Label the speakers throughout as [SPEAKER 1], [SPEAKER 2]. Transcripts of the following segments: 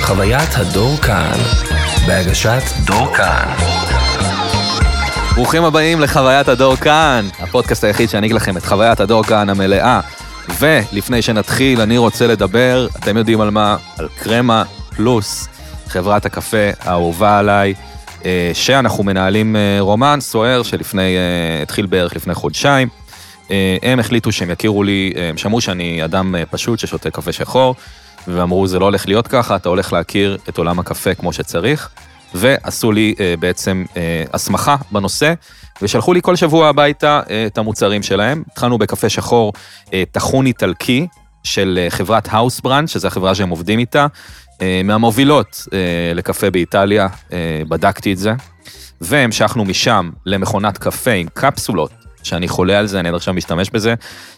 [SPEAKER 1] חוויית הדור כאן, בהגשת דור כאן.
[SPEAKER 2] ברוכים הבאים לחוויית הדור כאן, הפודקאסט היחיד שיעניק לכם את חוויית הדור כאן המלאה. ולפני שנתחיל, אני רוצה לדבר, אתם יודעים על מה? על קרמה פלוס, חברת הקפה האהובה עליי, אה, שאנחנו מנהלים אה, רומן סוער שלפני, אה, התחיל בערך לפני חודשיים. אה, הם החליטו שהם יכירו לי, אה, הם שמעו שאני אדם אה, פשוט ששותה קפה שחור, ואמרו, זה לא הולך להיות ככה, אתה הולך להכיר את עולם הקפה כמו שצריך, ועשו לי אה, בעצם אה, הסמכה בנושא, ושלחו לי כל שבוע הביתה אה, את המוצרים שלהם. התחלנו בקפה שחור אה, טחון איטלקי של אה, חברת האוס ברנד, שזו החברה שהם עובדים איתה, אה, מהמובילות אה, לקפה באיטליה, אה, בדקתי את זה, והמשכנו משם למכונת קפה עם קפסולות, שאני חולה על זה, אני עד עכשיו משתמש בזה.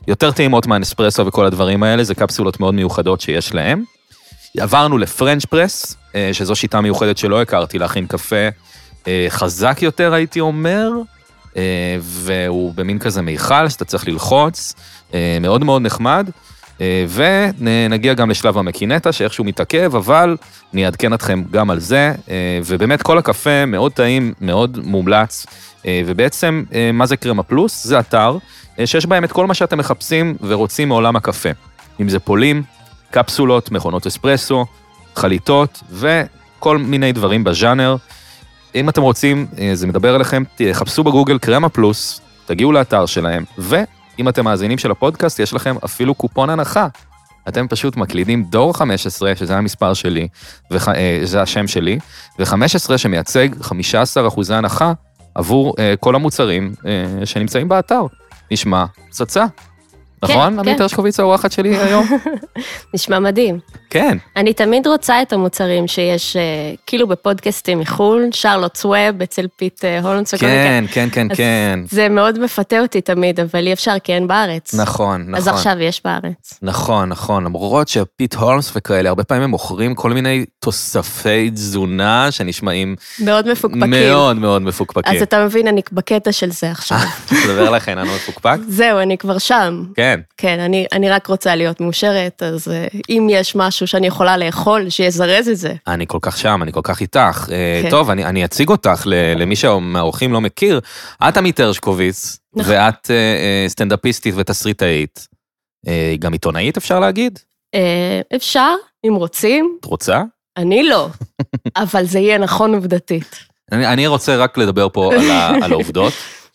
[SPEAKER 2] יותר טעימות מהנספרסו וכל הדברים האלה, זה קפסולות מאוד מיוחדות שיש להם. עברנו לפרנץ' פרס, אה, שזו שיטה מיוחדת שלא הכרתי, להכין קפה אה, חזק יותר, הייתי אומר, אה, והוא במין כזה מיכל שאתה צריך ללחוץ, אה, מאוד מאוד נחמד. אה, ונגיע גם לשלב המקינטה, שאיכשהו מתעכב, אבל אני אעדכן אתכם גם על זה. אה, ובאמת, כל הקפה מאוד טעים, מאוד מומלץ. אה, ובעצם, אה, מה זה קרמה פלוס? זה אתר אה, שיש בהם את כל מה שאתם מחפשים ורוצים מעולם הקפה. אם זה פולים, קפסולות, מכונות אספרסו, חליטות וכל מיני דברים בז'אנר. אם אתם רוצים, אה, זה מדבר אליכם, תחפשו בגוגל קרמה פלוס, תגיעו לאתר שלהם, ואם אתם מאזינים של הפודקאסט, יש לכם אפילו קופון הנחה. אתם פשוט מקלידים דור 15, שזה המספר שלי, וח- אה, זה השם שלי, ו-15 שמייצג 15 אחוזי הנחה עבור אה, כל המוצרים אה, שנמצאים באתר. נשמע פצצה.
[SPEAKER 3] כן,
[SPEAKER 2] נכון,
[SPEAKER 3] כן.
[SPEAKER 2] עמית הרשקוביץ האורחת שלי היום?
[SPEAKER 3] נשמע מדהים.
[SPEAKER 2] כן.
[SPEAKER 3] אני תמיד רוצה את המוצרים שיש, אה, כאילו בפודקאסטים מחו"ל, שרלוטס ווב, אצל פיט אה, הולנדס וכל מיני כאלה.
[SPEAKER 2] כן, כן, כן,
[SPEAKER 3] אז
[SPEAKER 2] כן.
[SPEAKER 3] זה מאוד מפתה אותי תמיד, אבל אי אפשר, כי אין בארץ.
[SPEAKER 2] נכון, נכון.
[SPEAKER 3] אז עכשיו יש בארץ.
[SPEAKER 2] נכון, נכון. למרות שפיט הולמס וכאלה, הרבה פעמים הם מוכרים כל מיני תוספי תזונה שנשמעים
[SPEAKER 3] מאוד מפוקפקים.
[SPEAKER 2] מאוד כן. מאוד מפוקפקים.
[SPEAKER 3] אז אתה מבין, אני בקטע של זה עכשיו.
[SPEAKER 2] תדבר לכן, אני לא מפוקפק?
[SPEAKER 3] זהו, אני כבר שם.
[SPEAKER 2] כן.
[SPEAKER 3] כן, אני, אני רק רוצה להיות מאושרת, אז אה, אם יש משהו שאני יכולה לאכול, שיזרז את זה.
[SPEAKER 2] אני כל כך שם, אני כל כך איתך. אה,
[SPEAKER 3] כן.
[SPEAKER 2] טוב, אני, אני אציג אותך ל- למי שהאורחים לא מכיר. את עמית הרשקוביץ,
[SPEAKER 3] נכון.
[SPEAKER 2] ואת אה, אה, סטנדאפיסטית ותסריטאית. אה, גם עיתונאית, אפשר להגיד?
[SPEAKER 3] אה, אפשר, אם רוצים,
[SPEAKER 2] את רוצה?
[SPEAKER 3] אני לא, אבל זה יהיה נכון עובדתית.
[SPEAKER 2] אני, אני רוצה רק לדבר פה על, ה, על העובדות.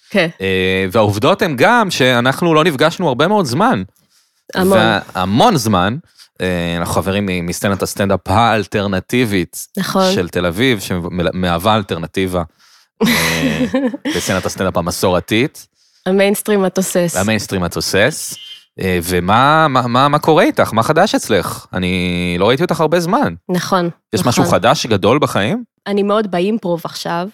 [SPEAKER 3] כן,
[SPEAKER 2] אה, והעובדות הן גם שאנחנו לא נפגשנו הרבה מאוד זמן.
[SPEAKER 3] המון.
[SPEAKER 2] המון זמן. אה, אנחנו חברים מ- מסצנת הסטנדאפ האלטרנטיבית
[SPEAKER 3] נכון.
[SPEAKER 2] של תל אביב, שמהווה אלטרנטיבה אה, לסצנת הסטנדאפ המסורתית,
[SPEAKER 3] המיינסטרים התוסס.
[SPEAKER 2] והמיינסטרים התוסס. אה, ומה מה, מה, מה קורה איתך? מה חדש אצלך? אני לא ראיתי אותך הרבה זמן.
[SPEAKER 3] נכון.
[SPEAKER 2] יש
[SPEAKER 3] נכון.
[SPEAKER 2] משהו חדש גדול בחיים?
[SPEAKER 3] אני מאוד באימפרוב עכשיו.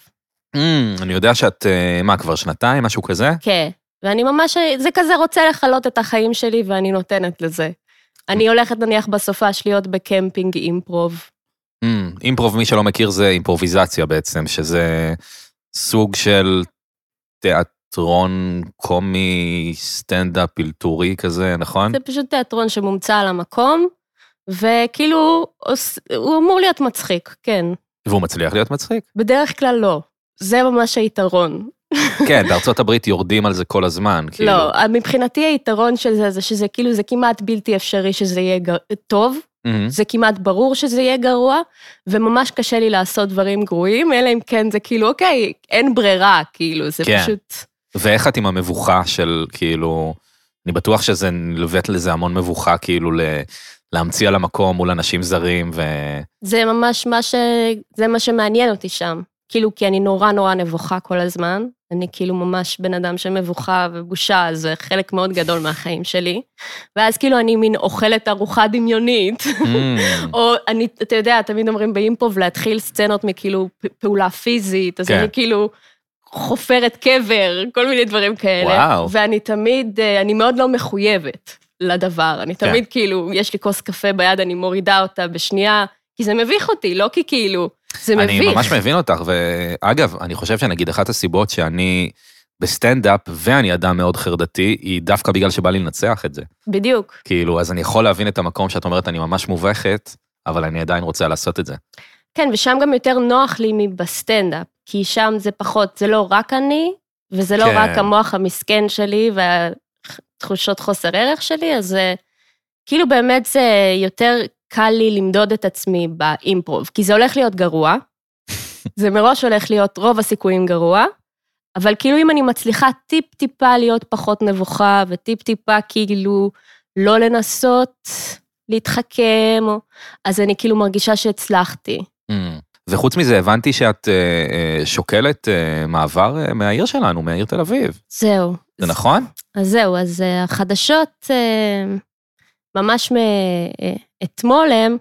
[SPEAKER 2] Mm, אני יודע שאת, אה, מה, כבר שנתיים, משהו כזה?
[SPEAKER 3] כן. ואני ממש, זה כזה רוצה לכלות את החיים שלי, ואני נותנת לזה. אני הולכת נניח בסופה שלי להיות בקמפינג אימפרוב.
[SPEAKER 2] Mm, אימפרוב, מי שלא מכיר, זה אימפרוביזציה בעצם, שזה סוג של תיאטרון קומי, סטנדאפ, אלתורי כזה, נכון?
[SPEAKER 3] זה פשוט תיאטרון שמומצא על המקום, וכאילו, עוש- הוא אמור להיות מצחיק, כן.
[SPEAKER 2] והוא מצליח להיות מצחיק.
[SPEAKER 3] בדרך כלל לא. זה ממש היתרון.
[SPEAKER 2] כן, בארצות הברית יורדים על זה כל הזמן, כאילו.
[SPEAKER 3] לא, מבחינתי היתרון של זה, זה שזה כאילו, זה כמעט בלתי אפשרי שזה יהיה גר- טוב,
[SPEAKER 2] Mhm.
[SPEAKER 3] זה כמעט ברור שזה יהיה גרוע, וממש קשה לי לעשות דברים גרועים, אלא אם כן זה כאילו, אוקיי, אין ברירה, כאילו, זה
[SPEAKER 2] כן.
[SPEAKER 3] כן. פשוט...
[SPEAKER 2] ואיך את עם המבוכה של, כאילו, אני בטוח שזה נלווית לזה המון מבוכה, כאילו, ל- להמציא על המקום מול אנשים זרים, ו...
[SPEAKER 3] זה ממש מה ש... זה מה שמעניין אותי שם. כאילו, כי אני נורא נורא נבוכה כל הזמן. אני כאילו ממש בן אדם שמבוכה ובושה, זה חלק מאוד גדול מהחיים שלי. ואז כאילו אני מין אוכלת ארוחה דמיונית.
[SPEAKER 2] Mm,
[SPEAKER 3] או אני, אתה יודע, תמיד אומרים באימפוב להתחיל סצנות מכאילו פ- פעולה פיזית, אז
[SPEAKER 2] כן.
[SPEAKER 3] כן. אני כאילו חופרת קבר, כל מיני דברים כאלה.
[SPEAKER 2] וואו.
[SPEAKER 3] ואני תמיד, אה, אני מאוד לא מחויבת לדבר. אני
[SPEAKER 2] כן.
[SPEAKER 3] תמיד כאילו, יש לי כוס קפה ביד, אני מורידה אותה בשנייה, כי זה מביך אותי, לא כי כאילו, זה מביך.
[SPEAKER 2] אני ממש מבין אותך, ואגב, אני חושב שנגיד אחת הסיבות שאני בסטנדאפ, ואני אדם מאוד חרדתי, היא דווקא בגלל שבא לי לנצח את זה.
[SPEAKER 3] בדיוק.
[SPEAKER 2] כאילו, אז אני יכול להבין את המקום שאת אומרת, אני ממש מובכת, אבל אני עדיין רוצה לעשות את זה.
[SPEAKER 3] כן, ושם גם יותר נוח לי מבסטנדאפ, כי שם זה פחות, זה לא רק אני, וזה לא
[SPEAKER 2] כן.
[SPEAKER 3] רק המוח המסכן שלי והתחושות חוסר ערך שלי, אז זה- כאילו באמת זה יותר קל לי למדוד את עצמי באימפרוב, כי זה הולך להיות גרוע, זה מראש הולך להיות רוב הסיכויים גרוע, אבל כאילו אם אני מצליחה טיפ-טיפה להיות פחות נבוכה, וטיפ-טיפה כאילו לא לנסות להתחכם, או- אז אני כאילו מרגישה שהצלחתי.
[SPEAKER 2] וחוץ מזה, הבנתי שאת אה, אה, שוקלת אה, מעבר אה, מהעיר שלנו, מהעיר תל אביב.
[SPEAKER 3] זהו.
[SPEAKER 2] זה נכון?
[SPEAKER 3] אז זהו, אז אה, החדשות אה, ממש מאתמול הם,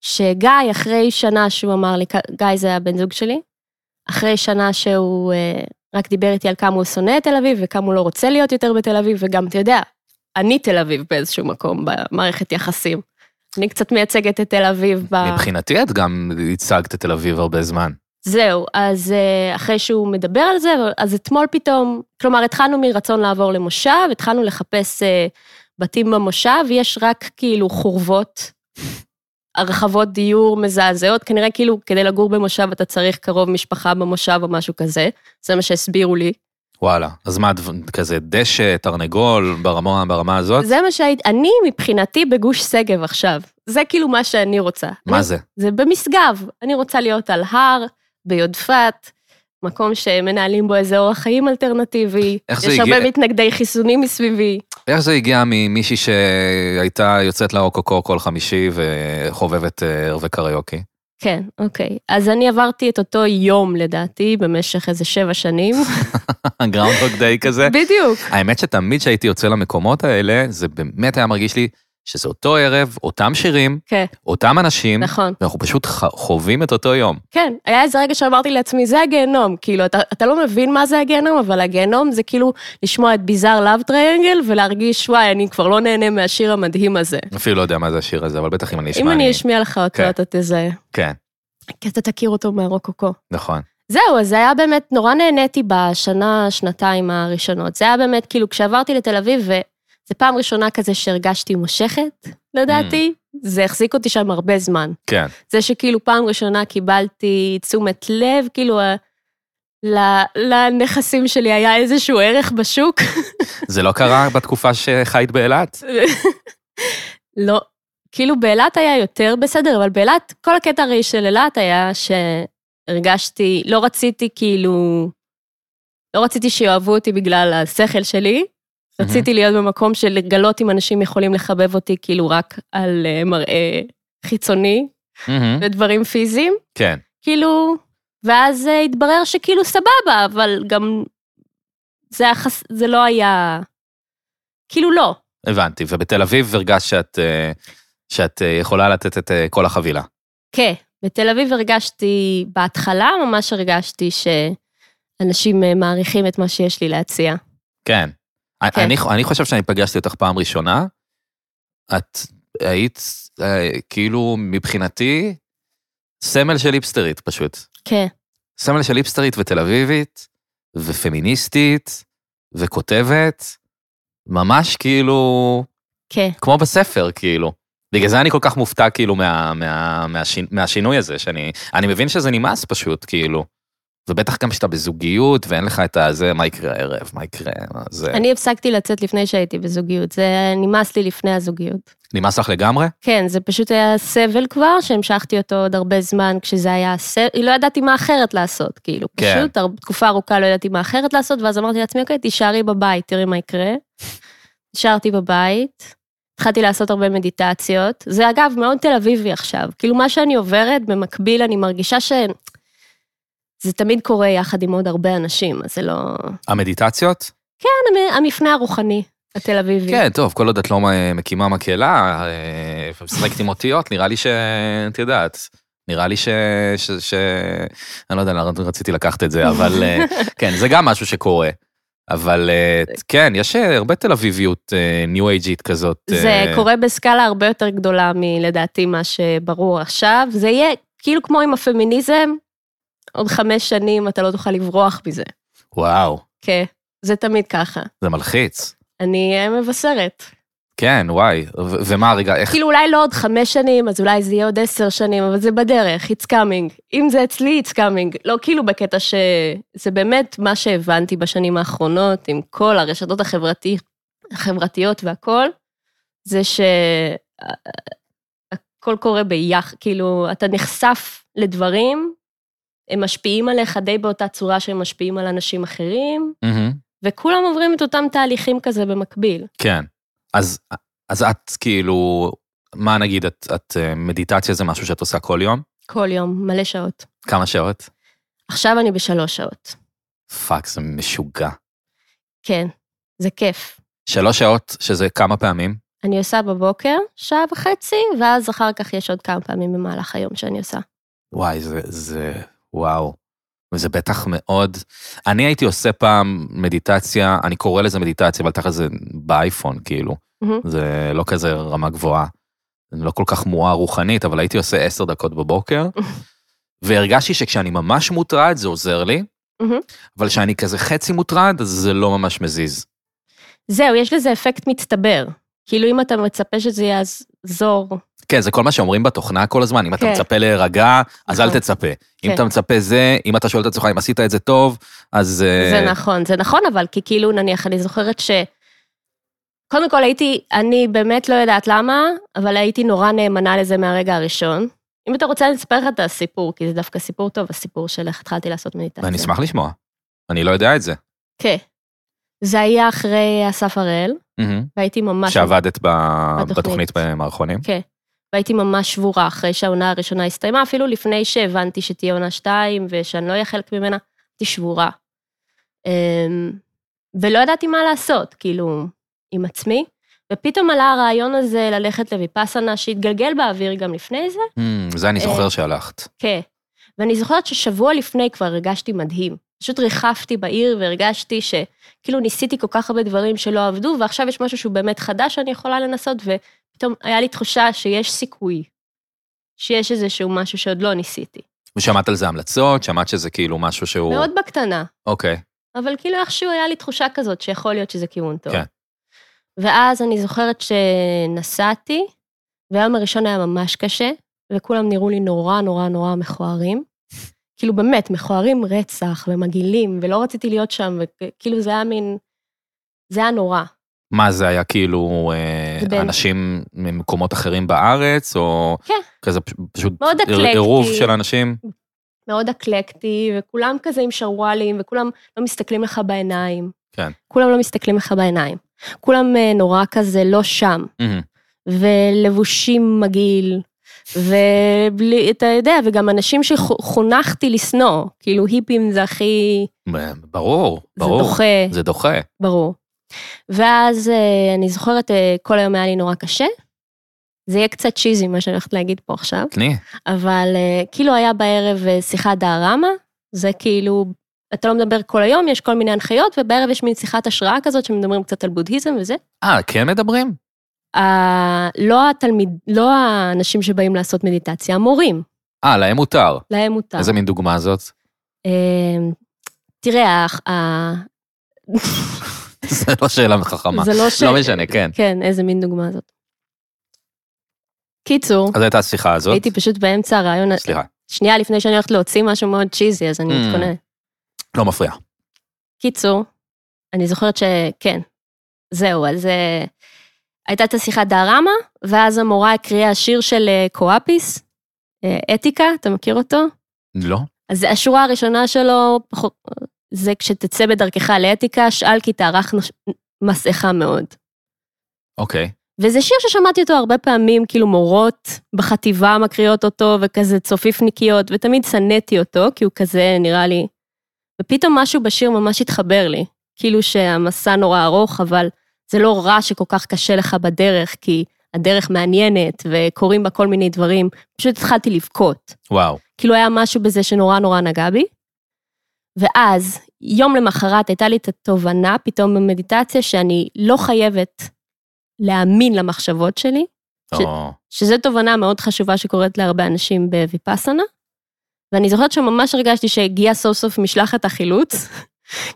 [SPEAKER 3] שגיא, אחרי שנה שהוא אמר לי, גיא זה הבן זוג שלי, אחרי שנה שהוא אה, רק דיבר איתי על כמה הוא שונא את תל אביב וכמה הוא לא רוצה להיות יותר בתל אביב, וגם, אתה יודע, אני תל אביב באיזשהו מקום במערכת יחסים. אני קצת מייצגת את תל אביב ב...
[SPEAKER 2] מבחינתי את גם ייצגת את תל אביב הרבה זמן.
[SPEAKER 3] זהו, אז אה, אחרי שהוא מדבר על זה, אז אתמול פתאום, כלומר, התחלנו מרצון לעבור למושב, התחלנו לחפש אה, בתים במושב, יש רק כאילו חורבות, הרחבות דיור מזעזעות, כנראה כאילו כדי לגור במושב אתה צריך קרוב משפחה במושב או משהו כזה, זה מה שהסבירו לי.
[SPEAKER 2] וואלה, אז מה, דב- כזה דשא, תרנגול, ברמה, ברמה הזאת?
[SPEAKER 3] זה מה שהייתי, אני מבחינתי בגוש שגב עכשיו, זה כאילו מה שאני רוצה.
[SPEAKER 2] מה זה?
[SPEAKER 3] זה במשגב. אני רוצה להיות על הר, ביודפת, מקום שמנהלים בו איזה אורח חיים אלטרנטיבי.
[SPEAKER 2] איך זה
[SPEAKER 3] יש
[SPEAKER 2] הגיע-
[SPEAKER 3] הרבה מתנגדי חיסונים מסביבי.
[SPEAKER 2] איך זה הגיע ממישהי שהייתה יוצאת לאוקוקו כל חמישי וחובבת אה, ערבי קריוקי?
[SPEAKER 3] כן, אוקיי. אז אני עברתי את אותו יום, לדעתי, במשך איזה שבע שנים.
[SPEAKER 2] גראונדהוג דיי כזה?
[SPEAKER 3] בדיוק.
[SPEAKER 2] האמת שתמיד כשהייתי יוצא למקומות האלה, זה באמת היה מרגיש לי שזה אותו ערב, אותם שירים,
[SPEAKER 3] כן,
[SPEAKER 2] אותם אנשים,
[SPEAKER 3] נכון.
[SPEAKER 2] ואנחנו פשוט ח- חווים את אותו יום.
[SPEAKER 3] כן, היה איזה רגע שאמרתי לעצמי, זה הגיהנום. כאילו, אתה, אתה לא מבין מה זה הגיהנום, אבל הגיהנום זה כאילו לשמוע את ביזאר לאב טריאנגל ולהרגיש, וואי, אני כבר לא נהנה מהשיר המדהים הזה.
[SPEAKER 2] אפילו לא יודע מה זה השיר הזה, אבל בטח אם אני אשמע...
[SPEAKER 3] אם אני אשמיע לך אותו,
[SPEAKER 2] כן.
[SPEAKER 3] אתה תזהה.
[SPEAKER 2] כן,
[SPEAKER 3] כי אתה תכיר אותו מהרוקוקו.
[SPEAKER 2] נכון.
[SPEAKER 3] זהו, אז זה היה באמת, נורא נהניתי בשנה, שנתיים הראשונות. זה היה באמת, כאילו, כשעברתי לתל אביב, וזו פעם ראשונה כזה שהרגשתי מושכת, לדעתי, זה החזיק אותי שם הרבה זמן.
[SPEAKER 2] כן.
[SPEAKER 3] זה שכאילו פעם ראשונה קיבלתי תשומת לב, כאילו, ה- ל- לנכסים שלי היה איזשהו ערך בשוק.
[SPEAKER 2] זה לא קרה בתקופה שחיית באילת?
[SPEAKER 3] לא, כאילו באילת היה יותר בסדר, אבל באילת, כל הקטע הרי של אילת היה שהרגשתי, לא רציתי כאילו, לא רציתי שיאהבו אותי בגלל השכל שלי, רציתי להיות במקום של לגלות אם אנשים יכולים לחבב אותי כאילו רק על אה, מראה חיצוני
[SPEAKER 2] מהמם.
[SPEAKER 3] ודברים פיזיים,
[SPEAKER 2] Mm-hmm. כן.
[SPEAKER 3] כאילו, ואז אה, התברר שכאילו סבבה, אבל גם זה, היה חס... זה לא היה, כאילו לא.
[SPEAKER 2] הבנתי, ובתל אביב הרגשת שאת, אה, שאת אה, יכולה לתת את אה, כל החבילה.
[SPEAKER 3] כן, בתל אביב הרגשתי, בהתחלה ממש הרגשתי שאנשים אה, מעריכים את מה שיש לי להציע.
[SPEAKER 2] כן.
[SPEAKER 3] כן.
[SPEAKER 2] אני, אני חושב שאני פגשתי אותך פעם ראשונה, את היית אה, כאילו מבחינתי סמל של היפסטרית פשוט.
[SPEAKER 3] כן,
[SPEAKER 2] סמל של היפסטרית ותל אביבית, ופמיניסטית, וכותבת, ממש כאילו,
[SPEAKER 3] כן,
[SPEAKER 2] כמו בספר, כאילו. בגלל זה אני כל כך מופתע כאילו מה, מה, מהשינ, מהשינוי הזה, שאני אני מבין שזה נמאס פשוט, כאילו. ובטח גם כשאתה בזוגיות ואין לך את הזה, מה יקרה הערב, מה יקרה, מה זה.
[SPEAKER 3] אני הפסקתי לצאת לפני שהייתי בזוגיות, זה נמאס לי לפני הזוגיות.
[SPEAKER 2] נמאס לך לגמרי?
[SPEAKER 3] כן, זה פשוט היה סבל כבר, שהמשכתי אותו עוד הרבה זמן כשזה היה סבל, לא ידעתי מה אחרת לעשות, כאילו.
[SPEAKER 2] כן.
[SPEAKER 3] פשוט הר- תקופה ארוכה לא ידעתי מה אחרת לעשות, ואז אמרתי לעצמי, אוקיי, תישארי בבית, תראי מה יקרה. נשארתי בבית, התחלתי לעשות הרבה מדיטציות. זה אגב מאוד תל אביבי עכשיו. כאילו, מה שאני עוברת, במקביל אני מרגישה ש... זה תמיד קורה יחד עם עוד הרבה אנשים, אז זה לא...
[SPEAKER 2] המדיטציות?
[SPEAKER 3] כן, המפנה הרוחני, התל אביבי.
[SPEAKER 2] כן, טוב, כל עוד את לא מקימה מקהלה, אה, ומשחקת עם אותיות, נראה לי ש... את יודעת. נראה לי ש... ש... ש... אני לא יודע, לא רציתי לקחת את זה, אבל אה, כן, זה גם משהו שקורה. אבל אה, כן, יש אה, הרבה תל אביביות ניו אייג'ית כזאת.
[SPEAKER 3] זה
[SPEAKER 2] אה,
[SPEAKER 3] קורה בסקאלה הרבה יותר גדולה מלדעתי מה שברור עכשיו. זה יהיה כאילו כמו עם הפמיניזם, עוד חמש שנים אתה לא תוכל לברוח מזה.
[SPEAKER 2] וואו,
[SPEAKER 3] כן, זה תמיד ככה.
[SPEAKER 2] זה מלחיץ.
[SPEAKER 3] אני אה, מבשרת.
[SPEAKER 2] כן, וואי. ו- ומה, רגע, איך...
[SPEAKER 3] כאילו אולי לא עוד חמש שנים, אז אולי זה יהיה עוד עשר שנים, אבל זה בדרך, it's coming. אם זה אצלי, it's coming. לא כאילו בקטע ש... זה באמת מה שהבנתי בשנים האחרונות, עם כל הרשתות החברתי... החברתיות והכול, זה שהכל קורה ביחד, כאילו, אתה נחשף לדברים, הם משפיעים עליך די באותה צורה שהם משפיעים על אנשים אחרים,
[SPEAKER 2] מהמם.
[SPEAKER 3] וכולם עוברים את אותם תהליכים כזה במקביל.
[SPEAKER 2] כן. אז, אז את כאילו, מה נגיד, את, את אה, מדיטציה זה משהו שאת עושה כל יום?
[SPEAKER 3] כל יום, מלא שעות.
[SPEAKER 2] כמה שעות?
[SPEAKER 3] עכשיו אני בשלוש שעות.
[SPEAKER 2] פאק, זה משוגע.
[SPEAKER 3] כן, זה כיף.
[SPEAKER 2] שלוש שעות, שזה כמה פעמים?
[SPEAKER 3] אני עושה בבוקר שעה וחצי, ואז אחר כך יש עוד כמה פעמים במהלך היום שאני עושה.
[SPEAKER 2] וואי, זה, זה, וואו. וזה בטח מאוד... אני הייתי עושה פעם מדיטציה, אני קורא לזה מדיטציה, אבל תכף זה באייפון, כאילו.
[SPEAKER 3] מהמם.
[SPEAKER 2] זה לא כזה רמה גבוהה. אני לא כל כך מואר רוחנית, אבל הייתי עושה עשר דקות בבוקר, והרגשתי שכשאני ממש מוטרד זה עוזר לי,
[SPEAKER 3] מהמם.
[SPEAKER 2] אבל כשאני כזה חצי מוטרד, אז זה לא ממש מזיז.
[SPEAKER 3] זהו, יש לזה אפקט מצטבר. כאילו, אם אתה מצפה שזה יעזור,
[SPEAKER 2] כן, זה כל מה שאומרים בתוכנה כל הזמן, אם אתה
[SPEAKER 3] כן.
[SPEAKER 2] מצפה להירגע, אז אל
[SPEAKER 3] נכון.
[SPEAKER 2] תצפה. אם
[SPEAKER 3] כן.
[SPEAKER 2] אתה מצפה זה, אם אתה שואל את עצמך אם עשית את זה טוב, אז... אה,
[SPEAKER 3] זה נכון, זה נכון, אבל כי כאילו, נניח, אני זוכרת ש... קודם כל הייתי, אני באמת לא יודעת למה, אבל הייתי נורא נאמנה לזה מהרגע הראשון. אם אתה רוצה, אני אספר לך את הסיפור, כי זה דווקא סיפור טוב, הסיפור של איך התחלתי לעשות מדיטציה.
[SPEAKER 2] ואני אשמח לשמוע. אני לא יודע את זה.
[SPEAKER 3] כן. זה היה אחרי אסף הראל,
[SPEAKER 2] מהמם.
[SPEAKER 3] והייתי ממש...
[SPEAKER 2] שעבדת ב-
[SPEAKER 3] בתוכנית.
[SPEAKER 2] בתוכנית במערכונים.
[SPEAKER 3] כן. והייתי ממש שבורה אחרי שהעונה הראשונה הסתיימה, אפילו לפני שהבנתי שתהיה עונה שתיים ושאני לא אהיה חלק ממנה, הייתי שבורה. אמ, ולא ידעתי מה לעשות, כאילו, עם עצמי. ופתאום עלה הרעיון הזה ללכת לויפאסנה, שהתגלגל באוויר גם לפני זה,
[SPEAKER 2] מהמם, זה אני זוכר
[SPEAKER 3] אה,
[SPEAKER 2] שהלכת.
[SPEAKER 3] כן. ואני זוכרת ששבוע לפני כבר הרגשתי מדהים. פשוט ריחפתי בעיר והרגשתי שכאילו ניסיתי כל כך הרבה דברים שלא עבדו, ועכשיו יש משהו שהוא באמת חדש שאני יכולה לנסות, ופתאום היה לי תחושה שיש סיכוי, שיש איזשהו משהו שעוד לא ניסיתי.
[SPEAKER 2] שמעת על זה המלצות, שמעת שזה כאילו משהו שהוא...
[SPEAKER 3] מאוד בקטנה,
[SPEAKER 2] אוקיי.
[SPEAKER 3] אבל כאילו איכשהו היה לי תחושה כזאת שיכול להיות שזה כיוון טוב.
[SPEAKER 2] כן.
[SPEAKER 3] ואז אני זוכרת שנסעתי, והיום הראשון היה ממש קשה, וכולם נראו לי נורא נורא נורא מכוערים. כאילו באמת, מכוערים רצח ומגעילים, ולא רציתי להיות שם, וכאילו זה היה מין... זה היה נורא.
[SPEAKER 2] מה זה היה כאילו אה,
[SPEAKER 3] זה בין-
[SPEAKER 2] אנשים ממקומות אחרים בארץ, או
[SPEAKER 3] כן.
[SPEAKER 2] כזה פש- פשוט
[SPEAKER 3] מאוד
[SPEAKER 2] עיר-
[SPEAKER 3] אקלקטי.
[SPEAKER 2] עירוב של אנשים?
[SPEAKER 3] מאוד אקלקטי, וכולם כזה עם שרוואלים, וכולם לא מסתכלים לך בעיניים.
[SPEAKER 2] כן.
[SPEAKER 3] כולם לא מסתכלים לך בעיניים. כולם אה, נורא כזה לא שם.
[SPEAKER 2] מהמם.
[SPEAKER 3] ולבושים מגעיל, ובלי, אתה יודע, וגם אנשים שחונכתי לשנוא, כאילו היפים זה הכי,
[SPEAKER 2] ברור,
[SPEAKER 3] זה
[SPEAKER 2] ברור.
[SPEAKER 3] דוחה,
[SPEAKER 2] זה דוחה.
[SPEAKER 3] ברור. ואז אה, אני זוכרת, אה, כל היום היה לי נורא קשה. זה יהיה קצת צ'יזי מה שאני הולכת להגיד פה עכשיו,
[SPEAKER 2] תני.
[SPEAKER 3] אבל אה, כאילו היה בערב אה, שיחת דהרמה, זה כאילו, אתה לא מדבר כל היום, יש כל מיני הנחיות, ובערב יש מין שיחת השראה כזאת שמדברים קצת על בודהיזם וזה.
[SPEAKER 2] אה, כן מדברים?
[SPEAKER 3] ה- לא התלמיד, לא האנשים שבאים לעשות מדיטציה, המורים,
[SPEAKER 2] אה, להם מותר.
[SPEAKER 3] להם מותר.
[SPEAKER 2] איזה מין דוגמה זאת?
[SPEAKER 3] אמ, תראה, ה- ה-
[SPEAKER 2] זה לא שאלה חכמה.
[SPEAKER 3] זה לא ש...
[SPEAKER 2] לא משנה, כן.
[SPEAKER 3] כן, איזה מין דוגמה זאת. קיצור,
[SPEAKER 2] אז הייתה השיחה הזאת.
[SPEAKER 3] הייתי פשוט באמצע הרעיון,
[SPEAKER 2] אה, סליחה,
[SPEAKER 3] שנייה לפני שאני הולכת להוציא משהו מאוד צ'יזי, אז אני
[SPEAKER 2] Mm.
[SPEAKER 3] מתכוננת.
[SPEAKER 2] לא מפריע.
[SPEAKER 3] קיצור, אני זוכרת שכן, זהו, אז אה, הייתה את השיחת דהרמה, ואז המורה הקריאה שיר של אה, קואפיס, אה, אתיקה, אתה מכיר אותו?
[SPEAKER 2] לא?
[SPEAKER 3] אז השורה הראשונה שלו פחות- זה כשתצא בדרכך לאתיקה, שאל כי תערך נוש- מסכה מאוד.
[SPEAKER 2] אוקיי.
[SPEAKER 3] וזה שיר ששמעתי אותו הרבה פעמים, כאילו מורות בחטיבה מקריאות אותו, וכזה צופיפניקיות, ותמיד שנאתי אותו, כי הוא כזה נראה לי... ופתאום משהו בשיר ממש התחבר לי, כאילו שהמסע נורא ארוך, אבל זה לא רע שכל כך קשה לך בדרך, כי הדרך מעניינת, וקורים בה כל מיני דברים. פשוט התחלתי לבכות.
[SPEAKER 2] וואו.
[SPEAKER 3] כאילו היה משהו בזה שנורא נורא נגע בי. ואז, יום למחרת הייתה לי את התובנה פתאום במדיטציה שאני לא חייבת להאמין למחשבות שלי, ש-
[SPEAKER 2] או,
[SPEAKER 3] שזו תובנה מאוד חשובה שקורית להרבה אנשים בוויפאסנה. ואני זוכרת שממש הרגשתי שהגיעה סוף סוף משלחת החילוץ,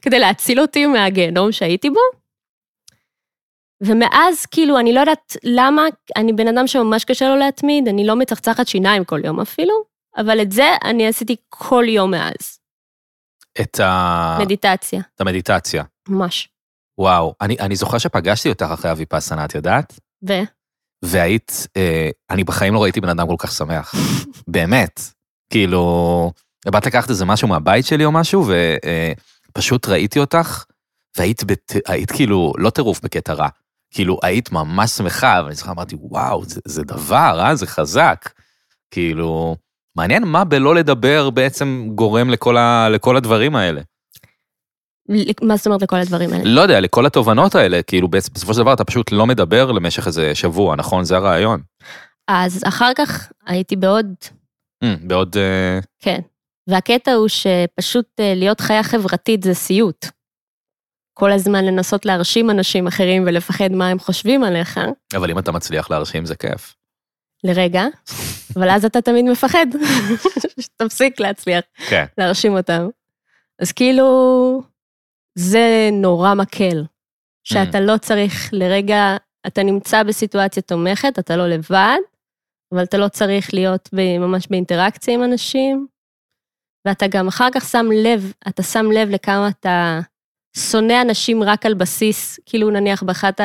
[SPEAKER 3] כדי להציל אותי מהגיהנום שהייתי בו. ומאז, כאילו, אני לא יודעת למה, אני בן אדם שממש קשה לו להתמיד, אני לא מצחצחת שיניים כל יום אפילו, אבל את זה אני עשיתי כל יום מאז,
[SPEAKER 2] את, ה...
[SPEAKER 3] מדיטציה,
[SPEAKER 2] את המדיטציה.
[SPEAKER 3] ממש.
[SPEAKER 2] וואו, אני, אני זוכר שפגשתי אותך אחרי הוויפאסנה, את יודעת?
[SPEAKER 3] ו...
[SPEAKER 2] והיית, אה, אני בחיים לא ראיתי בן אדם כל כך שמח. באמת. כאילו, באת לקחת איזה משהו מהבית שלי או משהו, ופשוט ראיתי אותך, והיית בת... היית כאילו, לא טירוף בקטע רע. כאילו, היית ממש שמחה, ואני זוכר, אמרתי, וואו, זה, זה דבר, אה? זה חזק. כאילו, מעניין מה בלא לדבר בעצם גורם לכל, ה... לכל הדברים האלה.
[SPEAKER 3] מה זאת אומרת לכל הדברים האלה?
[SPEAKER 2] לא יודע, לכל התובנות האלה, כאילו, בעצ- בסופו של דבר אתה פשוט לא מדבר למשך איזה שבוע, נכון? זה הרעיון.
[SPEAKER 3] אז אחר כך הייתי בעוד
[SPEAKER 2] אה, בעוד... אה,
[SPEAKER 3] כן. והקטע הוא שפשוט אה, להיות חיה חברתית זה סיוט. כל הזמן לנסות להרשים אנשים אחרים ולפחד מה הם חושבים עליך,
[SPEAKER 2] אבל אם אתה מצליח להרשים זה כיף.
[SPEAKER 3] לרגע, אבל אז אתה תמיד מפחד, שתפסיק להצליח
[SPEAKER 2] כן.
[SPEAKER 3] להרשים אותם. אז כאילו, זה נורא מקל,
[SPEAKER 2] Mm.
[SPEAKER 3] שאתה לא צריך לרגע, אתה נמצא בסיטואציה תומכת, אתה לא לבד, אבל אתה לא צריך להיות ב- ממש באינטראקציה עם אנשים, ואתה גם אחר כך שם לב, אתה שם לב לכמה אתה שונא אנשים רק על בסיס, כאילו נניח באחת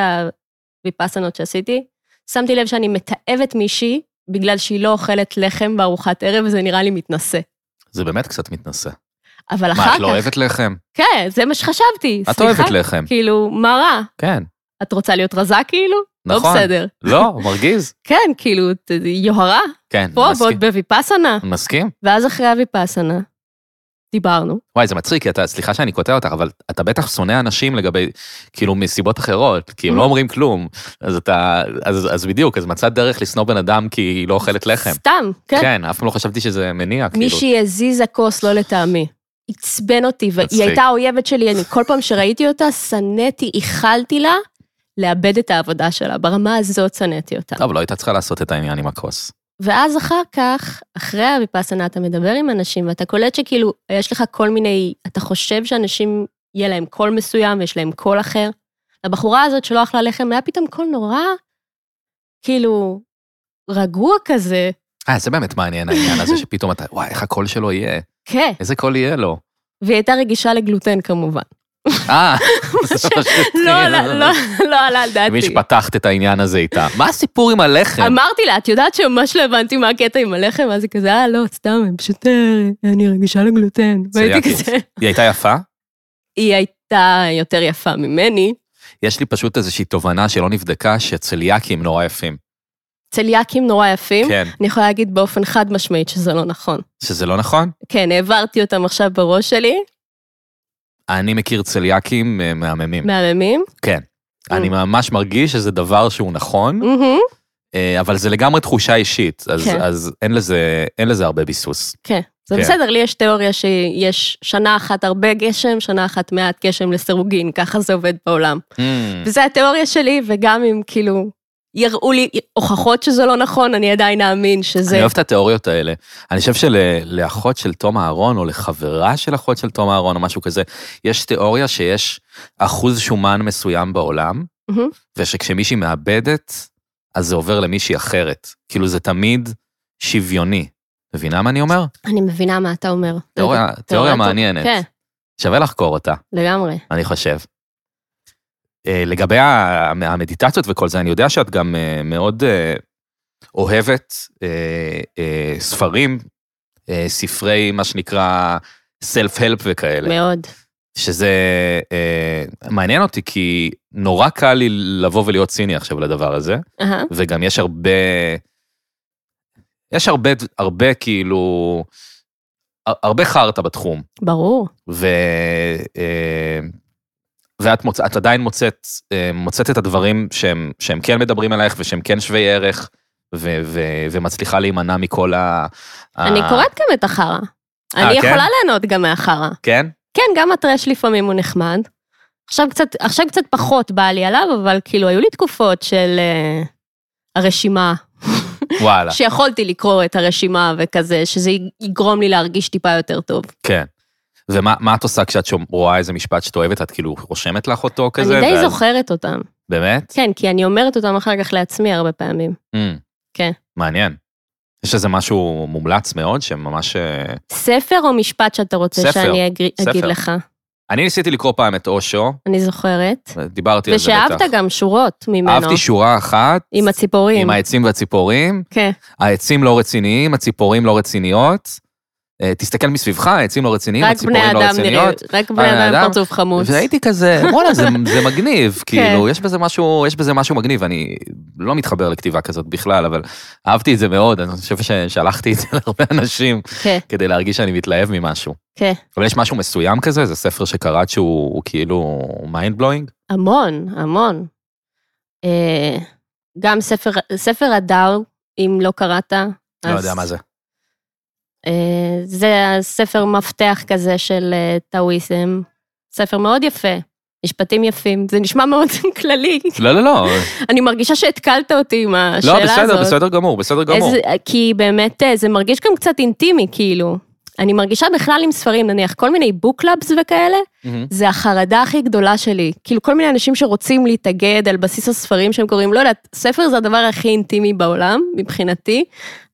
[SPEAKER 3] הוויפסנות שעשיתי, שמתי לב שאני מתעבת מישהי בגלל שהיא לא אוכלת לחם בארוחת ערב, וזה נראה לי מתנשא.
[SPEAKER 2] זה באמת קצת מתנשא.
[SPEAKER 3] אבל אחר כך...
[SPEAKER 2] מה, את לא אוהבת לחם?
[SPEAKER 3] כן, זה מה שחשבתי,
[SPEAKER 2] את
[SPEAKER 3] סליחה.
[SPEAKER 2] אוהבת לחם.
[SPEAKER 3] כאילו, מה רע?
[SPEAKER 2] כן,
[SPEAKER 3] את רוצה להיות רזה כאילו?
[SPEAKER 2] נכון.
[SPEAKER 3] לא בסדר.
[SPEAKER 2] לא, מרגיז.
[SPEAKER 3] כן, כאילו, ת- יוהרה,
[SPEAKER 2] כן,
[SPEAKER 3] פה
[SPEAKER 2] מסכים.
[SPEAKER 3] ועוד בוויפאסנה.
[SPEAKER 2] מסכים?
[SPEAKER 3] ואז אחרי הוויפאסנה, דיברנו.
[SPEAKER 2] וואי, זה מצחיק, כי אתה, סליחה שאני קוטע אותך, אבל אתה בטח שונא אנשים לגבי, כאילו, מסיבות אחרות, כי
[SPEAKER 3] Mm.
[SPEAKER 2] הם לא אומרים כלום. אז אתה, אז, אז בדיוק, אז מצאת דרך לשנוא בן אדם כי היא לא אוכלת לחם.
[SPEAKER 3] סתם, כן.
[SPEAKER 2] כן, אף פעם לא חשבתי שזה מניע, כאילו.
[SPEAKER 3] מישהי הזיזה כוס לא לטעמי. עצבן אותי, והיא
[SPEAKER 2] מצחיק.
[SPEAKER 3] הייתה האויבת שלי, אני כל פעם שראיתי אותה, שנאתי, איחלתי לה לאבד את העבודה שלה. ברמה הזאת שנאתי אותה.
[SPEAKER 2] טוב, לא הייתה צריכה לעשות את העניין עם הכוס.
[SPEAKER 3] ואז אחר כך, אחרי הוויפאסנה, אתה מדבר עם אנשים, ואתה קולט שכאילו, יש לך כל מיני, אתה חושב שאנשים, יהיה להם קול מסוים, ויש להם קול אחר. הבחורה הזאת שלא אכלה לחם, היה פתאום קול נורא, כאילו, רגוע כזה.
[SPEAKER 2] אה, זה באמת מעניין העניין הזה שפתאום אתה, וואי, איך הקול שלו יהיה?
[SPEAKER 3] כן.
[SPEAKER 2] איזה קול יהיה לו?
[SPEAKER 3] והיא הייתה רגישה לגלוטן כמובן.
[SPEAKER 2] אה,
[SPEAKER 3] מה ש-
[SPEAKER 2] זה פשוט-
[SPEAKER 3] לא עלה- לא- לא עלה על
[SPEAKER 2] מי
[SPEAKER 3] דעתי.
[SPEAKER 2] שפתחת את העניין הזה איתה. מה הסיפור עם הלחם?
[SPEAKER 3] אמרתי לה, את יודעת שממש לא הבנתי מה הקטע עם הלחם? אז היא כזה, אה, לא, סתם, הם פשוט, אה, אני רגישה לגלוטן.
[SPEAKER 2] זה היה
[SPEAKER 3] והייתי
[SPEAKER 2] כאילו-
[SPEAKER 3] כזה...
[SPEAKER 2] היא הייתה יפה?
[SPEAKER 3] היא הייתה יותר יפה ממני.
[SPEAKER 2] יש לי פשוט איזושהי תובנה שלא נבדקה, שצליאקים נורא יפים.
[SPEAKER 3] צליאקים נורא יפים.
[SPEAKER 2] כן.
[SPEAKER 3] אני יכולה להגיד באופן חד משמעית שזה לא נכון.
[SPEAKER 2] שזה לא נכון?
[SPEAKER 3] כן, העברתי אותם עכשיו בראש שלי,
[SPEAKER 2] אני מכיר צליאקים אה, מהממים.
[SPEAKER 3] מהממים.
[SPEAKER 2] כן.
[SPEAKER 3] Mm.
[SPEAKER 2] אני ממש מרגיש שזה דבר שהוא נכון,
[SPEAKER 3] מהמם.
[SPEAKER 2] אה, אבל זה לגמרי תחושה אישית, אז-
[SPEAKER 3] כן.
[SPEAKER 2] אז אין לזה- אין לזה הרבה ביסוס.
[SPEAKER 3] כן, זה
[SPEAKER 2] כן.
[SPEAKER 3] בסדר, לי יש תיאוריה שיש שנה אחת הרבה גשם, שנה אחת מעט גשם לסירוגין, ככה זה עובד בעולם.
[SPEAKER 2] Mm.
[SPEAKER 3] וזו התיאוריה שלי, וגם אם כאילו יראו לי הוכחות שזה לא נכון, אני עדיין אאמין שזה...
[SPEAKER 2] אני אוהב את התיאוריות האלה. אני חושב שלאחות של תום אהרון, או לחברה של אחות של תום אהרון, או משהו כזה, יש תיאוריה שיש אחוז שומן מסוים בעולם,
[SPEAKER 3] מהמם.
[SPEAKER 2] ושכשמישהי מאבדת, אז זה עובר למישהי אחרת. כאילו זה תמיד שוויוני. מבינה מה אני אומר?
[SPEAKER 3] אני מבינה מה אתה אומר.
[SPEAKER 2] תיאוריה- תיאוריה
[SPEAKER 3] טוב.
[SPEAKER 2] מעניינת.
[SPEAKER 3] כן,
[SPEAKER 2] שווה לחקור אותה.
[SPEAKER 3] לגמרי.
[SPEAKER 2] אני חושב. אה, לגבי ה- המדיטציות וכל זה, אני יודע שאת גם אה, מאוד אה, אוהבת אה, אה, ספרים, אה, ספרי, מה שנקרא, self-help וכאלה.
[SPEAKER 3] מאוד.
[SPEAKER 2] שזה אה, מעניין אותי, כי נורא קל לי לבוא ולהיות ציני עכשיו לדבר הזה,
[SPEAKER 3] אהה.
[SPEAKER 2] וגם יש הרבה... יש הרבה, הרבה כאילו... הר- הרבה חרטא בתחום.
[SPEAKER 3] ברור.
[SPEAKER 2] ו... אה, ואת מוצ... את עדיין מוצאת, אה, מוצאת את הדברים שהם, שהם כן מדברים עלייך ושהם כן שווי ערך, ו... ו... ומצליחה להימנע מכל ה...
[SPEAKER 3] אני
[SPEAKER 2] ה-
[SPEAKER 3] קוראת גם את החרא.
[SPEAKER 2] אה,
[SPEAKER 3] אני
[SPEAKER 2] כן?
[SPEAKER 3] יכולה ליהנות גם מהחרא.
[SPEAKER 2] כן?
[SPEAKER 3] כן, גם הטרש לפעמים הוא נחמד. עכשיו קצת, עכשיו קצת פחות בא לי עליו, אבל כאילו, היו לי תקופות של אה, הרשימה,
[SPEAKER 2] וואלה,
[SPEAKER 3] שיכולתי לקרוא את הרשימה וכזה, שזה י- יגרום לי להרגיש טיפה יותר טוב.
[SPEAKER 2] כן. ומה מה את עושה כשאת שומע, רואה איזה משפט שאת אוהבת, את כאילו רושמת לך אותו כזה?
[SPEAKER 3] אני די
[SPEAKER 2] ואז-
[SPEAKER 3] זוכרת אותם.
[SPEAKER 2] באמת?
[SPEAKER 3] כן, כי אני אומרת אותם אחר כך לעצמי הרבה פעמים.
[SPEAKER 2] Mm.
[SPEAKER 3] כן.
[SPEAKER 2] מעניין. יש איזה משהו מומלץ מאוד שממש... אה,
[SPEAKER 3] ספר או משפט שאתה רוצה
[SPEAKER 2] ספר,
[SPEAKER 3] שאני אגר...
[SPEAKER 2] ספר.
[SPEAKER 3] אגיד לך?
[SPEAKER 2] אני ניסיתי לקרוא פעם את אושו,
[SPEAKER 3] אני זוכרת.
[SPEAKER 2] דיברתי על זה בטח.
[SPEAKER 3] ושאהבת גם שורות ממנו.
[SPEAKER 2] אהבתי שורה אחת,
[SPEAKER 3] עם הציפורים.
[SPEAKER 2] עם העצים והציפורים.
[SPEAKER 3] כן.
[SPEAKER 2] העצים לא רציניים, הציפורים לא רציניות. אה, תסתכל מסביבך, העצים לא רציניים,
[SPEAKER 3] רק בני
[SPEAKER 2] הציפורים לא
[SPEAKER 3] אדם נראים,
[SPEAKER 2] רציניות.
[SPEAKER 3] רק בני
[SPEAKER 2] בני
[SPEAKER 3] אדם
[SPEAKER 2] אדם.
[SPEAKER 3] עם פרצוף חמוץ.
[SPEAKER 2] והייתי כזה, וואלה, זה, זה
[SPEAKER 3] כן.
[SPEAKER 2] מגניב, כאילו, יש בזה משהו, יש בזה משהו מגניב, אני לא מתחבר לכתיבה כזאת בכלל, אבל אהבתי את זה מאוד, אני חושב ששלחתי את זה להרבה אנשים
[SPEAKER 3] כן,
[SPEAKER 2] כדי להרגיש שאני מתלהב ממשהו.
[SPEAKER 3] כן.
[SPEAKER 2] אבל יש משהו מסוים כזה, זה ספר שקראת שהוא הוא כאילו מיינד בלואינג?
[SPEAKER 3] המון, המון. אה, גם ספר, ספר הדר, אם לא קראת.
[SPEAKER 2] לא
[SPEAKER 3] אז,
[SPEAKER 2] יודע מה זה.
[SPEAKER 3] אה, זה ספר מפתח כזה של אה, טאואיסם. ספר מאוד יפה, משפטים יפים. זה נשמע מאוד כללי.
[SPEAKER 2] לא, לא, לא,
[SPEAKER 3] אני מרגישה שהתקלת אותי עם השאלה
[SPEAKER 2] לא,
[SPEAKER 3] הזאת.
[SPEAKER 2] בסדר, בסדר גמור, בסדר גמור.
[SPEAKER 3] איזה, כי באמת אה, זה מרגיש גם קצת אינטימי, כאילו. אני מרגישה בכלל עם ספרים, נניח כל מיני בוקלאבס וכאלה,
[SPEAKER 2] מהמם.
[SPEAKER 3] זה החרדה הכי גדולה שלי. כאילו, כל מיני אנשים שרוצים להתאגד על בסיס הספרים שהם קוראים, לא יודעת, ספר זה הדבר הכי אינטימי בעולם, מבחינתי.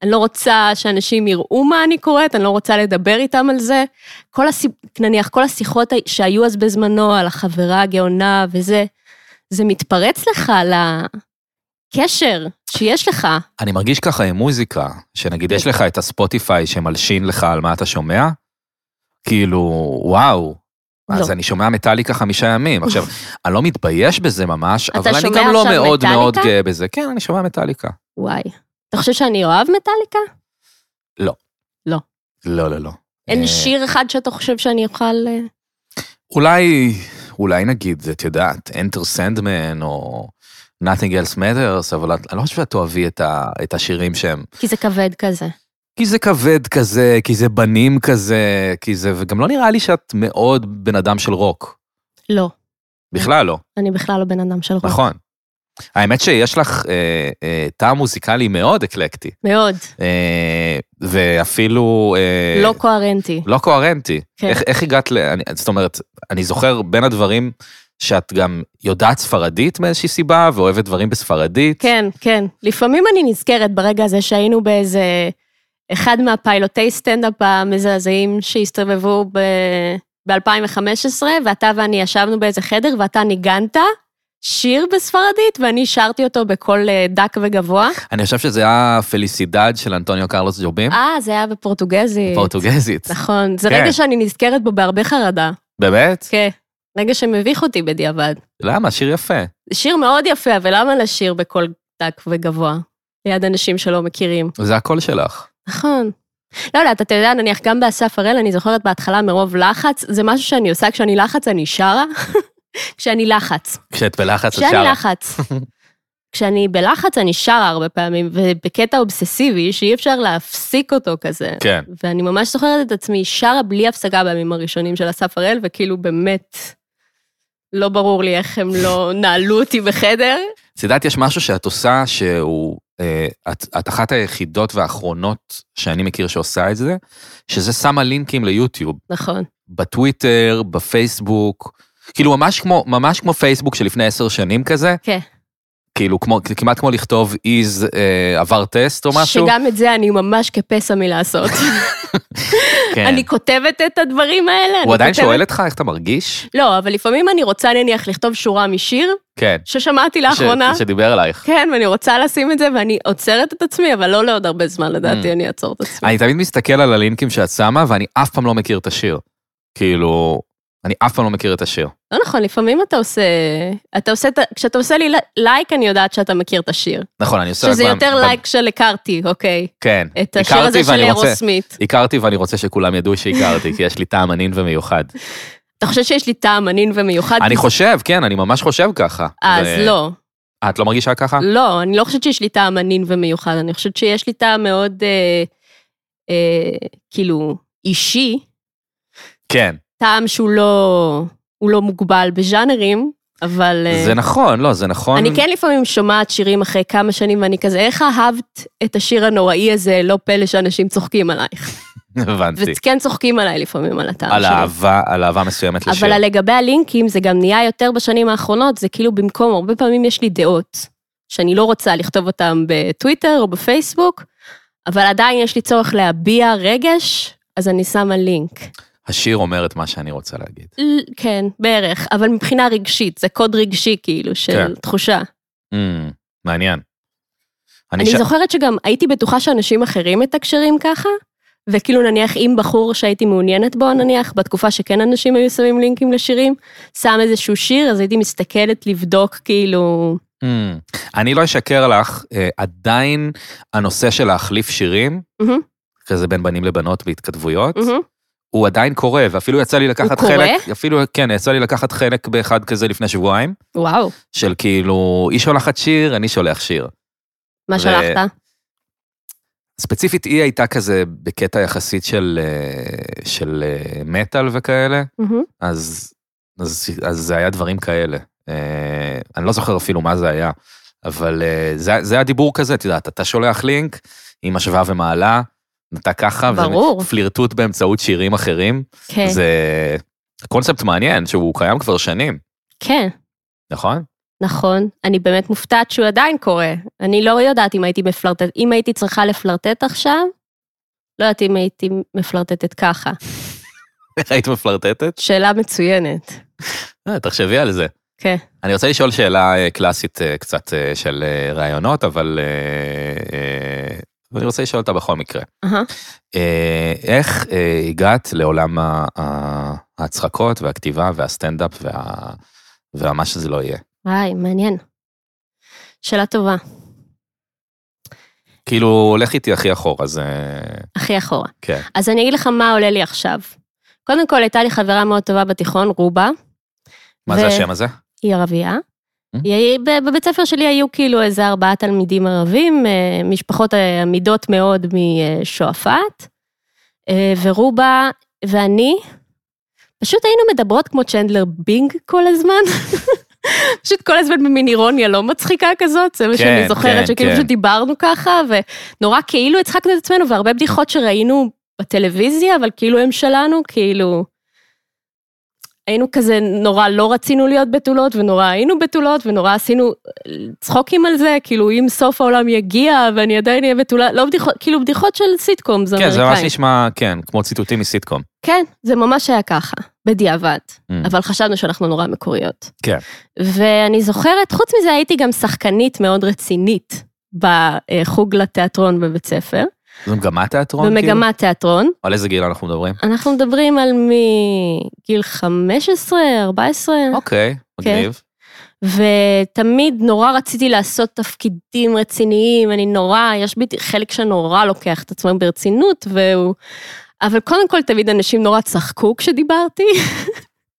[SPEAKER 3] אני לא רוצה שאנשים יראו מה אני קוראת, אני לא רוצה לדבר איתם על זה. כל הס... נניח, כל השיחות שהיו אז בזמנו על החברה הגאונה וזה, זה מתפרץ לך לקשר שיש לך.
[SPEAKER 2] אני מרגיש ככה עם מוזיקה, שנגיד יש לך את הספוטיפיי שמלשין לך על מה אתה שומע, כאילו, וואו.
[SPEAKER 3] לא.
[SPEAKER 2] אז אני שומע מטאליקה חמישה ימים. עכשיו, אני לא מתבייש בזה ממש,
[SPEAKER 3] אתה
[SPEAKER 2] אבל אני
[SPEAKER 3] שומע
[SPEAKER 2] גם לא
[SPEAKER 3] עכשיו
[SPEAKER 2] מאוד מאוד
[SPEAKER 3] מטאליקה?
[SPEAKER 2] גאה בזה. כן, אני שומע מטאליקה.
[SPEAKER 3] וואי. אתה חושב שאני אוהב מטאליקה?
[SPEAKER 2] לא, לא, לא.
[SPEAKER 3] אין
[SPEAKER 2] אה,
[SPEAKER 3] שיר אחד שאתה חושב שאני אוכל... אה,
[SPEAKER 2] אולי, אולי נגיד, את יודעת, Enter Sandman או Nothing else matters, אבל את- אני לא חושב שאת תאהבי את ה- את השירים שהם
[SPEAKER 3] כי זה כבד כזה.
[SPEAKER 2] כי זה כבד כזה, כי זה בנים כזה, כי זה, וגם לא נראה לי שאת מאוד בן אדם של רוק.
[SPEAKER 3] לא,
[SPEAKER 2] בכלל לא,
[SPEAKER 3] אני בכלל לא בן אדם של רוק.
[SPEAKER 2] נכון. האמת שיש לך אה, אה, טעם מוזיקלי מאוד אקלקטי,
[SPEAKER 3] מאוד.
[SPEAKER 2] אה, ואפילו... אה,
[SPEAKER 3] לא קוהרנטי.
[SPEAKER 2] לא קוהרנטי.
[SPEAKER 3] כן.
[SPEAKER 2] איך, איך הגעת ל... אני, זאת אומרת, אני זוכר בין הדברים שאת גם יודעת ספרדית מאיזושהי סיבה, ואוהבת דברים בספרדית.
[SPEAKER 3] כן, כן. לפעמים אני נזכרת ברגע הזה שהיינו באיזה... אחד מהפיילוטי סטנדאפ המזעזעים שהסתובבו ב-2015, ואתה ואני ישבנו באיזה חדר, ואתה ניגנת שיר בספרדית, ואני שרתי אותו בקול אה, דק וגבוה.
[SPEAKER 2] אני חושב שזה היה פליסידד של אנטוניו קרלוס ג'ובים,
[SPEAKER 3] אה, זה היה בפורטוגזית.
[SPEAKER 2] פורטוגזית.
[SPEAKER 3] אה, נכון, זה
[SPEAKER 2] כן.
[SPEAKER 3] רגע שאני נזכרת בו בהרבה חרדה.
[SPEAKER 2] באמת?
[SPEAKER 3] כן, רגע שמביך אותי בדיעבד.
[SPEAKER 2] למה? שיר יפה.
[SPEAKER 3] זה שיר מאוד יפה, אבל למה לשיר בקול דק וגבוה? ליד אנשים שלא מכירים.
[SPEAKER 2] זה הקול שלך.
[SPEAKER 3] נכון. לא יודעת, אתה יודע, נניח גם באסף הראל, אני זוכרת בהתחלה מרוב לחץ, זה משהו שאני עושה כשאני לחץ, אני שרה. כשאני לחץ.
[SPEAKER 2] כשאת בלחץ, את
[SPEAKER 3] כשאני
[SPEAKER 2] שרה.
[SPEAKER 3] לחץ. כשאני בלחץ, אני שרה הרבה פעמים, ובקטע אובססיבי שאי אפשר להפסיק אותו כזה.
[SPEAKER 2] כן.
[SPEAKER 3] ואני ממש זוכרת את עצמי שרה בלי הפסקה בימים הראשונים של אסף הראל, וכאילו באמת, לא ברור לי איך הם לא נעלו אותי בחדר.
[SPEAKER 2] את יודעת, יש משהו שאת עושה שהוא... אה, את, את אחת היחידות והאחרונות שאני מכיר שעושה את זה, שזה שמה לינקים ליוטיוב,
[SPEAKER 3] נכון,
[SPEAKER 2] בטוויטר, בפייסבוק, כאילו ממש כמו, ממש כמו פייסבוק שלפני עשר שנים כזה,
[SPEAKER 3] כן.
[SPEAKER 2] כאילו כמו, כמעט כמו לכתוב איז אה, עבר טסט או משהו.
[SPEAKER 3] שגם את זה אני ממש כפסע מלעשות.
[SPEAKER 2] כן.
[SPEAKER 3] אני כותבת את הדברים האלה. אני
[SPEAKER 2] הוא עדיין
[SPEAKER 3] כותבת-
[SPEAKER 2] שואל אותך איך אתה מרגיש?
[SPEAKER 3] לא, אבל לפעמים אני רוצה נניח לכתוב שורה משיר
[SPEAKER 2] כן.
[SPEAKER 3] ששמעתי לאחרונה.
[SPEAKER 2] ש, שדיבר אלייך.
[SPEAKER 3] כן, ואני רוצה לשים את זה, ואני עוצרת את עצמי, אבל לא לעוד הרבה זמן, לדעתי, אני אעצור את עצמי.
[SPEAKER 2] Mm. אני תמיד מסתכל על הלינקים שאת שמה, ואני אף פעם לא מכיר את השיר. כאילו, אני אף פעם לא מכיר את השיר.
[SPEAKER 3] לא נכון, לפעמים אתה עושה... אתה עושה... את ה- כשאתה עושה לי לייק, אני יודעת שאתה מכיר את השיר.
[SPEAKER 2] נכון, אני עושה... רק
[SPEAKER 3] שזה
[SPEAKER 2] ב-
[SPEAKER 3] יותר
[SPEAKER 2] ב-
[SPEAKER 3] לייק של הכרתי, אוקיי?
[SPEAKER 2] כן.
[SPEAKER 3] את השיר
[SPEAKER 2] הכרתי
[SPEAKER 3] הזה של
[SPEAKER 2] ואני רוצה-
[SPEAKER 3] אירוסמית.
[SPEAKER 2] הכרתי ואני רוצה שכולם ידעו שהכרתי, כי יש לי טעם ענין ומיוחד.
[SPEAKER 3] אתה חושב שיש לי טעם ענין ומיוחד?
[SPEAKER 2] אני חושב, כן, אני ממש חושב ככה.
[SPEAKER 3] אז
[SPEAKER 2] ו-
[SPEAKER 3] לא.
[SPEAKER 2] אה, את לא מרגישה ככה?
[SPEAKER 3] לא, אני לא חושבת שיש לי טעם ענין ומיוחד, אני חושבת שיש לי טעם מאוד, אה, אה, כאילו, אישי,
[SPEAKER 2] כן.
[SPEAKER 3] טעם שהוא לא, הוא לא מוגבל בז'אנרים, אבל... אה,
[SPEAKER 2] זה נכון, לא, זה נכון.
[SPEAKER 3] אני כן לפעמים שומעת שירים אחרי כמה שנים, ואני כזה, איך אהבת את השיר הנוראי הזה, לא פלא שאנשים צוחקים עלייך.
[SPEAKER 2] הבנתי.
[SPEAKER 3] וכן צוחקים עליי לפעמים על הטעם
[SPEAKER 2] על
[SPEAKER 3] שלי.
[SPEAKER 2] אהבה, על אהבה מסוימת לשיר.
[SPEAKER 3] אה, אבל לגבי הלינקים, זה גם נהיה יותר בשנים האחרונות, זה כאילו במקום, הרבה פעמים יש לי דעות, שאני לא רוצה לכתוב אותן בטוויטר או בפייסבוק, אבל עדיין יש לי צורך להביע רגש, אז אני שמה לינק.
[SPEAKER 2] השיר אומר את מה שאני רוצה להגיד.
[SPEAKER 3] ל- כן, בערך, אבל מבחינה רגשית, זה קוד רגשי כאילו, של
[SPEAKER 2] כן.
[SPEAKER 3] תחושה.
[SPEAKER 2] אמ, מעניין.
[SPEAKER 3] Mm. אני
[SPEAKER 2] ש-
[SPEAKER 3] זוכרת שגם הייתי בטוחה שאנשים אחרים מתקשרים ככה, וכאילו נניח אם בחור שהייתי מעוניינת בו, נניח, בתקופה שכן אנשים היו שמים לינקים לשירים, שם איזשהו שיר, אז הייתי מסתכלת לבדוק כאילו...
[SPEAKER 2] אמ, אני לא אשקר לך, אה, עדיין הנושא של להחליף שירים,
[SPEAKER 3] מהמם,
[SPEAKER 2] כזה בין בנים לבנות בהתכתבויות,
[SPEAKER 3] מהמם.
[SPEAKER 2] הוא עדיין קורה, ואפילו יצא לי לקחת
[SPEAKER 3] קורה?
[SPEAKER 2] חלק, אפילו, כן, יצא לי לקחת חלק באחד כזה לפני שבועיים,
[SPEAKER 3] וואו,
[SPEAKER 2] של כאילו, היא שולחת שיר, אני שולח שיר.
[SPEAKER 3] מה
[SPEAKER 2] ו-
[SPEAKER 3] שלחת?
[SPEAKER 2] ספציפית היא הייתה כזה בקטע יחסית של, אה, של אה, מטאל וכאלה,
[SPEAKER 3] מהמם.
[SPEAKER 2] אז, אז, אז זה היה דברים כאלה. אה, אני לא זוכר אפילו מה זה היה, אבל אה, זה, זה היה דיבור כזה, את יודעת, אתה שולח לינק עם השוואה ומעלה, אתה ככה, וזה
[SPEAKER 3] ברור.
[SPEAKER 2] פלירטוט באמצעות שירים אחרים.
[SPEAKER 3] כן,
[SPEAKER 2] זה קונספט מעניין, שהוא קיים כבר שנים,
[SPEAKER 3] כן,
[SPEAKER 2] נכון?
[SPEAKER 3] נכון. אני באמת מופתעת שהוא עדיין קורה. אני לא יודעת אם הייתי מפלרטט, אם הייתי צריכה לפלרטט עכשיו, לא יודעת אם הייתי מפלרטטת ככה.
[SPEAKER 2] איך היית מפלרטטת?
[SPEAKER 3] שאלה מצוינת.
[SPEAKER 2] אה, תחשבי על זה.
[SPEAKER 3] כן.
[SPEAKER 2] אני רוצה לשאול שאלה אה, קלאסית אה, קצת אה, של אה, רעיונות, אבל אה, אה, אני רוצה לשאול אותה בכל מקרה.
[SPEAKER 3] אהה.
[SPEAKER 2] אה, איך אה, הגעת לעולם ה- ה- ההצחקות והכתיבה והסטנדאפ וה- והמה שזה לא יהיה?
[SPEAKER 3] וואי, מעניין. שאלה טובה,
[SPEAKER 2] כאילו, הולך איתי הכי אחורה, אה, זה...
[SPEAKER 3] הכי אחורה.
[SPEAKER 2] כן.
[SPEAKER 3] אז אני אגיד לך מה עולה לי עכשיו. קודם כל, הייתה לי חברה מאוד טובה בתיכון, רובה,
[SPEAKER 2] מה
[SPEAKER 3] ו-
[SPEAKER 2] זה השם הזה?
[SPEAKER 3] היא ערבייה.
[SPEAKER 2] אה?
[SPEAKER 3] היא- ב- בבית ספר שלי היו כאילו איזה ארבעה תלמידים ערבים, אה, משפחות אה, עמידות מאוד משועפאט, אה, ורובה ואני, פשוט היינו מדברות כמו צ'נדלר בינג כל הזמן. פשוט כל הזמן במין אירוניה לא מצחיקה כזאת, זה מה
[SPEAKER 2] כן,
[SPEAKER 3] שאני זוכרת,
[SPEAKER 2] כן,
[SPEAKER 3] שכאילו
[SPEAKER 2] כן.
[SPEAKER 3] פשוט דיברנו ככה, ונורא כאילו הצחקנו את עצמנו, והרבה בדיחות שראינו בטלוויזיה, אבל כאילו הם שלנו, כאילו... היינו כזה, נורא לא רצינו להיות בתולות, ונורא היינו בתולות, ונורא עשינו אה, צחוקים על זה, כאילו אם סוף העולם יגיע ואני עדיין אהיה בתולה, לא בדיחות, כאילו בדיחות של סיטקום, זה
[SPEAKER 2] כן, זה ממש
[SPEAKER 3] אמריקאי.
[SPEAKER 2] נשמע, כן, כמו ציטוטים מסיטקום.
[SPEAKER 3] כן, זה ממש היה ככה, בדיעבד.
[SPEAKER 2] Mm.
[SPEAKER 3] אבל חשבנו שאנחנו נורא מקוריות.
[SPEAKER 2] כן.
[SPEAKER 3] ואני זוכרת, חוץ מזה הייתי גם שחקנית מאוד רצינית בחוג לתיאטרון בבית ספר,
[SPEAKER 2] זו מגמת תיאטרון? נכון, כאילו?
[SPEAKER 3] במגמת תיאטרון.
[SPEAKER 2] על איזה גיל אנחנו מדברים?
[SPEAKER 3] אנחנו מדברים על מגיל 15, 14,
[SPEAKER 2] אוקיי,
[SPEAKER 3] כן.
[SPEAKER 2] מגניב.
[SPEAKER 3] ותמיד נורא רציתי לעשות תפקידים רציניים, אני נורא, יש בי חלק שנורא לוקח את עצמו ברצינות, והוא... אבל קודם כל תמיד אנשים נורא צחקו כשדיברתי.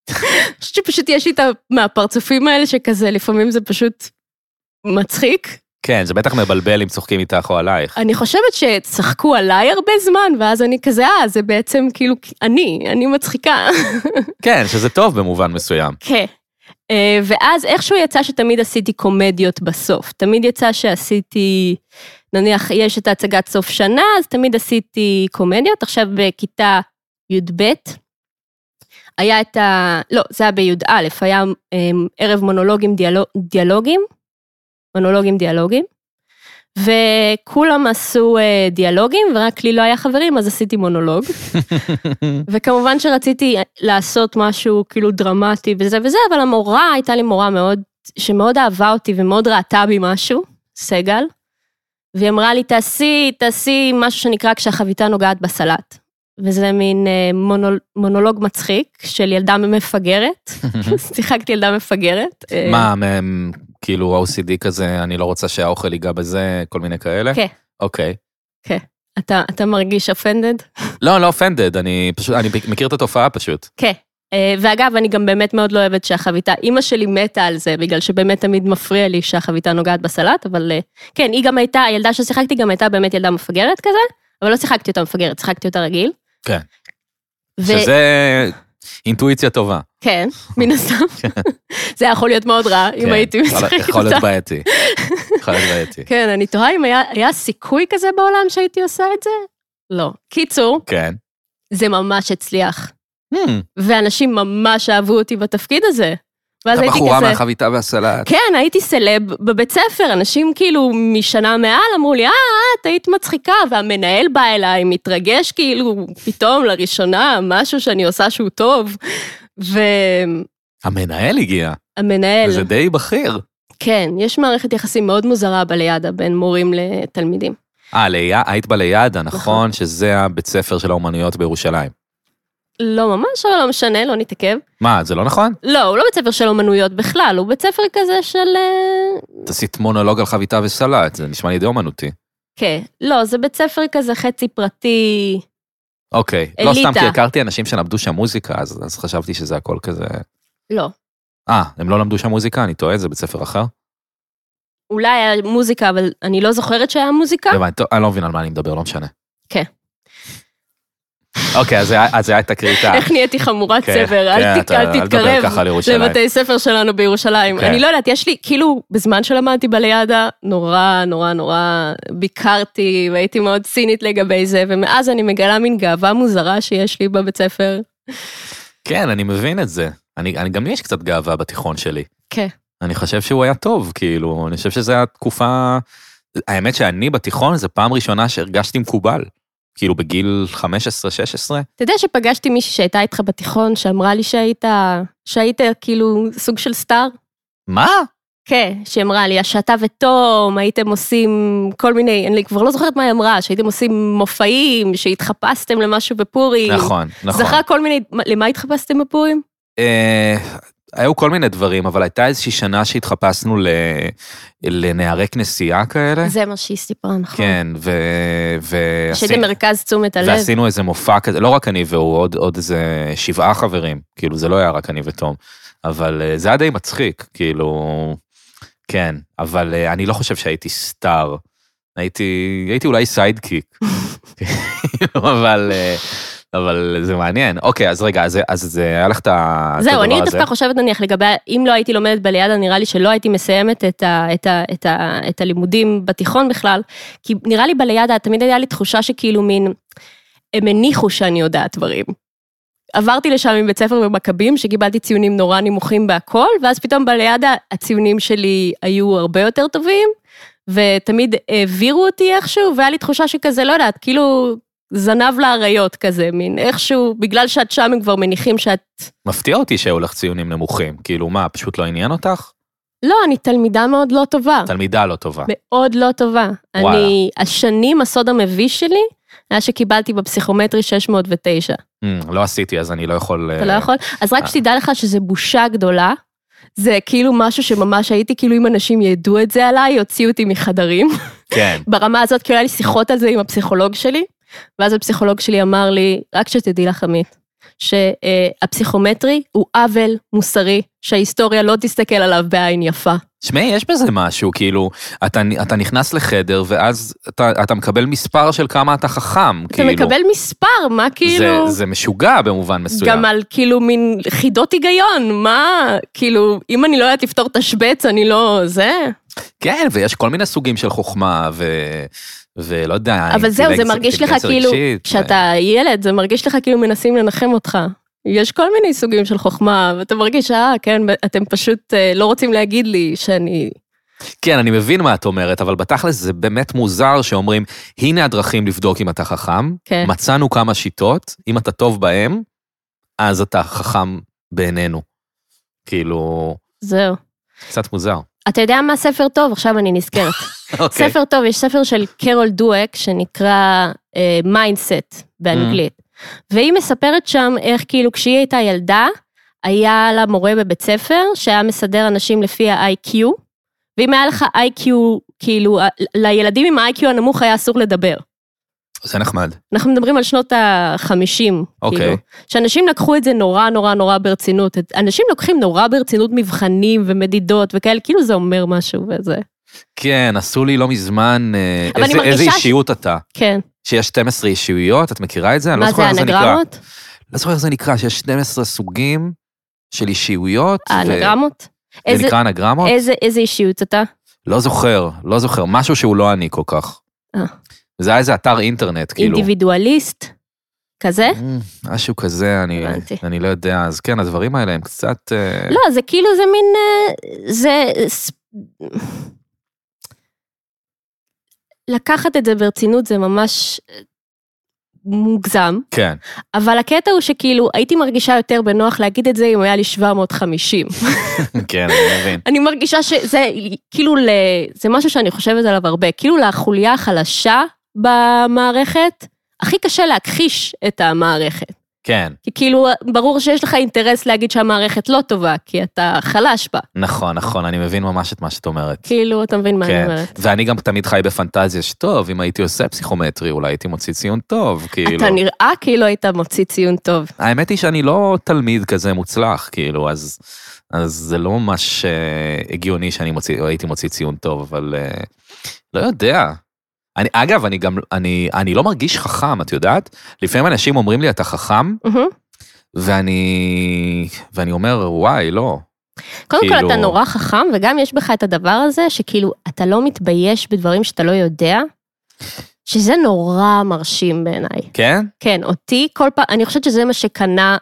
[SPEAKER 3] אני חושבת שפשוט יש לי את מהפרצופים האלה שכזה, לפעמים זה פשוט מצחיק.
[SPEAKER 2] כן, זה בטח מבלבל אם צוחקים איתך או עלייך.
[SPEAKER 3] אני חושבת שצחקו עליי הרבה זמן, ואז אני כזה, אה, זה בעצם כאילו אני, אני מצחיקה.
[SPEAKER 2] כן, שזה טוב במובן מסוים.
[SPEAKER 3] כן. אה, ואז איכשהו יצא שתמיד עשיתי קומדיות בסוף. תמיד יצא שעשיתי, נניח יש את ההצגת סוף שנה, אז תמיד עשיתי קומדיות. עכשיו בכיתה י"ב, היה את ה... לא, זה היה בי"א, היה אה, ערב מונולוגים דיאלוג, דיאלוגים, מונולוגים דיאלוגים, וכולם עשו אה, דיאלוגים, ורק לי לא היה חברים, אז עשיתי מונולוג. וכמובן שרציתי לעשות משהו כאילו דרמטי וזה וזה, אבל המורה הייתה לי מורה מאוד, שמאוד אהבה אותי ומאוד ראתה בי משהו, סגל, והיא אמרה לי, תעשי, תעשי משהו שנקרא כשהחביתה נוגעת בסלט. וזה מין אה, מונול, מונולוג מצחיק של ילדה מפגרת, שיחקתי ילדה מפגרת. אה,
[SPEAKER 2] מה, מהם, כאילו OCD כזה, אני לא רוצה שהאוכל ייגע בזה, כל מיני כאלה?
[SPEAKER 3] כן.
[SPEAKER 2] אוקיי.
[SPEAKER 3] אתה, אתה מרגיש offended?
[SPEAKER 2] לא, לא offended, אני פשוט, אני מכיר את התופעה פשוט.
[SPEAKER 3] כן. אה, ואגב, אני גם באמת מאוד לא אוהבת שהחביתה, אימא שלי מתה על זה, בגלל שבאמת תמיד מפריע לי שהחביתה נוגעת בסלט, אבל אה, כן, היא גם הייתה, הילדה ששיחקתי גם הייתה באמת ילדה מפגרת כזה, אבל לא שיחקתי אותה מפגרת, שיחקתי אותה רגיל.
[SPEAKER 2] כן.
[SPEAKER 3] ו-
[SPEAKER 2] שזה אינטואיציה טובה.
[SPEAKER 3] כן, מן הסתם. זה היה יכול להיות מאוד רע, אם
[SPEAKER 2] כן.
[SPEAKER 3] הייתי
[SPEAKER 2] יכול-
[SPEAKER 3] משחקת
[SPEAKER 2] יכול
[SPEAKER 3] אותה.
[SPEAKER 2] להיות בעייתי. יכול להיות בעייתי.
[SPEAKER 3] כן, אני תוהה אם היה היה סיכוי כזה בעולם שהייתי עושה את זה? לא. קיצור,
[SPEAKER 2] כן.
[SPEAKER 3] זה ממש הצליח.
[SPEAKER 2] Hmm,
[SPEAKER 3] ואנשים ממש אהבו אותי בתפקיד הזה. ואז
[SPEAKER 2] אתה
[SPEAKER 3] הייתי
[SPEAKER 2] בחורה
[SPEAKER 3] כזה...
[SPEAKER 2] מהחביתה והסלט.
[SPEAKER 3] כן, הייתי סלב בבית ספר, אנשים כאילו משנה מעל אמרו לי, אה, את היית מצחיקה, והמנהל בא אליי, מתרגש כאילו, פתאום לראשונה, משהו שאני עושה שהוא טוב. והמנהל,
[SPEAKER 2] המנהל הגיע, זה די בכיר.
[SPEAKER 3] כן, יש מערכת יחסים מאוד מוזרה בלידה בין מורים לתלמידים.
[SPEAKER 2] אה, ליה- היית בליעדה, נכון,
[SPEAKER 3] נכון.
[SPEAKER 2] שזה הבית ספר של האומנויות בירושלים.
[SPEAKER 3] לא ממש, אבל לא משנה, לא נתעכב.
[SPEAKER 2] מה, זה לא נכון?
[SPEAKER 3] לא, הוא לא בית ספר של אומנויות בכלל, הוא בית ספר כזה של... אה,
[SPEAKER 2] תעשית מונולוג על חביתה וסלט, זה נשמע לי די אומנותי.
[SPEAKER 3] כן, לא, זה בית ספר כזה חצי פרטי.
[SPEAKER 2] אוקיי, לא
[SPEAKER 3] אליטה.
[SPEAKER 2] סתם כי הכרתי אנשים שלמדו שם מוזיקה, אז אז חשבתי שזה הכל כזה...
[SPEAKER 3] לא.
[SPEAKER 2] אה, הם לא למדו שם מוזיקה? אני טועה, זה בית ספר אחר?
[SPEAKER 3] אולי היה מוזיקה, אבל אני לא זוכרת שהיה מוזיקה.
[SPEAKER 2] הבנתי, טוב, אני לא מבין על מה אני מדבר, לא משנה.
[SPEAKER 3] כן.
[SPEAKER 2] אוקיי, אז זה- אז זה היה תקרית ה...
[SPEAKER 3] איך נהייתי חמורת
[SPEAKER 2] אה. כן,
[SPEAKER 3] צבר, אל
[SPEAKER 2] כן,
[SPEAKER 3] ת-
[SPEAKER 2] אתה-
[SPEAKER 3] אל
[SPEAKER 2] אל
[SPEAKER 3] תתקרב
[SPEAKER 2] תדבר ככה על ירושלים.
[SPEAKER 3] לבתי ספר שלנו בירושלים.
[SPEAKER 2] כן.
[SPEAKER 3] אני לא יודעת, יש לי, כאילו, בזמן שלמדתי בליעדה, נורא, נורא, נורא ביקרתי, והייתי מאוד צינית לגבי זה, ומאז אני מגלה מין גאווה מוזרה שיש לי בבית ספר.
[SPEAKER 2] כן, אני מבין את זה. אני, אני גם לי יש קצת גאווה בתיכון שלי.
[SPEAKER 3] כן.
[SPEAKER 2] אני חושב שהוא היה טוב, כאילו, אני חושב שזו התקופה... האמת שאני בתיכון, זו פעם ראשונה שהרגשתי מקובל. כאילו בגיל 15-16,
[SPEAKER 3] אתה יודע שפגשתי מישהי שהייתה איתך בתיכון, שאמרה לי שהיית, שהיית כאילו סוג של סטאר?
[SPEAKER 2] מה?
[SPEAKER 3] כן, שהיא אמרה לי, שאתה ותום, הייתם עושים כל מיני, אני כבר לא זוכרת מה היא אמרה, שהייתם עושים מופעים, שהתחפשתם למשהו בפורים.
[SPEAKER 2] נכון, נכון.
[SPEAKER 3] זכרה כל מיני, מה- למה התחפשתם בפורים?
[SPEAKER 2] אה, היו כל מיני דברים, אבל הייתה איזושהי שנה שהתחפשנו ל... לנערי כנסייה כאלה.
[SPEAKER 3] זה מה שהיא סיפרה, נכון.
[SPEAKER 2] אה. כן, ו... ו...
[SPEAKER 3] שזה מרכז תשומת הלב.
[SPEAKER 2] ועשינו איזה מופע כזה, לא רק אני והוא, עוד, עוד איזה שבעה חברים, כאילו זה לא היה רק אני ותום, אבל אה, זה היה די מצחיק, כאילו, כן, אבל אה, אני לא חושב שהייתי סטאר, הייתי, הייתי אולי סיידקיק, כאילו, אבל, אה, אבל זה מעניין. אוקיי, אז רגע, אז, אז זה היה לך את ה- את הדבר
[SPEAKER 3] זהו,
[SPEAKER 2] הזה.
[SPEAKER 3] אני דווקא חושבת נניח לגבי, אם לא הייתי לומדת בלידה, נראה לי שלא הייתי מסיימת את, ה, את, ה, את, ה, את הלימודים בתיכון בכלל, כי נראה לי בלידה תמיד היה לי תחושה שכאילו מין, הם הניחו שאני יודעת דברים. עברתי לשם מבית ספר במכבים, שקיבלתי ציונים נורא נמוכים בהכל, ואז פתאום בלידה הציונים שלי היו הרבה יותר טובים, ותמיד העבירו אותי איכשהו, והיה לי תחושה שכזה, לא יודעת, כאילו זנב לאריות כזה, מין איכשהו, בגלל שאת שם הם כבר מניחים שאת...
[SPEAKER 2] מפתיע אותי שהיו לך ציונים נמוכים, כאילו מה, פשוט לא עניין אותך?
[SPEAKER 3] לא, אני תלמידה מאוד לא טובה.
[SPEAKER 2] תלמידה לא טובה.
[SPEAKER 3] מאוד לא טובה.
[SPEAKER 2] וואלה.
[SPEAKER 3] אני, השנים, הסוד המביש שלי, היה שקיבלתי בפסיכומטרי 609.
[SPEAKER 2] Mm, לא עשיתי, אז אני לא יכול...
[SPEAKER 3] אתה לא יכול? אז רק
[SPEAKER 2] אה.
[SPEAKER 3] שתדע לך שזה בושה גדולה. זה כאילו משהו שממש הייתי, כאילו אם אנשים ידעו את זה עליי, יוציאו אותי מחדרים.
[SPEAKER 2] כן.
[SPEAKER 3] ברמה הזאת, כאילו היה לי שיחות על זה עם הפסיכולוג שלי, ואז הפסיכולוג שלי אמר לי, רק שתדעי לך, עמית, שהפסיכומטרי הוא עוול מוסרי, שההיסטוריה לא תסתכל עליו בעין יפה.
[SPEAKER 2] שמעי, יש בזה משהו, כאילו, אתה, אתה נכנס לחדר, ואז אתה, אתה מקבל מספר של כמה אתה חכם,
[SPEAKER 3] אתה
[SPEAKER 2] כאילו.
[SPEAKER 3] מקבל מספר, מה כאילו...
[SPEAKER 2] זה, זה משוגע במובן מסוים.
[SPEAKER 3] גם על כאילו מין חידות היגיון, מה, כאילו, אם אני לא יודעת לפתור תשבץ, אני לא זה.
[SPEAKER 2] כן, ויש כל מיני סוגים של חוכמה, ו... ולא יודע, כאילו
[SPEAKER 3] אבל זהו, זה
[SPEAKER 2] אינטליגנציה-
[SPEAKER 3] מרגיש לך
[SPEAKER 2] אינטליגנציה
[SPEAKER 3] כאילו,
[SPEAKER 2] רגשית,
[SPEAKER 3] כשאתה ילד, זה מרגיש לך כאילו מנסים לנחם אותך. יש כל מיני סוגים של חוכמה, ואתה מרגיש, אה, כן, אתם פשוט אה, לא רוצים להגיד לי שאני...
[SPEAKER 2] כן, אני מבין מה את אומרת, אבל בתכלס זה באמת מוזר שאומרים, הנה הדרכים לבדוק אם אתה חכם,
[SPEAKER 3] כן.
[SPEAKER 2] מצאנו כמה שיטות, אם אתה טוב בהן, אז אתה חכם בעינינו. כאילו,
[SPEAKER 3] זהו.
[SPEAKER 2] קצת מוזר.
[SPEAKER 3] אתה יודע מה ספר טוב? עכשיו אני נזכרת.
[SPEAKER 2] אוקיי.
[SPEAKER 3] ספר טוב, יש ספר של קרול דואק שנקרא אה, מיינדסט באנגלית.
[SPEAKER 2] Mm.
[SPEAKER 3] והיא מספרת שם איך כאילו כשהיא הייתה ילדה, היה לה מורה בבית ספר שהיה מסדר אנשים לפי ה-IQ, ואם היה לך IQ, כאילו, ה- לילדים עם ה-IQ הנמוך היה אסור לדבר.
[SPEAKER 2] זה נחמד.
[SPEAKER 3] אנחנו מדברים על שנות ה-50,
[SPEAKER 2] אוקיי.
[SPEAKER 3] כאילו. שאנשים לקחו את זה נורא נורא נורא ברצינות. את- אנשים לוקחים נורא ברצינות מבחנים ומדידות וכאלה, כאילו זה אומר משהו וזה.
[SPEAKER 2] כן, עשו לי לא מזמן, אה,
[SPEAKER 3] אבל אני
[SPEAKER 2] איזה, איזה
[SPEAKER 3] מרגישה ש-
[SPEAKER 2] אישיות אתה?
[SPEAKER 3] כן.
[SPEAKER 2] שיש 12 אישיויות, את מכירה את זה? אני לא
[SPEAKER 3] מה
[SPEAKER 2] זוכר
[SPEAKER 3] זה,
[SPEAKER 2] איך זה נקרא.
[SPEAKER 3] אנגרמות?
[SPEAKER 2] לא זוכר איך זה נקרא, שיש 12 סוגים של אישיויות. ו-
[SPEAKER 3] האנגרמות?
[SPEAKER 2] זה
[SPEAKER 3] אה, איזה- אה-
[SPEAKER 2] נקרא אנגרמות?
[SPEAKER 3] איזה איזה אישיות אתה?
[SPEAKER 2] לא זוכר, לא זוכר, משהו שהוא לא אני כל כך.
[SPEAKER 3] אה.
[SPEAKER 2] זה היה איזה אתר אינטרנט, כאילו. Mm,
[SPEAKER 3] אינדיבידואליסט? כזה?
[SPEAKER 2] משהו כזה, אני,
[SPEAKER 3] הבנתי.
[SPEAKER 2] אני לא יודע. אז כן, הדברים האלה הם קצת... אה,
[SPEAKER 3] לא, זה כאילו, זה מין... אה, זה... ס- לקחת את זה ברצינות זה ממש אה, מוגזם,
[SPEAKER 2] כן.
[SPEAKER 3] אבל הקטע הוא שכאילו, הייתי מרגישה יותר בנוח להגיד את זה אם היה לי 750.
[SPEAKER 2] כן, אני מבין.
[SPEAKER 3] אני מרגישה שזה כאילו, ל... זה משהו שאני חושבת עליו הרבה, כאילו לחוליה החלשה במערכת, הכי קשה להכחיש את המערכת.
[SPEAKER 2] כן,
[SPEAKER 3] כי כאילו, ברור שיש לך אינטרס להגיד שהמערכת לא טובה, כי אתה חלש בה.
[SPEAKER 2] נכון, נכון, אני מבין ממש את מה שאת אומרת.
[SPEAKER 3] כאילו, אתה מבין מה אני
[SPEAKER 2] כן,
[SPEAKER 3] אומרת.
[SPEAKER 2] ואני גם תמיד חי בפנטזיה שטוב, אם הייתי עושה פסיכומטרי, אולי הייתי מוציא ציון טוב, כאילו.
[SPEAKER 3] אתה נראה כאילו היית מוציא ציון טוב.
[SPEAKER 2] האמת היא שאני לא תלמיד כזה מוצלח, כאילו, אז, אז זה לא ממש אה, הגיוני שאני מוציא, או הייתי מוציא ציון טוב, אבל אה, לא יודע. אני, אגב, אני גם, אני, אני לא מרגיש חכם, את יודעת? לפעמים אנשים אומרים לי, אתה חכם,
[SPEAKER 3] מהמם.
[SPEAKER 2] ואני, ואני אומר, וואי, לא.
[SPEAKER 3] קודם כל,
[SPEAKER 2] כאילו-
[SPEAKER 3] אתה נורא חכם, וגם יש בך את הדבר הזה, שכאילו, אתה לא מתבייש בדברים שאתה לא יודע, שזה נורא מרשים בעיניי.
[SPEAKER 2] כן?
[SPEAKER 3] כן, אותי כל פעם, אני חושבת שזה מה שקנה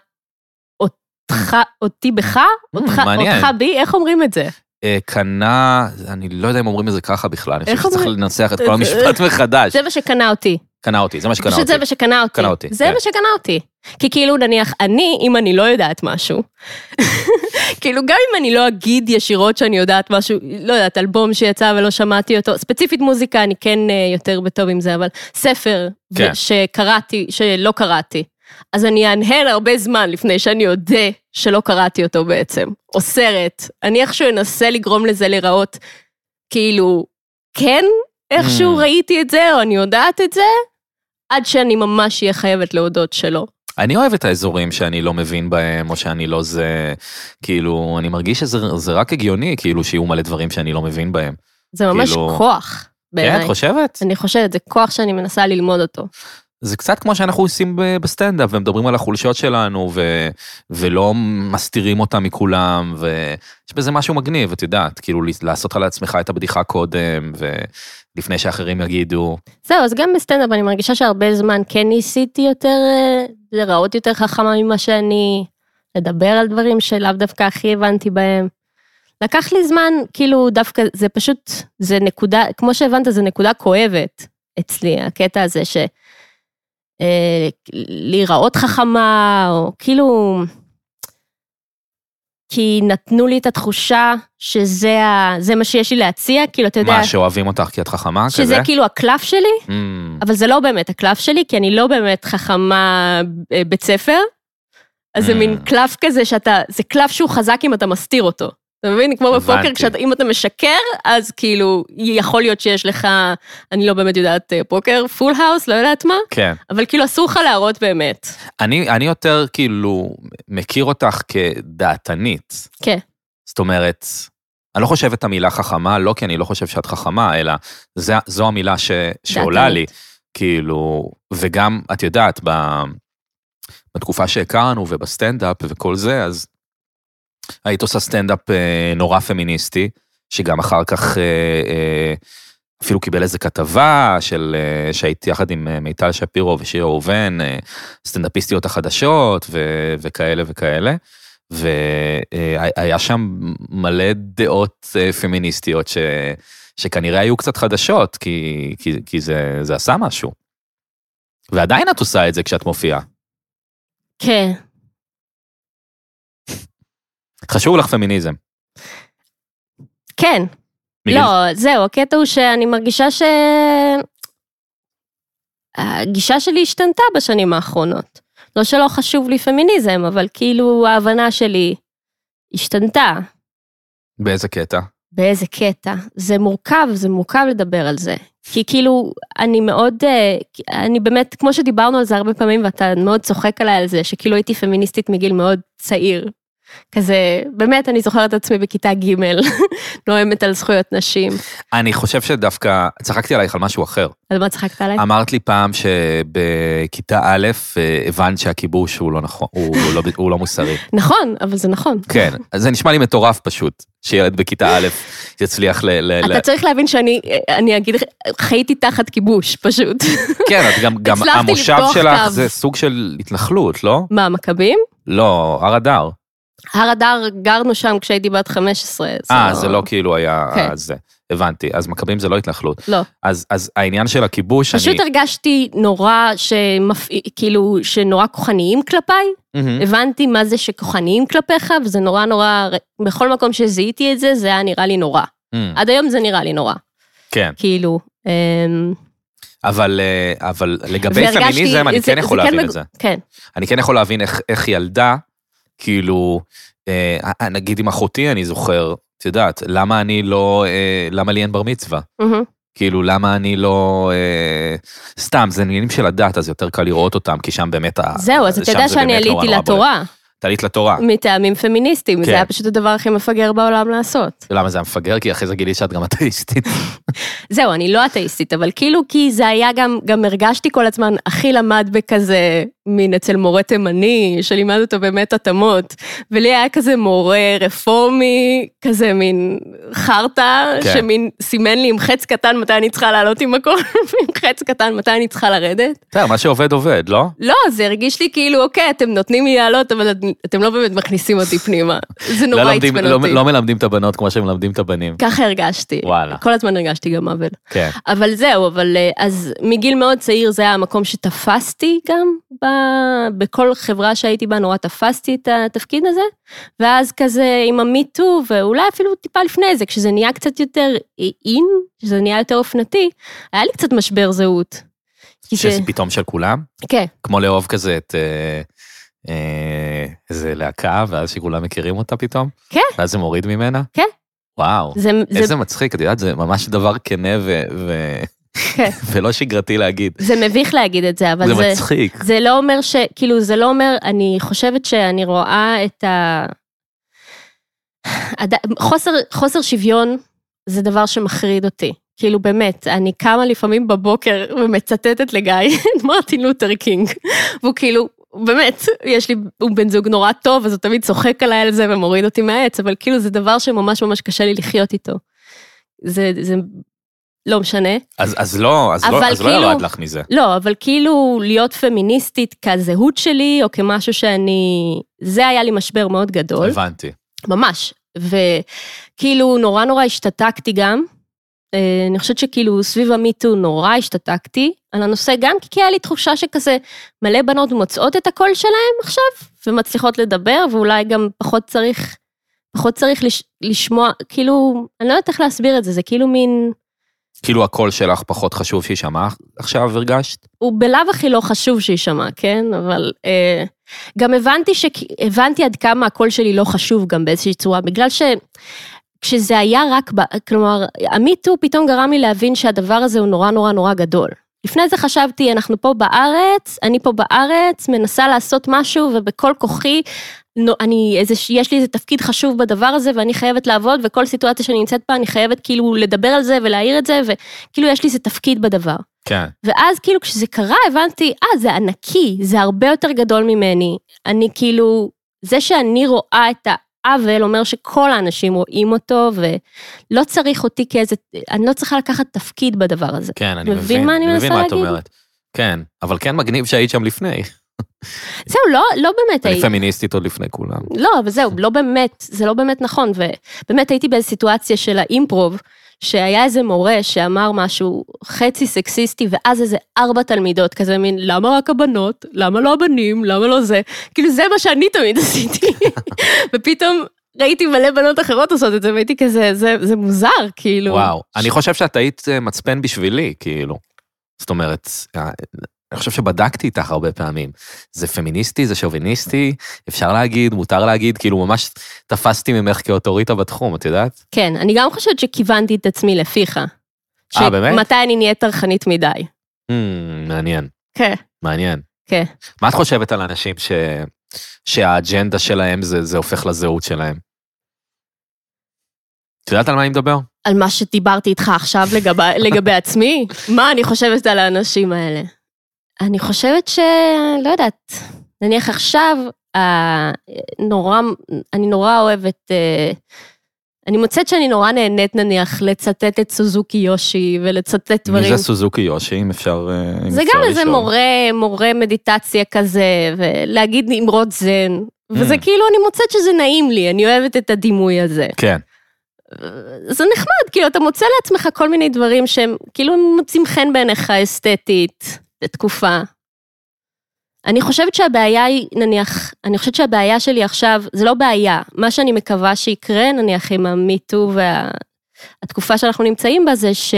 [SPEAKER 3] אותך, אותי בך, אותך,
[SPEAKER 2] Mm, מעניין.
[SPEAKER 3] אותך בי, איך אומרים את זה?
[SPEAKER 2] אה, קנה, אני לא יודע אם אומרים את זה ככה בכלל, אני
[SPEAKER 3] איך
[SPEAKER 2] חושב שצריך
[SPEAKER 3] אומרים?
[SPEAKER 2] לנסח את כל המשפט מחדש.
[SPEAKER 3] זה מה שקנה אותי.
[SPEAKER 2] קנה אותי, זה מה שקנה
[SPEAKER 3] פשוט
[SPEAKER 2] אותי.
[SPEAKER 3] זה מה שקנה אותי.
[SPEAKER 2] קנה אותי,
[SPEAKER 3] זה
[SPEAKER 2] כן.
[SPEAKER 3] מה שקנה אותי. כי כאילו, נניח, אני, אם אני לא יודעת משהו, כאילו, גם אם אני לא אגיד ישירות שאני יודעת משהו, לא יודעת, אלבום שיצא ולא שמעתי אותו, ספציפית מוזיקה, אני כן אה, יותר בטוב עם זה, אבל ספר ו-
[SPEAKER 2] כן.
[SPEAKER 3] שקראתי, שלא קראתי. אז אני אנהל הרבה זמן לפני שאני אודה שלא קראתי אותו בעצם. או סרט. אני איכשהו אנסה לגרום לזה להיראות כאילו, כן, איכשהו
[SPEAKER 2] Mm.
[SPEAKER 3] ראיתי את זה, או אני יודעת את זה, עד שאני ממש אהיה חייבת להודות שלא.
[SPEAKER 2] אני אוהב את האזורים שאני לא מבין בהם, או שאני לא זה, כאילו, אני מרגיש שזה זה רק הגיוני, כאילו, שיהיו מלא דברים שאני לא מבין בהם.
[SPEAKER 3] זה ממש
[SPEAKER 2] כאילו-
[SPEAKER 3] כוח,
[SPEAKER 2] כן,
[SPEAKER 3] בעיניי.
[SPEAKER 2] את חושבת?
[SPEAKER 3] אני חושבת, זה כוח שאני מנסה ללמוד אותו.
[SPEAKER 2] זה קצת כמו שאנחנו עושים ב- בסטנדאפ, ומדברים על החולשות שלנו, ו... ולא מסתירים אותם מכולם, ויש בזה משהו מגניב, את יודעת, כאילו, ל- לעשות על עצמך את הבדיחה קודם, ולפני שאחרים יגידו,
[SPEAKER 3] זהו, אז גם בסטנדאפ אני מרגישה שהרבה זמן כן ניסיתי יותר, אה, להיראות יותר חכמה ממה שאני, לדבר על דברים שלאו דווקא הכי הבנתי בהם. לקח לי זמן, כאילו, דווקא, זה פשוט, זה נקודה, כמו שהבנת, זה נקודה כואבת אצלי, הקטע הזה ש... אה, להיראות חכמה, או כאילו... כי נתנו לי את התחושה שזה ה, זה מה שיש לי להציע, כאילו, אתה יודע,
[SPEAKER 2] מה, שאוהבים אותך כי את חכמה, כזה?
[SPEAKER 3] שזה כאילו הקלף שלי,
[SPEAKER 2] Mm,
[SPEAKER 3] אבל זה לא באמת הקלף שלי, כי אני לא באמת חכמה אה, בית ספר. אז זה
[SPEAKER 2] Mm.
[SPEAKER 3] מין קלף כזה שאתה, זה קלף שהוא חזק אם אתה מסתיר אותו. אתה מבין? כמו בפוקר,
[SPEAKER 2] הבנתי.
[SPEAKER 3] כשאתה- אם אתה משקר, אז כאילו, יכול להיות שיש לך, אני לא באמת יודעת אה, פוקר, פול האוס, לא יודעת מה,
[SPEAKER 2] כן.
[SPEAKER 3] אבל כאילו אסור לך להראות באמת.
[SPEAKER 2] אני, אני יותר כאילו מכיר אותך כדעתנית.
[SPEAKER 3] כן.
[SPEAKER 2] זאת אומרת, אני לא חושב את המילה חכמה, לא כי אני לא חושב שאת חכמה, אלא זה, זו המילה ש, שעולה לי.
[SPEAKER 3] דעתנית.
[SPEAKER 2] כאילו, וגם, את יודעת, ב, בתקופה שהכרנו ובסטנדאפ וכל זה, אז היית עושה סטנדאפ אה, נורא פמיניסטי, שגם אחר כך אה, אה, אפילו קיבל איזה כתבה של, אה, שהייתי יחד עם אה, מיטל שפירו ושירה ראובן, אה, סטנדאפיסטיות החדשות ו, וכאלה וכאלה. והיה שם מלא דעות אה, פמיניסטיות ש, שכנראה היו קצת חדשות, כי, כי, כי זה, זה עשה משהו. ועדיין את עושה את זה כשאת מופיעה.
[SPEAKER 3] כן.
[SPEAKER 2] חשוב לך פמיניזם.
[SPEAKER 3] כן.
[SPEAKER 2] בגלל-
[SPEAKER 3] לא, זהו, הקטע הוא שאני מרגישה ש... הגישה שלי השתנתה בשנים האחרונות. לא שלא חשוב לי פמיניזם, אבל כאילו ההבנה שלי השתנתה.
[SPEAKER 2] באיזה קטע?
[SPEAKER 3] באיזה קטע. זה מורכב, זה מורכב לדבר על זה. כי כאילו, אני מאוד, אה, אני באמת, כמו שדיברנו על זה הרבה פעמים, ואתה מאוד צוחק עליי על זה, שכאילו הייתי פמיניסטית מגיל מאוד צעיר. כזה, באמת, אני זוכרת את עצמי בכיתה ג' נואמת על זכויות נשים.
[SPEAKER 2] אני חושב שדווקא צחקתי עלייך על משהו אחר.
[SPEAKER 3] על מה צחקת עליי?
[SPEAKER 2] אמרת לי פעם שבכיתה א' אה, הבנת שהכיבוש הוא לא נכון, הוא הוא לא- הוא לא מוסרי.
[SPEAKER 3] נכון, אבל זה נכון.
[SPEAKER 2] כן, אז זה נשמע לי מטורף פשוט, שילד בכיתה א' יצליח ל... ל- ל-
[SPEAKER 3] אתה צריך להבין שאני, אני אגיד, לך, חייתי תחת כיבוש, פשוט.
[SPEAKER 2] כן, את גם, גם
[SPEAKER 3] הצלחתי
[SPEAKER 2] המושב
[SPEAKER 3] לפתוח
[SPEAKER 2] שלך
[SPEAKER 3] קו.
[SPEAKER 2] זה סוג של התנחלות, לא?
[SPEAKER 3] מה, מכבים?
[SPEAKER 2] לא, הר אדר.
[SPEAKER 3] הר אדר, גרנו שם כשהייתי בת 15.
[SPEAKER 2] אה, זה לא כאילו היה
[SPEAKER 3] כן.
[SPEAKER 2] זה. הבנתי, אז מכבים זה לא התנחלות.
[SPEAKER 3] לא.
[SPEAKER 2] אז, אז העניין של הכיבוש,
[SPEAKER 3] פשוט
[SPEAKER 2] אני...
[SPEAKER 3] הרגשתי נורא שמפ... כאילו, שנורא כוחניים כלפיי.
[SPEAKER 2] מהמם.
[SPEAKER 3] הבנתי מה זה שכוחניים כלפיך, וזה נורא נורא, בכל מקום שזיהיתי את זה, זה היה נראה לי נורא.
[SPEAKER 2] מהמם.
[SPEAKER 3] עד היום זה נראה לי נורא,
[SPEAKER 2] כן,
[SPEAKER 3] כאילו. אמ,
[SPEAKER 2] אבל, אה, אבל לגבי
[SPEAKER 3] והרגשתי-
[SPEAKER 2] פמיניזם, אני
[SPEAKER 3] זה-
[SPEAKER 2] כן יכול
[SPEAKER 3] זה
[SPEAKER 2] להבין
[SPEAKER 3] מג-
[SPEAKER 2] את זה.
[SPEAKER 3] כן,
[SPEAKER 2] אני כן יכול להבין איך, איך ילדה, כאילו, אה, אה, נגיד עם אחותי, אני זוכר, את יודעת, למה אני לא, אה, למה לי אין בר מצווה?
[SPEAKER 3] מהמם,
[SPEAKER 2] כאילו, למה אני לא... אה, סתם, זה עניינים של הדת, אז יותר קל לראות אותם, כי שם באמת... ה-
[SPEAKER 3] זהו, אז אתה
[SPEAKER 2] אה, שם
[SPEAKER 3] יודע
[SPEAKER 2] זה
[SPEAKER 3] שאני
[SPEAKER 2] באמת נורא
[SPEAKER 3] עליתי
[SPEAKER 2] נורא בולט.
[SPEAKER 3] לתורה,
[SPEAKER 2] את עלית לתורה.
[SPEAKER 3] מטעמים פמיניסטיים,
[SPEAKER 2] כן.
[SPEAKER 3] זה היה פשוט הדבר הכי מפגר בעולם לעשות.
[SPEAKER 2] למה זה היה מפגר? כי אחרי זה גילי שאת גם אתאיסטית.
[SPEAKER 3] זהו, אני לא אתאיסטית, אבל כאילו, כי זה היה גם, גם הרגשתי כל הזמן, אחי למד בכזה, מין אצל מורה תימני, שלימד אותו באמת התאמות, ולי היה כזה מורה רפורמי, כזה מין חרטא,
[SPEAKER 2] כן.
[SPEAKER 3] שמין סימן לי עם חץ קטן מתי אני צריכה לעלות עם הכל, ועם חץ קטן מתי אני צריכה לרדת.
[SPEAKER 2] בסדר, מה שעובד עובד, לא?
[SPEAKER 3] לא, זה הרגיש לי כאילו, אוקיי, אתם נותנים לי לעלות, אבל את- אתם לא באמת מכניסים אותי פנימה. זה נורא
[SPEAKER 2] לא לומדים-
[SPEAKER 3] עצבן
[SPEAKER 2] לא-
[SPEAKER 3] אותי.
[SPEAKER 2] לא מלמדים את הבנות כמו שמלמדים את הבנים.
[SPEAKER 3] ככה הרגשתי.
[SPEAKER 2] וואלה.
[SPEAKER 3] כל הזמן הרגשתי גם עוול.
[SPEAKER 2] כן.
[SPEAKER 3] אבל זהו, אבל אה, אז מגיל מאוד צעיר זה היה המקום שתפסתי גם, ב... בכל חברה שהייתי בה נורא תפסתי את התפקיד הזה, ואז כזה עם המיטו, ואולי אפילו טיפה לפני זה, כשזה נהיה קצת יותר אין, כשזה נהיה יותר אופנתי, היה לי קצת משבר זהות. כי זה-
[SPEAKER 2] שזה פתאום של כולם?
[SPEAKER 3] כן,
[SPEAKER 2] כמו לאהוב כזה את אה, אה, איזה להקה, ואז שכולם מכירים אותה פתאום?
[SPEAKER 3] כן.
[SPEAKER 2] ואז זה מוריד ממנה?
[SPEAKER 3] כן.
[SPEAKER 2] וואו.
[SPEAKER 3] זה, זה
[SPEAKER 2] איזה מצחיק, את יודעת, זה ממש דבר כנה ו- ו-
[SPEAKER 3] כן.
[SPEAKER 2] ולא שגרתי להגיד.
[SPEAKER 3] זה מביך להגיד את זה, אבל
[SPEAKER 2] זה
[SPEAKER 3] זה, זה,
[SPEAKER 2] מצחיק.
[SPEAKER 3] זה לא אומר ש... כאילו, זה לא אומר, אני חושבת שאני רואה את ה... עד- חוסר, חוסר שוויון זה דבר שמחריד אותי. כאילו, באמת, אני קמה לפעמים בבוקר ומצטטת לגיא את מרטין לותר קינג, והוא כאילו... באמת, יש לי, הוא בן זוג נורא טוב, אז הוא תמיד צוחק עליי על זה ומוריד אותי מהעץ, אבל כאילו זה דבר שממש ממש קשה לי לחיות איתו. זה, זה לא משנה.
[SPEAKER 2] אז, אז לא, אז, לא,
[SPEAKER 3] אבל
[SPEAKER 2] אז לא
[SPEAKER 3] כאילו-
[SPEAKER 2] ירד לך מזה.
[SPEAKER 3] לא, אבל כאילו להיות פמיניסטית כזהות שלי, או כמשהו שאני... זה היה לי משבר מאוד גדול,
[SPEAKER 2] הבנתי.
[SPEAKER 3] ממש. וכאילו, נורא נורא השתתקתי גם. אה, אני חושבת שכאילו סביב המיטו נורא השתתקתי על הנושא, גם כי היה לי תחושה שכזה מלא בנות מוצאות את הקול שלהם עכשיו, ומצליחות לדבר, ואולי גם פחות צריך, פחות צריך לש, לשמוע, כאילו, אני לא יודעת איך להסביר את זה, זה כאילו מין...
[SPEAKER 2] כאילו הקול שלך פחות חשוב שיישמע עכשיו, הרגשת?
[SPEAKER 3] הוא בלאו הכי לא חשוב שיישמע, כן? אבל אה, גם הבנתי, ש... הבנתי עד כמה הקול שלי לא חשוב גם באיזושהי צורה, בגלל ש... כשזה היה רק, ב... כלומר, המיטו פתאום גרם לי להבין שהדבר הזה הוא נורא נורא נורא גדול. לפני זה חשבתי, אנחנו פה בארץ, אני פה בארץ, מנסה לעשות משהו, ובכל כוחי, נו, אני, איזה, יש לי איזה תפקיד חשוב בדבר הזה, ואני חייבת לעבוד, וכל סיטואציה שאני נמצאת בה, אני חייבת כאילו לדבר על זה ולהעיר את זה, וכאילו יש לי איזה תפקיד בדבר.
[SPEAKER 2] כן.
[SPEAKER 3] ואז כאילו כשזה קרה הבנתי, אה, זה ענקי, זה הרבה יותר גדול ממני. אני כאילו, זה שאני רואה את העוול אומר שכל האנשים רואים אותו, ולא צריך אותי כאיזה, אני לא צריכה לקחת תפקיד בדבר הזה.
[SPEAKER 2] כן, אני
[SPEAKER 3] מבין
[SPEAKER 2] מבין.
[SPEAKER 3] מה אני
[SPEAKER 2] אני
[SPEAKER 3] מנסה
[SPEAKER 2] מבין מה את
[SPEAKER 3] להגיד?
[SPEAKER 2] אומרת. כן, אבל כן מגניב שהיית שם לפני.
[SPEAKER 3] זהו, לא, לא באמת
[SPEAKER 2] אני
[SPEAKER 3] הייתי.
[SPEAKER 2] פמיניסטית עוד לפני כולם.
[SPEAKER 3] לא, אבל זהו, לא באמת, זה לא באמת נכון, ובאמת הייתי באיזו סיטואציה של האימפרוב, שהיה איזה מורה שאמר משהו חצי סקסיסטי, ואז איזה ארבע תלמידות, כזה מין, למה רק הבנות? למה לא הבנים? למה לא זה? כאילו, זה מה שאני תמיד עשיתי. ופתאום ראיתי מלא בנות אחרות עושות את זה, והייתי כזה, זה, זה מוזר, כאילו.
[SPEAKER 2] וואו. אני חושב שאת היית אה, מצפן בשבילי, כאילו. זאת אומרת, אה, אני חושב שבדקתי איתך הרבה פעמים. זה פמיניסטי, זה שוביניסטי, אפשר להגיד, מותר להגיד, כאילו ממש תפסתי ממך כאוטוריטה בתחום, את יודעת?
[SPEAKER 3] כן, אני גם חושבת שכיוונתי את עצמי לפיך.
[SPEAKER 2] אה, באמת?
[SPEAKER 3] מתי אני נהיית טרחנית מדי.
[SPEAKER 2] Hmm, מעניין,
[SPEAKER 3] כן.
[SPEAKER 2] מעניין.
[SPEAKER 3] כן.
[SPEAKER 2] מה את חושבת על אנשים ש... שהאג'נדה שלהם זה, זה הופך לזהות שלהם. את יודעת על מה אני מדבר?
[SPEAKER 3] על מה שדיברתי איתך עכשיו לגבי, לגבי עצמי? מה אני חושבת על האנשים האלה? אני חושבת ש... לא יודעת. נניח עכשיו, אה, נורא, אני נורא אוהבת... אה, אני מוצאת שאני נורא נהנית, נניח, לצטט את סוזוקי יושי ולצטט
[SPEAKER 2] מי
[SPEAKER 3] דברים.
[SPEAKER 2] זה סוזוקי יושי, אם אפשר... אה, אם
[SPEAKER 3] זה
[SPEAKER 2] אפשר
[SPEAKER 3] גם איזה
[SPEAKER 2] לשאול.
[SPEAKER 3] מורה, מורה מדיטציה כזה, ולהגיד נמרוד זן. וזה
[SPEAKER 2] Mm.
[SPEAKER 3] כאילו, אני מוצאת שזה נעים לי, אני אוהבת את הדימוי הזה.
[SPEAKER 2] כן.
[SPEAKER 3] זה נחמד, כאילו, אתה מוצא לעצמך כל מיני דברים שהם, כאילו, הם מוצאים חן בעיניך אסתטית, לתקופה. אני חושבת שהבעיה היא, נניח, אני חושבת שהבעיה שלי עכשיו, זה לא בעיה. מה שאני מקווה שיקרה, נניח, עם המיטו והתקופה שאנחנו נמצאים בה, זה ש...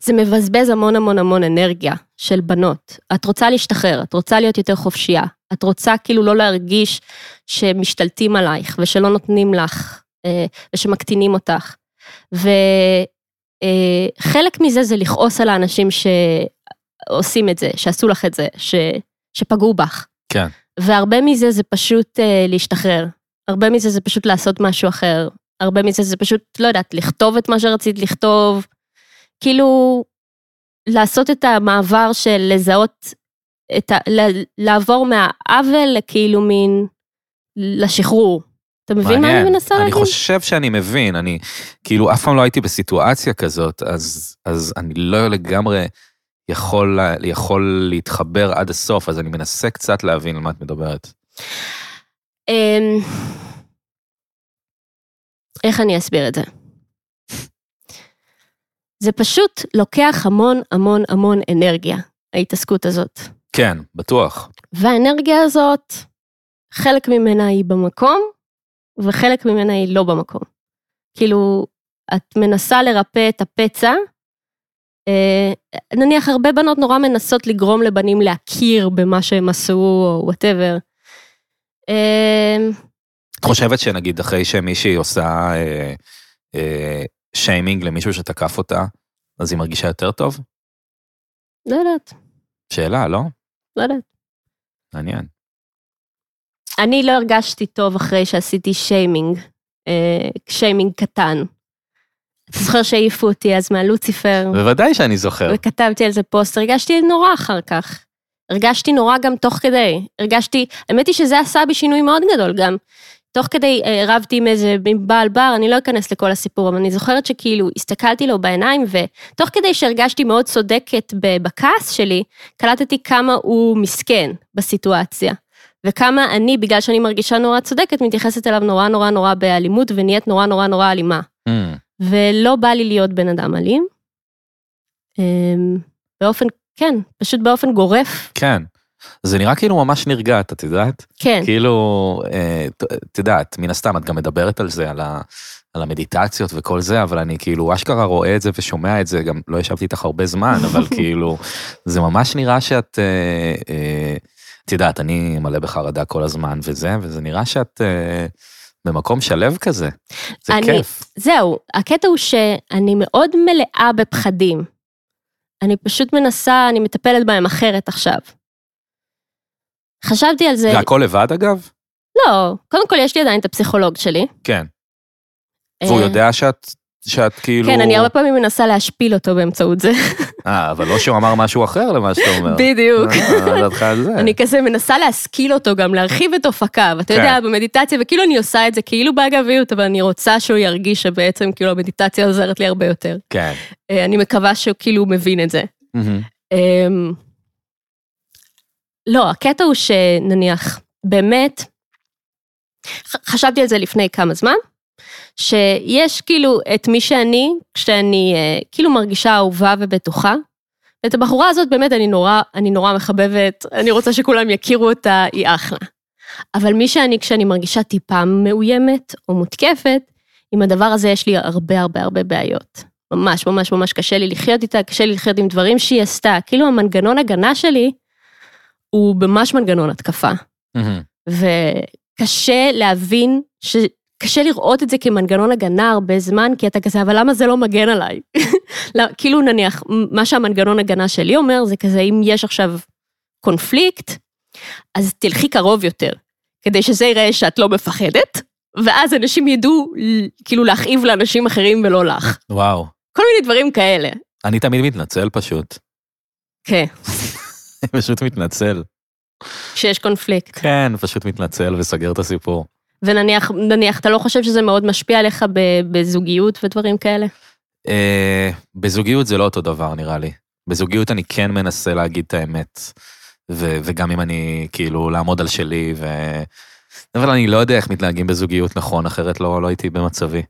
[SPEAKER 3] זה מבזבז המון המון המון אנרגיה של בנות. את רוצה להשתחרר, את רוצה להיות יותר חופשייה. את רוצה כאילו לא להרגיש שמשתלטים עלייך ושלא נותנים לך אה, ושמקטינים אותך. וחלק מזה זה לכעוס על האנשים שעושים את זה, שעשו לך את זה, ש, שפגעו בך.
[SPEAKER 2] כן.
[SPEAKER 3] והרבה מזה זה פשוט אה, להשתחרר. הרבה מזה זה פשוט לעשות משהו אחר. הרבה מזה זה פשוט, לא יודעת, לכתוב את מה שרצית לכתוב. כאילו, לעשות את המעבר של לזהות, את ה, ל, לעבור מהעוול לכאילו מין, לשחרור. אתה מבין מה אני מנסה
[SPEAKER 2] אני
[SPEAKER 3] להגיד?
[SPEAKER 2] חושב שאני מבין, אני כאילו אף פעם לא הייתי בסיטואציה כזאת, אז, אז אני לא לגמרי יכול, לה- יכול להתחבר עד הסוף, אז אני מנסה קצת להבין על מה את מדברת.
[SPEAKER 3] אמ, איך אני אסביר את זה? זה פשוט לוקח המון המון המון אנרגיה, ההתעסקות הזאת.
[SPEAKER 2] כן, בטוח.
[SPEAKER 3] והאנרגיה הזאת, חלק ממנה היא במקום, וחלק ממנה היא לא במקום. כאילו, את מנסה לרפא את הפצע. אה, נניח, הרבה בנות נורא מנסות לגרום לבנים להכיר במה שהם עשו, או אה, וואטאבר.
[SPEAKER 2] את חושבת שנגיד אחרי שמישהי עושה אה, אה, שיימינג למישהו שתקף אותה, אז היא מרגישה יותר טוב?
[SPEAKER 3] לא יודעת,
[SPEAKER 2] שאלה, לא?
[SPEAKER 3] לא יודעת.
[SPEAKER 2] מעניין.
[SPEAKER 3] אני לא הרגשתי טוב אחרי שעשיתי שיימינג, אה, שיימינג קטן. אתה זוכר שהעיפו אותי אז מהלוציפר,
[SPEAKER 2] בוודאי שאני
[SPEAKER 3] אוקיי.
[SPEAKER 2] זוכר.
[SPEAKER 3] וכתבתי על זה פוסט, הרגשתי נורא אחר כך. הרגשתי נורא גם תוך כדי. הרגשתי, האמת היא שזה עשה בי שינוי מאוד גדול גם. תוך כדי אה, רבתי עם איזה עם בעל בר, אני לא אכנס לכל הסיפור, אבל אני זוכרת שכאילו הסתכלתי לו בעיניים, ותוך כדי שהרגשתי מאוד צודקת ב- בכעס שלי, קלטתי כמה הוא מסכן בסיטואציה. וכמה אני, בגלל שאני מרגישה נורא צודקת, מתייחסת אליו נורא נורא נורא באלימות ונהיית נורא נורא נורא אלימה.
[SPEAKER 2] Hmm.
[SPEAKER 3] ולא בא לי להיות בן אדם אלים. אמ, באופן, כן, פשוט באופן גורף,
[SPEAKER 2] כן. זה נראה כאילו ממש נרגעת, את יודעת?
[SPEAKER 3] כן.
[SPEAKER 2] כאילו, אה, ת- את יודעת, מן הסתם, את גם מדברת על זה, על, ה, על המדיטציות וכל זה, אבל אני כאילו אשכרה רואה את זה ושומע את זה, גם לא ישבתי איתך הרבה זמן, אבל כאילו, זה ממש נראה שאת, אה, אה, את יודעת, אני מלא בחרדה כל הזמן וזה, וזה נראה שאת אה, במקום שלו כזה. זה
[SPEAKER 3] אני-
[SPEAKER 2] כיף.
[SPEAKER 3] זהו, הקטע הוא שאני מאוד מלאה בפחדים. אני פשוט מנסה, אני מטפלת בהם אחרת עכשיו. חשבתי על זה,
[SPEAKER 2] והכל לבד אגב?
[SPEAKER 3] לא, קודם כל יש לי עדיין את הפסיכולוג שלי.
[SPEAKER 2] כן. והוא
[SPEAKER 3] אה,
[SPEAKER 2] יודע שאת, שאת כאילו...
[SPEAKER 3] כן, אני הרבה פעמים מנסה להשפיל אותו באמצעות זה,
[SPEAKER 2] אה, אבל לא שהוא אמר משהו אחר למה שאתה אומר.
[SPEAKER 3] בדיוק.
[SPEAKER 2] אה, מה דעתך על זה?
[SPEAKER 3] אני כזה מנסה להשכיל אותו גם, להרחיב את אופקיו, אתה
[SPEAKER 2] כן.
[SPEAKER 3] יודע, במדיטציה, וכאילו אני עושה את זה כאילו באגביות, אבל אני רוצה שהוא ירגיש שבעצם כאילו המדיטציה עוזרת לי הרבה יותר.
[SPEAKER 2] כן.
[SPEAKER 3] אה, אני מקווה שהוא כאילו מבין את זה.
[SPEAKER 2] מהמם.
[SPEAKER 3] אמ, לא, הקטע הוא שנניח, באמת, ח- חשבתי על זה לפני כמה זמן, שיש כאילו את מי שאני, כשאני אה, כאילו מרגישה אהובה ובטוחה. את הבחורה הזאת באמת אני נורא, אני נורא מחבבת, אני רוצה שכולם יכירו אותה, היא אחלה. אבל מי שאני, כשאני מרגישה טיפה מאוימת או מותקפת, עם הדבר הזה יש לי הרבה הרבה הרבה בעיות. ממש ממש ממש קשה לי לחיות איתה, קשה לי לחיות עם דברים שהיא עשתה. כאילו המנגנון הגנה שלי הוא ממש מנגנון התקפה.
[SPEAKER 2] מהמם.
[SPEAKER 3] וקשה להבין, ש... קשה לראות את זה כמנגנון הגנה הרבה זמן, כי אתה כזה, אבל למה זה לא מגן עליי? לא, כאילו נניח, מה שהמנגנון הגנה שלי אומר, זה כזה, אם יש עכשיו קונפליקט, אז תלכי קרוב יותר, כדי שזה יראה שאת לא מפחדת, ואז אנשים ידעו ל- כאילו להכאיב לאנשים אחרים ולא לך.
[SPEAKER 2] וואו.
[SPEAKER 3] כל מיני דברים כאלה.
[SPEAKER 2] אני תמיד מתנצל פשוט.
[SPEAKER 3] כן,
[SPEAKER 2] אני פשוט מתנצל.
[SPEAKER 3] שיש קונפליקט.
[SPEAKER 2] כן, פשוט מתנצל וסגר את הסיפור.
[SPEAKER 3] ונניח, נניח, אתה לא חושב שזה מאוד משפיע עליך ב- בזוגיות ודברים כאלה?
[SPEAKER 2] אה, בזוגיות זה לא אותו דבר, נראה לי. בזוגיות אני כן מנסה להגיד את האמת. ו- וגם אם אני, כאילו, לעמוד על שלי, ו... אבל אני לא יודע איך מתנהגים בזוגיות נכון, אחרת לא, לא הייתי במצבי.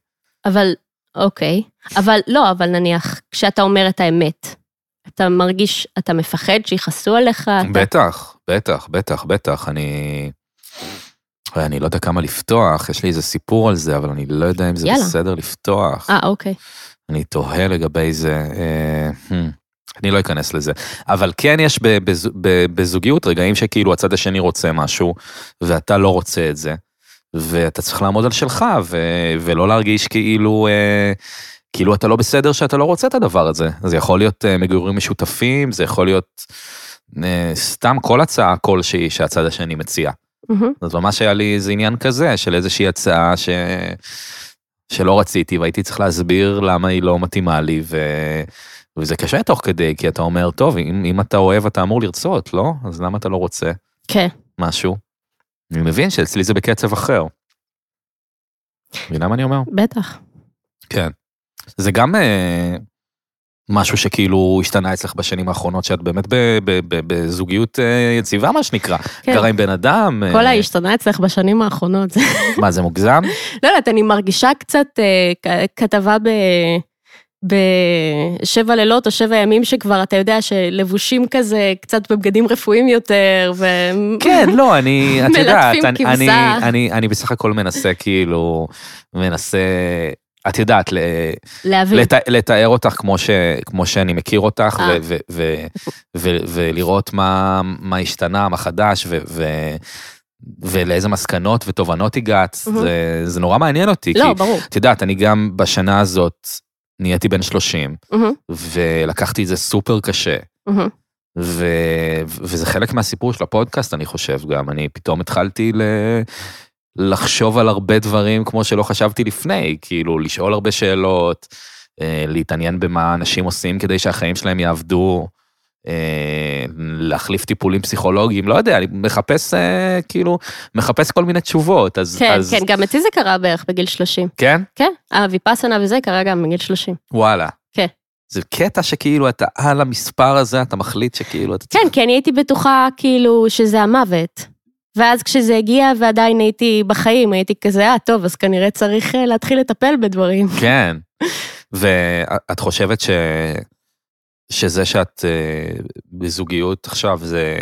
[SPEAKER 3] אבל, אוקיי. אבל, לא, אבל נניח, כשאתה אומר את האמת, אתה מרגיש, אתה מפחד שיכעסו עליך?
[SPEAKER 2] כן.
[SPEAKER 3] אתה...
[SPEAKER 2] בטח, בטח, בטח, בטח, אני... אני לא יודע כמה לפתוח, יש לי איזה סיפור על זה, אבל אני לא יודע אם זה
[SPEAKER 3] יאללה.
[SPEAKER 2] בסדר לפתוח.
[SPEAKER 3] אה, אוקיי.
[SPEAKER 2] אני תוהה לגבי זה. אה, הם, אני לא אכנס לזה. אבל כן יש ב- בז- ב- בזוגיות רגעים שכאילו הצד השני רוצה משהו, ואתה לא רוצה את זה, ואתה צריך לעמוד על שלך, ו- ולא להרגיש כאילו... אה, כאילו אתה לא בסדר שאתה לא רוצה את הדבר הזה. זה יכול להיות אה, מגורים משותפים, זה יכול להיות אה, סתם כל הצעה כלשהי שהצד השני מציע.
[SPEAKER 3] מהמם.
[SPEAKER 2] אז ממש היה לי איזה עניין כזה של איזושהי הצעה ש... שלא רציתי והייתי צריך להסביר למה היא לא מתאימה לי ו... וזה קשה תוך כדי כי אתה אומר טוב אם, אם אתה אוהב אתה אמור לרצות לא אז למה אתה לא רוצה
[SPEAKER 3] כן.
[SPEAKER 2] משהו. אני מבין שאצלי זה בקצב אחר. מבינה מה אני אומר?
[SPEAKER 3] בטח.
[SPEAKER 2] כן. זה גם אה, משהו שכאילו השתנה אצלך בשנים האחרונות שאת באמת ב- ב- ב- בזוגיות אה, יציבה מה שנקרא.
[SPEAKER 3] כן.
[SPEAKER 2] גרה עם בן אדם.
[SPEAKER 3] כל
[SPEAKER 2] אה,
[SPEAKER 3] ההשתנה אצלך בשנים האחרונות. זה-
[SPEAKER 2] מה זה מוגזם?
[SPEAKER 3] לא יודעת, אני מרגישה קצת אה, כ- כתבה ב... בשבע לילות או שבע ימים שכבר, אתה יודע, שלבושים כזה, קצת בבגדים רפואיים יותר, ו...
[SPEAKER 2] כן, לא, אני, את
[SPEAKER 3] מלטפים
[SPEAKER 2] יודעת, אני,
[SPEAKER 3] כבשה.
[SPEAKER 2] אני, אני, אני בסך הכל מנסה כאילו, מנסה, את יודעת, ל,
[SPEAKER 3] להבין.
[SPEAKER 2] לת, לתאר אותך כמו, ש, כמו שאני מכיר אותך, ו,
[SPEAKER 3] אה.
[SPEAKER 2] ו, ו, ו, ולראות מה, מה השתנה, מה חדש, ו, ו, ולאיזה מסקנות ותובנות הגעת,
[SPEAKER 3] מהמם.
[SPEAKER 2] זה, זה נורא מעניין אותי.
[SPEAKER 3] לא,
[SPEAKER 2] כי,
[SPEAKER 3] ברור.
[SPEAKER 2] את יודעת, אני גם בשנה הזאת נהייתי בן 30,
[SPEAKER 3] מהמם,
[SPEAKER 2] ולקחתי את זה סופר קשה.
[SPEAKER 3] מהמם.
[SPEAKER 2] ו... וזה חלק מהסיפור של הפודקאסט, אני חושב גם. אני פתאום התחלתי ל... לחשוב על הרבה דברים כמו שלא חשבתי לפני, כאילו, לשאול הרבה שאלות, אה, להתעניין במה אנשים עושים כדי שהחיים שלהם יעבדו, אה, להחליף טיפולים פסיכולוגיים, לא יודע, אני מחפש, אה, כאילו, מחפש כל מיני תשובות, אז...
[SPEAKER 3] כן,
[SPEAKER 2] אז...
[SPEAKER 3] כן, גם אצלי זה קרה בערך בגיל 30.
[SPEAKER 2] כן?
[SPEAKER 3] כן, הוויפאסנה וזה קרה גם בגיל 30.
[SPEAKER 2] וואלה.
[SPEAKER 3] כן.
[SPEAKER 2] זה קטע שכאילו אתה על המספר הזה, אתה מחליט שכאילו אתה
[SPEAKER 3] כן, כי אני הייתי בטוחה כאילו שזה המוות. ואז כשזה הגיע ועדיין הייתי בחיים, הייתי כזה, אה, טוב, אז כנראה צריך אה, להתחיל לטפל בדברים.
[SPEAKER 2] כן. ואת חושבת ש... שזה שאת אה, בזוגיות עכשיו, זה,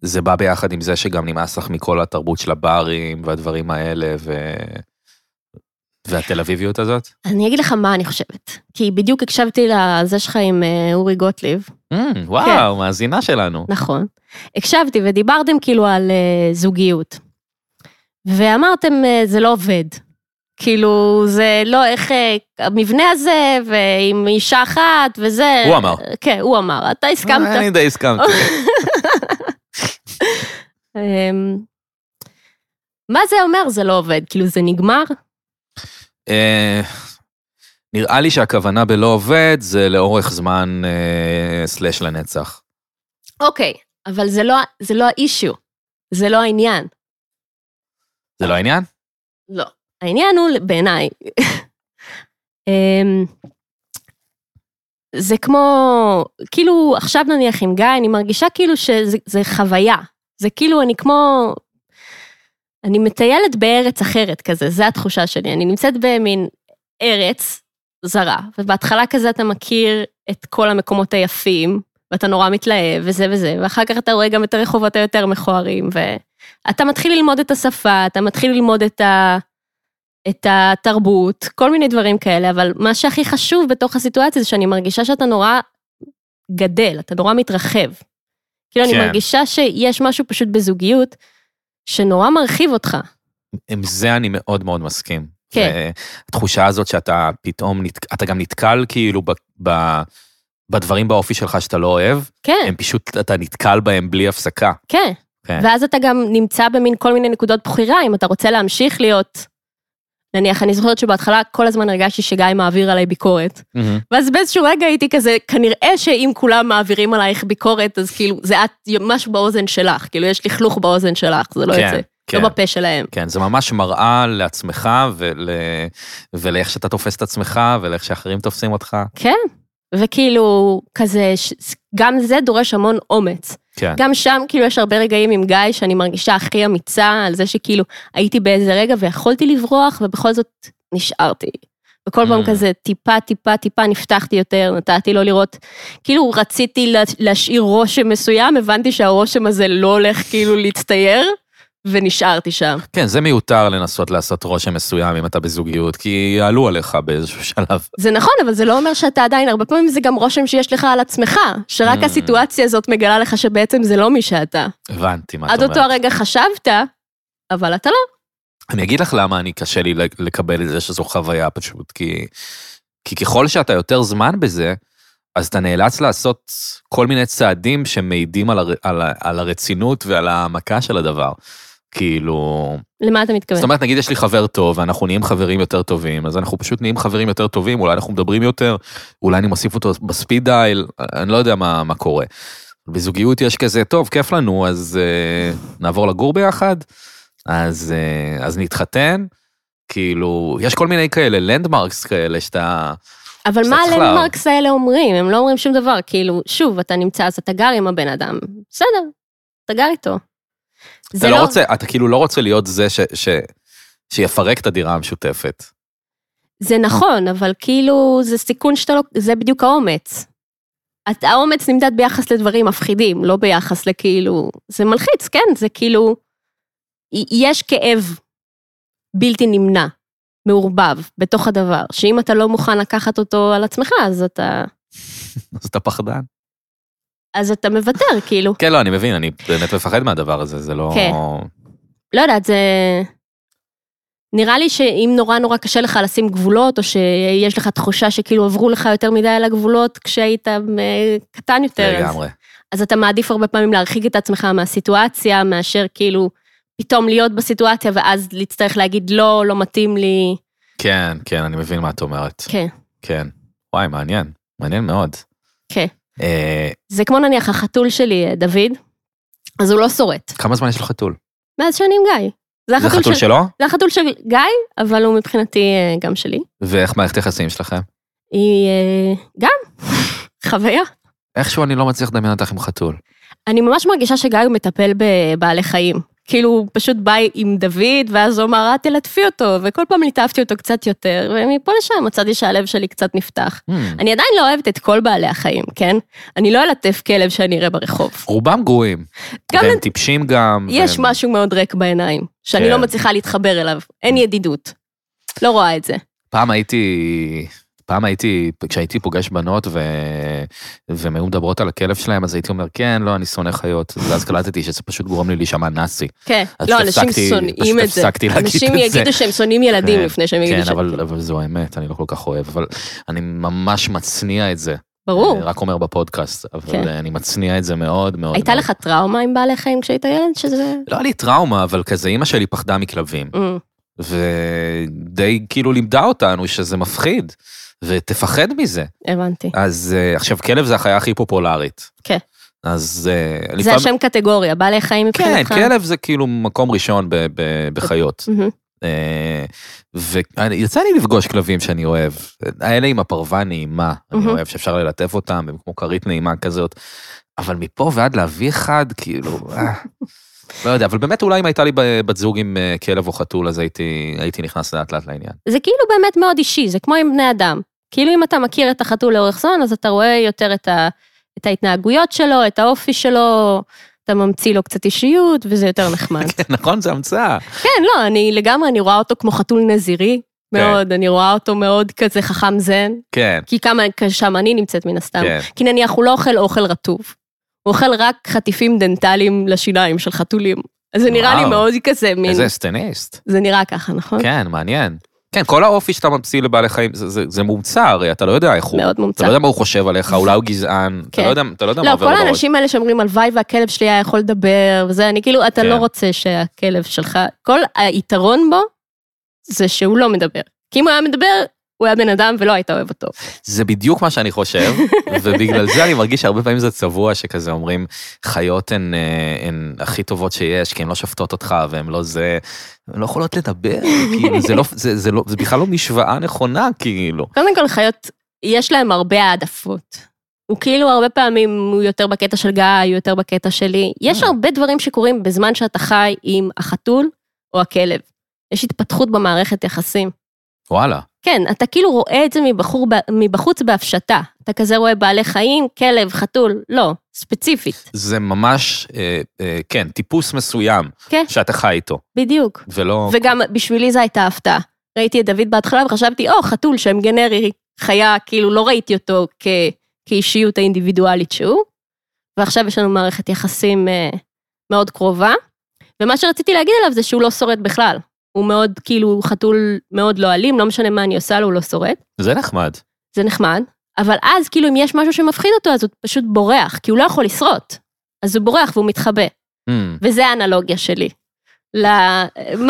[SPEAKER 2] זה בא ביחד עם זה שגם נמאס לך מכל התרבות של הברים והדברים האלה ו... והתל אביביות הזאת?
[SPEAKER 3] אני אגיד לך מה אני חושבת. כי בדיוק הקשבתי לזה שלך עם אה, אורי גוטליב,
[SPEAKER 2] Mm, וואו, מאזינה שלנו.
[SPEAKER 3] נכון. הקשבתי ודיברתם כאילו על אה, זוגיות. ואמרתם, אה, זה לא עובד. כאילו, זה לא איך אה, המבנה הזה, ועם אישה אחת, וזה...
[SPEAKER 2] הוא אמר.
[SPEAKER 3] כן, הוא אמר. אתה הסכמת.
[SPEAKER 2] אני די הסכמתי.
[SPEAKER 3] אמ, מה זה אומר זה לא עובד? כאילו זה נגמר?
[SPEAKER 2] אה, נראה לי שהכוונה בלא עובד זה לאורך זמן אה, סלאש לנצח.
[SPEAKER 3] אוקיי, אבל זה לא, זה לא האישיו, זה לא העניין.
[SPEAKER 2] זה לא העניין?
[SPEAKER 3] לא. העניין הוא בעיניי. אמ, זה כמו, כאילו עכשיו נניח עם גיא, אני מרגישה כאילו שזה זה חוויה. זה כאילו אני כמו, אני מטיילת בארץ אחרת כזה, זו התחושה שלי. אני נמצאת במין ארץ זרה, ובהתחלה כזה אתה מכיר את כל המקומות היפים, ואתה נורא מתלהב וזה וזה, ואחר כך אתה רואה גם את הרחובות היותר מכוערים, ואתה מתחיל ללמוד את השפה, אתה מתחיל ללמוד את, ה... את התרבות, כל מיני דברים כאלה, אבל מה שהכי חשוב בתוך הסיטואציה זה שאני מרגישה שאתה נורא גדל, אתה נורא מתרחב. כאילו,
[SPEAKER 2] כן.
[SPEAKER 3] אני מרגישה שיש משהו פשוט בזוגיות שנורא מרחיב אותך.
[SPEAKER 2] עם זה אני מאוד מאוד מסכים.
[SPEAKER 3] כן.
[SPEAKER 2] התחושה הזאת שאתה פתאום, נת- אתה גם נתקל כאילו ב, ב, בדברים באופי שלך שאתה לא אוהב,
[SPEAKER 3] כן,
[SPEAKER 2] הם פשוט, אתה נתקל בהם בלי הפסקה.
[SPEAKER 3] כן.
[SPEAKER 2] כן.
[SPEAKER 3] ואז אתה גם נמצא במין כל מיני נקודות בחירה, אם אתה רוצה להמשיך להיות... נניח, אני זוכרת שבהתחלה כל הזמן הרגשתי שגיא מעביר עליי ביקורת.
[SPEAKER 2] מהמם.
[SPEAKER 3] ואז באיזשהו רגע הייתי כזה, כנראה שאם כולם מעבירים עלייך ביקורת, אז כאילו, זה את, משהו באוזן שלך, כאילו, יש לכלוך באוזן שלך, זה לא
[SPEAKER 2] כן,
[SPEAKER 3] יוצא,
[SPEAKER 2] כן.
[SPEAKER 3] לא בפה שלהם.
[SPEAKER 2] כן, זה ממש מראה לעצמך ול... ולאיך שאתה תופס את עצמך ולאיך שאחרים תופסים אותך.
[SPEAKER 3] כן, וכאילו, כזה, ש... גם זה דורש המון אומץ.
[SPEAKER 2] כן.
[SPEAKER 3] גם שם, כאילו, יש הרבה רגעים עם גיא שאני מרגישה הכי אמיצה, על זה שכאילו, הייתי באיזה רגע ויכולתי לברוח, ובכל זאת נשארתי. וכל פעם
[SPEAKER 2] Mm.
[SPEAKER 3] כזה טיפה, טיפה, טיפה נפתחתי יותר, נתתי לו לראות. כאילו, רציתי לה- להשאיר רושם מסוים, הבנתי שהרושם הזה לא הולך כאילו להצטייר, ונשארתי שם.
[SPEAKER 2] כן, זה מיותר לנסות לעשות רושם מסוים אם אתה בזוגיות, כי יעלו עליך באיזשהו שלב.
[SPEAKER 3] זה נכון, אבל זה לא אומר שאתה עדיין, הרבה פעמים זה גם רושם שיש לך על עצמך, שרק
[SPEAKER 2] Mm.
[SPEAKER 3] הסיטואציה הזאת מגלה לך שבעצם זה לא מי שאתה.
[SPEAKER 2] הבנתי מה את
[SPEAKER 3] עד
[SPEAKER 2] אומרת.
[SPEAKER 3] אותו הרגע חשבת, אבל אתה לא.
[SPEAKER 2] אני אגיד לך למה אני קשה לי לקבל את זה שזו חוויה פשוט, כי, כי ככל שאתה יותר זמן בזה, אז אתה נאלץ לעשות כל מיני צעדים שמעידים על, הר, על, ה- על הרצינות ועל העמקה של הדבר. כאילו,
[SPEAKER 3] למה אתה מתכוון?
[SPEAKER 2] זאת אומרת, נגיד יש לי חבר טוב, ואנחנו נהיים חברים יותר טובים, אז אנחנו פשוט נהיים חברים יותר טובים, אולי אנחנו מדברים יותר, אולי אני מוסיף אותו בספיד דייל, אני לא יודע מה, מה קורה. בזוגיות יש כזה, טוב, כיף לנו, אז אה, נעבור לגור ביחד, אז, אה, אז נתחתן, כאילו, יש כל מיני כאלה, לנדמרקס כאלה, שאתה...
[SPEAKER 3] אבל
[SPEAKER 2] קצת
[SPEAKER 3] מה
[SPEAKER 2] חלב.
[SPEAKER 3] הלנדמרקס האלה אומרים? הם לא אומרים שום דבר. כאילו, שוב, אתה נמצא, אז אתה גר עם הבן אדם. בסדר, אתה גר איתו.
[SPEAKER 2] אתה לא רוצה, אתה כאילו לא רוצה להיות זה ש, ש, שיפרק את הדירה המשותפת.
[SPEAKER 3] זה נכון, אבל כאילו, זה סיכון שאתה לא... זה בדיוק האומץ. את- האומץ נמדד ביחס לדברים מפחידים, לא ביחס לכאילו... זה מלחיץ, כן? זה כאילו... י- יש כאב בלתי נמנע, מעורבב, בתוך הדבר, שאם אתה לא מוכן לקחת אותו על עצמך, אז אתה...
[SPEAKER 2] אז אתה פחדן.
[SPEAKER 3] אז אתה מוותר, כאילו.
[SPEAKER 2] כן, לא, אני מבין, אני באמת מפחד מהדבר הזה, זה לא...
[SPEAKER 3] כן. לא יודעת, זה... נראה לי שאם נורא נורא קשה לך לשים גבולות, או שיש לך תחושה שכאילו עברו לך יותר מדי על הגבולות כשהיית אה, קטן יותר, אז,
[SPEAKER 2] לגמרי.
[SPEAKER 3] אז אתה מעדיף הרבה פעמים להרחיק את עצמך מהסיטואציה, מאשר כאילו פתאום להיות בסיטואציה ואז להצטרך להגיד לא, לא מתאים לי.
[SPEAKER 2] כן, כן, אני מבין מה את אומרת.
[SPEAKER 3] כן.
[SPEAKER 2] כן. וואי, מעניין. מעניין מאוד.
[SPEAKER 3] כן.
[SPEAKER 2] אה,
[SPEAKER 3] זה כמו נניח החתול שלי, אה, דוד, אז הוא לא שורט,
[SPEAKER 2] כמה זמן יש לו חתול?
[SPEAKER 3] מאז שאני עם גיא. זה
[SPEAKER 2] זה
[SPEAKER 3] החתול,
[SPEAKER 2] חתול
[SPEAKER 3] של...
[SPEAKER 2] שלו?
[SPEAKER 3] זה החתול של גיא, אבל הוא מבחינתי אה, גם שלי.
[SPEAKER 2] ואיך מערכת היחסים שלכם?
[SPEAKER 3] היא אה, גם חוויה.
[SPEAKER 2] איכשהו אני לא מצליח לדמיין אותך עם חתול.
[SPEAKER 3] אני ממש מרגישה שגיא הוא מטפל בבעלי חיים. כאילו, הוא פשוט בא עם דוד, ואז הוא אמר, "אה, תלטפי אותו, וכל פעם ליטפתי אותו קצת יותר, ומפה לשם מצאתי שהלב שלי קצת נפתח.
[SPEAKER 2] Hmm.
[SPEAKER 3] אני עדיין לא אוהבת את כל בעלי החיים, כן? אני לא אלטף כלב שאני אראה ברחוב.
[SPEAKER 2] רובם גרועים.
[SPEAKER 3] גם
[SPEAKER 2] והם
[SPEAKER 3] לת-
[SPEAKER 2] טיפשים גם.
[SPEAKER 3] יש
[SPEAKER 2] והם-
[SPEAKER 3] משהו מאוד ריק בעיניים, שאני
[SPEAKER 2] כן.
[SPEAKER 3] לא מצליחה להתחבר אליו. אין ידידות. לא רואה את זה.
[SPEAKER 2] פעם הייתי... פעם הייתי, כשהייתי פוגש בנות ו... והן היו מדברות על הכלב שלהם, אז הייתי אומר, כן, לא, אני שונא חיות. ואז קלטתי שזה פשוט גורם לי להישמע נאצי.
[SPEAKER 3] כן.
[SPEAKER 2] אז
[SPEAKER 3] לא, אנשים
[SPEAKER 2] הפסקתי-
[SPEAKER 3] שונאים
[SPEAKER 2] פשוט
[SPEAKER 3] את זה.
[SPEAKER 2] הפסקתי להגיד
[SPEAKER 3] אנשים
[SPEAKER 2] את זה.
[SPEAKER 3] יגידו שהם שונאים ילדים
[SPEAKER 2] כן,
[SPEAKER 3] לפני שהם יגידו
[SPEAKER 2] כן,
[SPEAKER 3] שהם...
[SPEAKER 2] אבל, אבל זו האמת, אני לא כל כך אוהב, אבל אני ממש מצניע את זה.
[SPEAKER 3] ברור.
[SPEAKER 2] אני רק אומר בפודקאסט, אבל
[SPEAKER 3] כן.
[SPEAKER 2] אני מצניע את זה מאוד מאוד.
[SPEAKER 3] הייתה
[SPEAKER 2] מאוד.
[SPEAKER 3] לך טראומה עם בעלי חיים כשהיית ילד? שזה...
[SPEAKER 2] לא היה לי טראומה, אבל כזה אימא שלי פחדה מכלבים,
[SPEAKER 3] אמ,
[SPEAKER 2] ודי כאילו לימדה אותנו שזה מפחיד, ותפחד מזה.
[SPEAKER 3] הבנתי.
[SPEAKER 2] אז אה, עכשיו, כלב זה החיה הכי פופולרית.
[SPEAKER 3] כן.
[SPEAKER 2] אז אה,
[SPEAKER 3] זה השם קטגוריה, בעלי חיים
[SPEAKER 2] כן,
[SPEAKER 3] מבחינתך?
[SPEAKER 2] כלב זה כאילו מקום ראשון ב- ב- בחיות.
[SPEAKER 3] מהמם.
[SPEAKER 2] אה, ויצא לי לפגוש כלבים שאני אוהב, האלה עם הפרווה נעימה, אני
[SPEAKER 3] מהמם.
[SPEAKER 2] אוהב שאפשר ללטף אותם, הם כמו כרית נעימה כזאת, אבל מפה ועד להביא אחד, כאילו, אה, לא יודע, אבל באמת אולי אם הייתה לי ב- בת זוג עם אה, כלב או חתול, אז הייתי הייתי נכנס לאט לאט לעניין.
[SPEAKER 3] זה כאילו באמת מאוד אישי, זה כמו עם בני אדם. כאילו אם אתה מכיר את החתול לאורך זמן, אז אתה רואה יותר את, ה... את ההתנהגויות שלו, את האופי שלו, אתה ממציא לו קצת אישיות, וזה יותר נחמד.
[SPEAKER 2] נכון, זה המצאה.
[SPEAKER 3] כן, לא, אני לגמרי, אני רואה אותו כמו חתול נזירי.
[SPEAKER 2] כן.
[SPEAKER 3] מאוד, אני רואה אותו מאוד כזה חכם זן,
[SPEAKER 2] כן,
[SPEAKER 3] כי כמה שם אני נמצאת מן הסתם.
[SPEAKER 2] כן.
[SPEAKER 3] כי נניח הוא לא אוכל אוכל רטוב, הוא אוכל רק חטיפים דנטליים לשיניים של חתולים. אז זה נראה לי
[SPEAKER 2] וואו.
[SPEAKER 3] מאוד כזה מין,
[SPEAKER 2] איזה סטניסט.
[SPEAKER 3] זה נראה ככה, נכון?
[SPEAKER 2] כן, מעניין. כן, כל האופי שאתה ממציא לבעלי חיים, זה- זה זה מומצא הרי, אתה לא יודע איך הוא.
[SPEAKER 3] מאוד מומצא.
[SPEAKER 2] אתה לא יודע מה הוא חושב עליך, אולי הוא גזען, אתה
[SPEAKER 3] כן.
[SPEAKER 2] לא יודע- אתה לא יודע מה
[SPEAKER 3] לא,
[SPEAKER 2] עובר
[SPEAKER 3] כל
[SPEAKER 2] לו בראש.
[SPEAKER 3] האנשים האלה שאומרים, הלוואי והכלב שלי היה יכול לדבר, וזה, אני כאילו, אתה
[SPEAKER 2] כן.
[SPEAKER 3] לא רוצה שהכלב שלך, כל היתרון בו, זה שהוא לא מדבר. כי אם הוא היה מדבר, הוא היה בן אדם ולא היית אוהב אותו.
[SPEAKER 2] זה בדיוק מה שאני חושב, ובגלל זה אני מרגיש שהרבה פעמים זה צבוע שכזה אומרים, חיות הן, אה, הן הכי טובות שיש, כי הן לא שופטות אותך והן לא זה, הן לא יכולות לדבר, כאילו, זה, לא, זה, זה, לא, זה בכלל לא משוואה נכונה, כאילו.
[SPEAKER 3] קודם כל, חיות, יש להם הרבה העדפות. הוא כאילו הרבה פעמים הוא יותר בקטע של גיא, הוא יותר בקטע שלי. יש
[SPEAKER 2] אה.
[SPEAKER 3] הרבה דברים שקורים בזמן שאתה חי עם החתול או הכלב. יש התפתחות במערכת יחסים.
[SPEAKER 2] וואלה.
[SPEAKER 3] כן, אתה כאילו רואה את זה מבחור, מבחוץ בהפשטה. אתה כזה רואה בעלי חיים, כלב, חתול, לא, ספציפית.
[SPEAKER 2] זה ממש, אה, אה, כן, טיפוס מסוים
[SPEAKER 3] כן.
[SPEAKER 2] שאתה חי איתו,
[SPEAKER 3] בדיוק.
[SPEAKER 2] ולא...
[SPEAKER 3] וגם בשבילי זו הייתה הפתעה. ראיתי את דוד בהתחלה וחשבתי, או, חתול, שם גנרי, חיה, כאילו לא ראיתי אותו כ... כאישיות האינדיבידואלית שהוא. ועכשיו יש לנו מערכת יחסים אה, מאוד קרובה. ומה שרציתי להגיד עליו זה שהוא לא שורד בכלל. הוא מאוד, כאילו, הוא חתול מאוד לא אלים, לא משנה מה אני עושה לו, הוא לא שורד.
[SPEAKER 2] זה נחמד.
[SPEAKER 3] זה נחמד, אבל אז כאילו אם יש משהו שמפחיד אותו, אז הוא פשוט בורח, כי הוא לא יכול לשרוט. אז הוא בורח והוא מתחבא,
[SPEAKER 2] Hmm,
[SPEAKER 3] וזה האנלוגיה שלי. למ-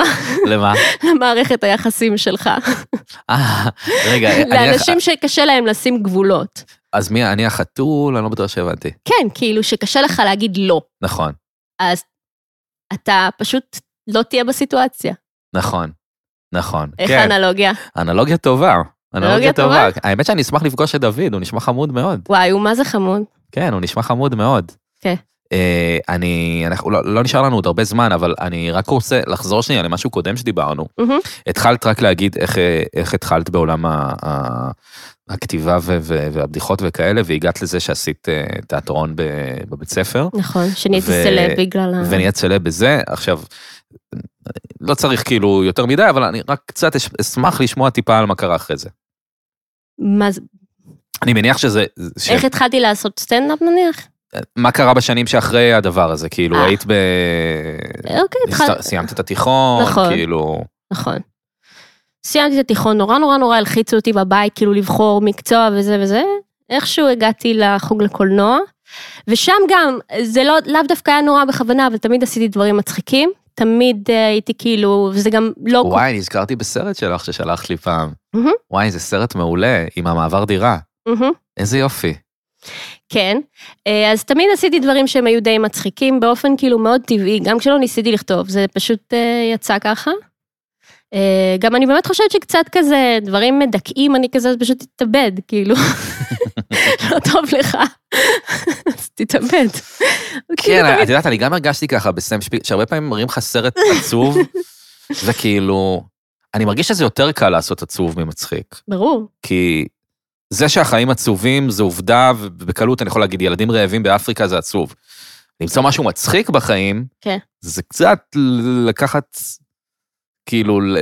[SPEAKER 2] למה?
[SPEAKER 3] למערכת היחסים שלך,
[SPEAKER 2] אה, רגע, אני-
[SPEAKER 3] לאנשים שקשה להם לשים גבולות.
[SPEAKER 2] אז מי, אני החתול? אני לא בטוח שהבנתי.
[SPEAKER 3] כן, כאילו שקשה לך להגיד לא,
[SPEAKER 2] נכון,
[SPEAKER 3] אז אתה פשוט לא תהיה בסיטואציה. נכון.
[SPEAKER 2] נכון.
[SPEAKER 3] איך
[SPEAKER 2] כן.
[SPEAKER 3] האנלוגיה?
[SPEAKER 2] אנלוגיה טובה. אנלוגיה
[SPEAKER 3] אנלוגיה
[SPEAKER 2] טובה. האמת שאני אשמח לפגוש את דוד, הוא נשמע חמוד מאוד.
[SPEAKER 3] וואי, הוא מה זה חמוד.
[SPEAKER 2] כן, הוא נשמע חמוד מאוד.
[SPEAKER 3] כן.
[SPEAKER 2] אה, אני, אנחנו, לא, לא נשאר לנו עוד הרבה זמן, אבל אני רק רוצה לחזור שנייה למשהו קודם שדיברנו.
[SPEAKER 3] מהמם.
[SPEAKER 2] התחלת רק להגיד איך, אה, איך התחלת בעולם ה, ה, הכתיבה ו, ו, והבדיחות וכאלה, והגעת לזה שעשית אה, תיאטרון ב, בבית ספר.
[SPEAKER 3] נכון, שנהייתי
[SPEAKER 2] ו-
[SPEAKER 3] סלב בגלל ה...
[SPEAKER 2] ונהיית סלב בזה. עכשיו, לא צריך כאילו יותר מדי, אבל אני רק קצת אש- אשמח לשמוע טיפה על מה קרה אחרי זה.
[SPEAKER 3] מה זה...
[SPEAKER 2] אני מניח שזה... ש-
[SPEAKER 3] איך התחלתי לעשות סטנדאפ נניח?
[SPEAKER 2] מה קרה בשנים שאחרי הדבר הזה? כאילו,
[SPEAKER 3] אה.
[SPEAKER 2] היית ב...
[SPEAKER 3] אוקיי, התחלתי...
[SPEAKER 2] הסת- סיימת את התיכון,
[SPEAKER 3] נכון.
[SPEAKER 2] כאילו...
[SPEAKER 3] נכון. סיימתי את התיכון, נורא נורא נורא הלחיצו אותי בבית, כאילו לבחור מקצוע וזה וזה. איכשהו הגעתי לחוג לקולנוע, ושם גם, זה לא, לאו דווקא היה נורא בכוונה, אבל תמיד עשיתי דברים מצחיקים. תמיד אה, הייתי כאילו, וזה גם לא...
[SPEAKER 2] וואי, נזכרתי בסרט שלך ששלחת לי פעם.
[SPEAKER 3] מהמם.
[SPEAKER 2] וואי, זה סרט מעולה, עם המעבר דירה.
[SPEAKER 3] מהמם,
[SPEAKER 2] איזה יופי.
[SPEAKER 3] כן. אה, אז תמיד עשיתי דברים שהם היו די מצחיקים, באופן כאילו מאוד טבעי, גם כשלא ניסיתי לכתוב, זה פשוט אה, יצא ככה. אה, גם אני באמת חושבת שקצת כזה, דברים מדכאים, אני כזה פשוט תתאבד, כאילו. לא טוב לך, אז תתאבד. כאילו,
[SPEAKER 2] כן, את יודעת, אני גם הרגשתי ככה בסם שפיל, שהרבה פעמים מראים לך סרט עצוב, וכאילו... אני מרגיש שזה יותר קל לעשות עצוב ממצחיק,
[SPEAKER 3] ברור,
[SPEAKER 2] כי זה שהחיים עצובים זה עובדה, ובקלות אני יכול להגיד, ילדים רעבים באפריקה זה עצוב. למצוא משהו מצחיק בחיים,
[SPEAKER 3] כן.
[SPEAKER 2] זה קצת לקחת, כאילו, ל-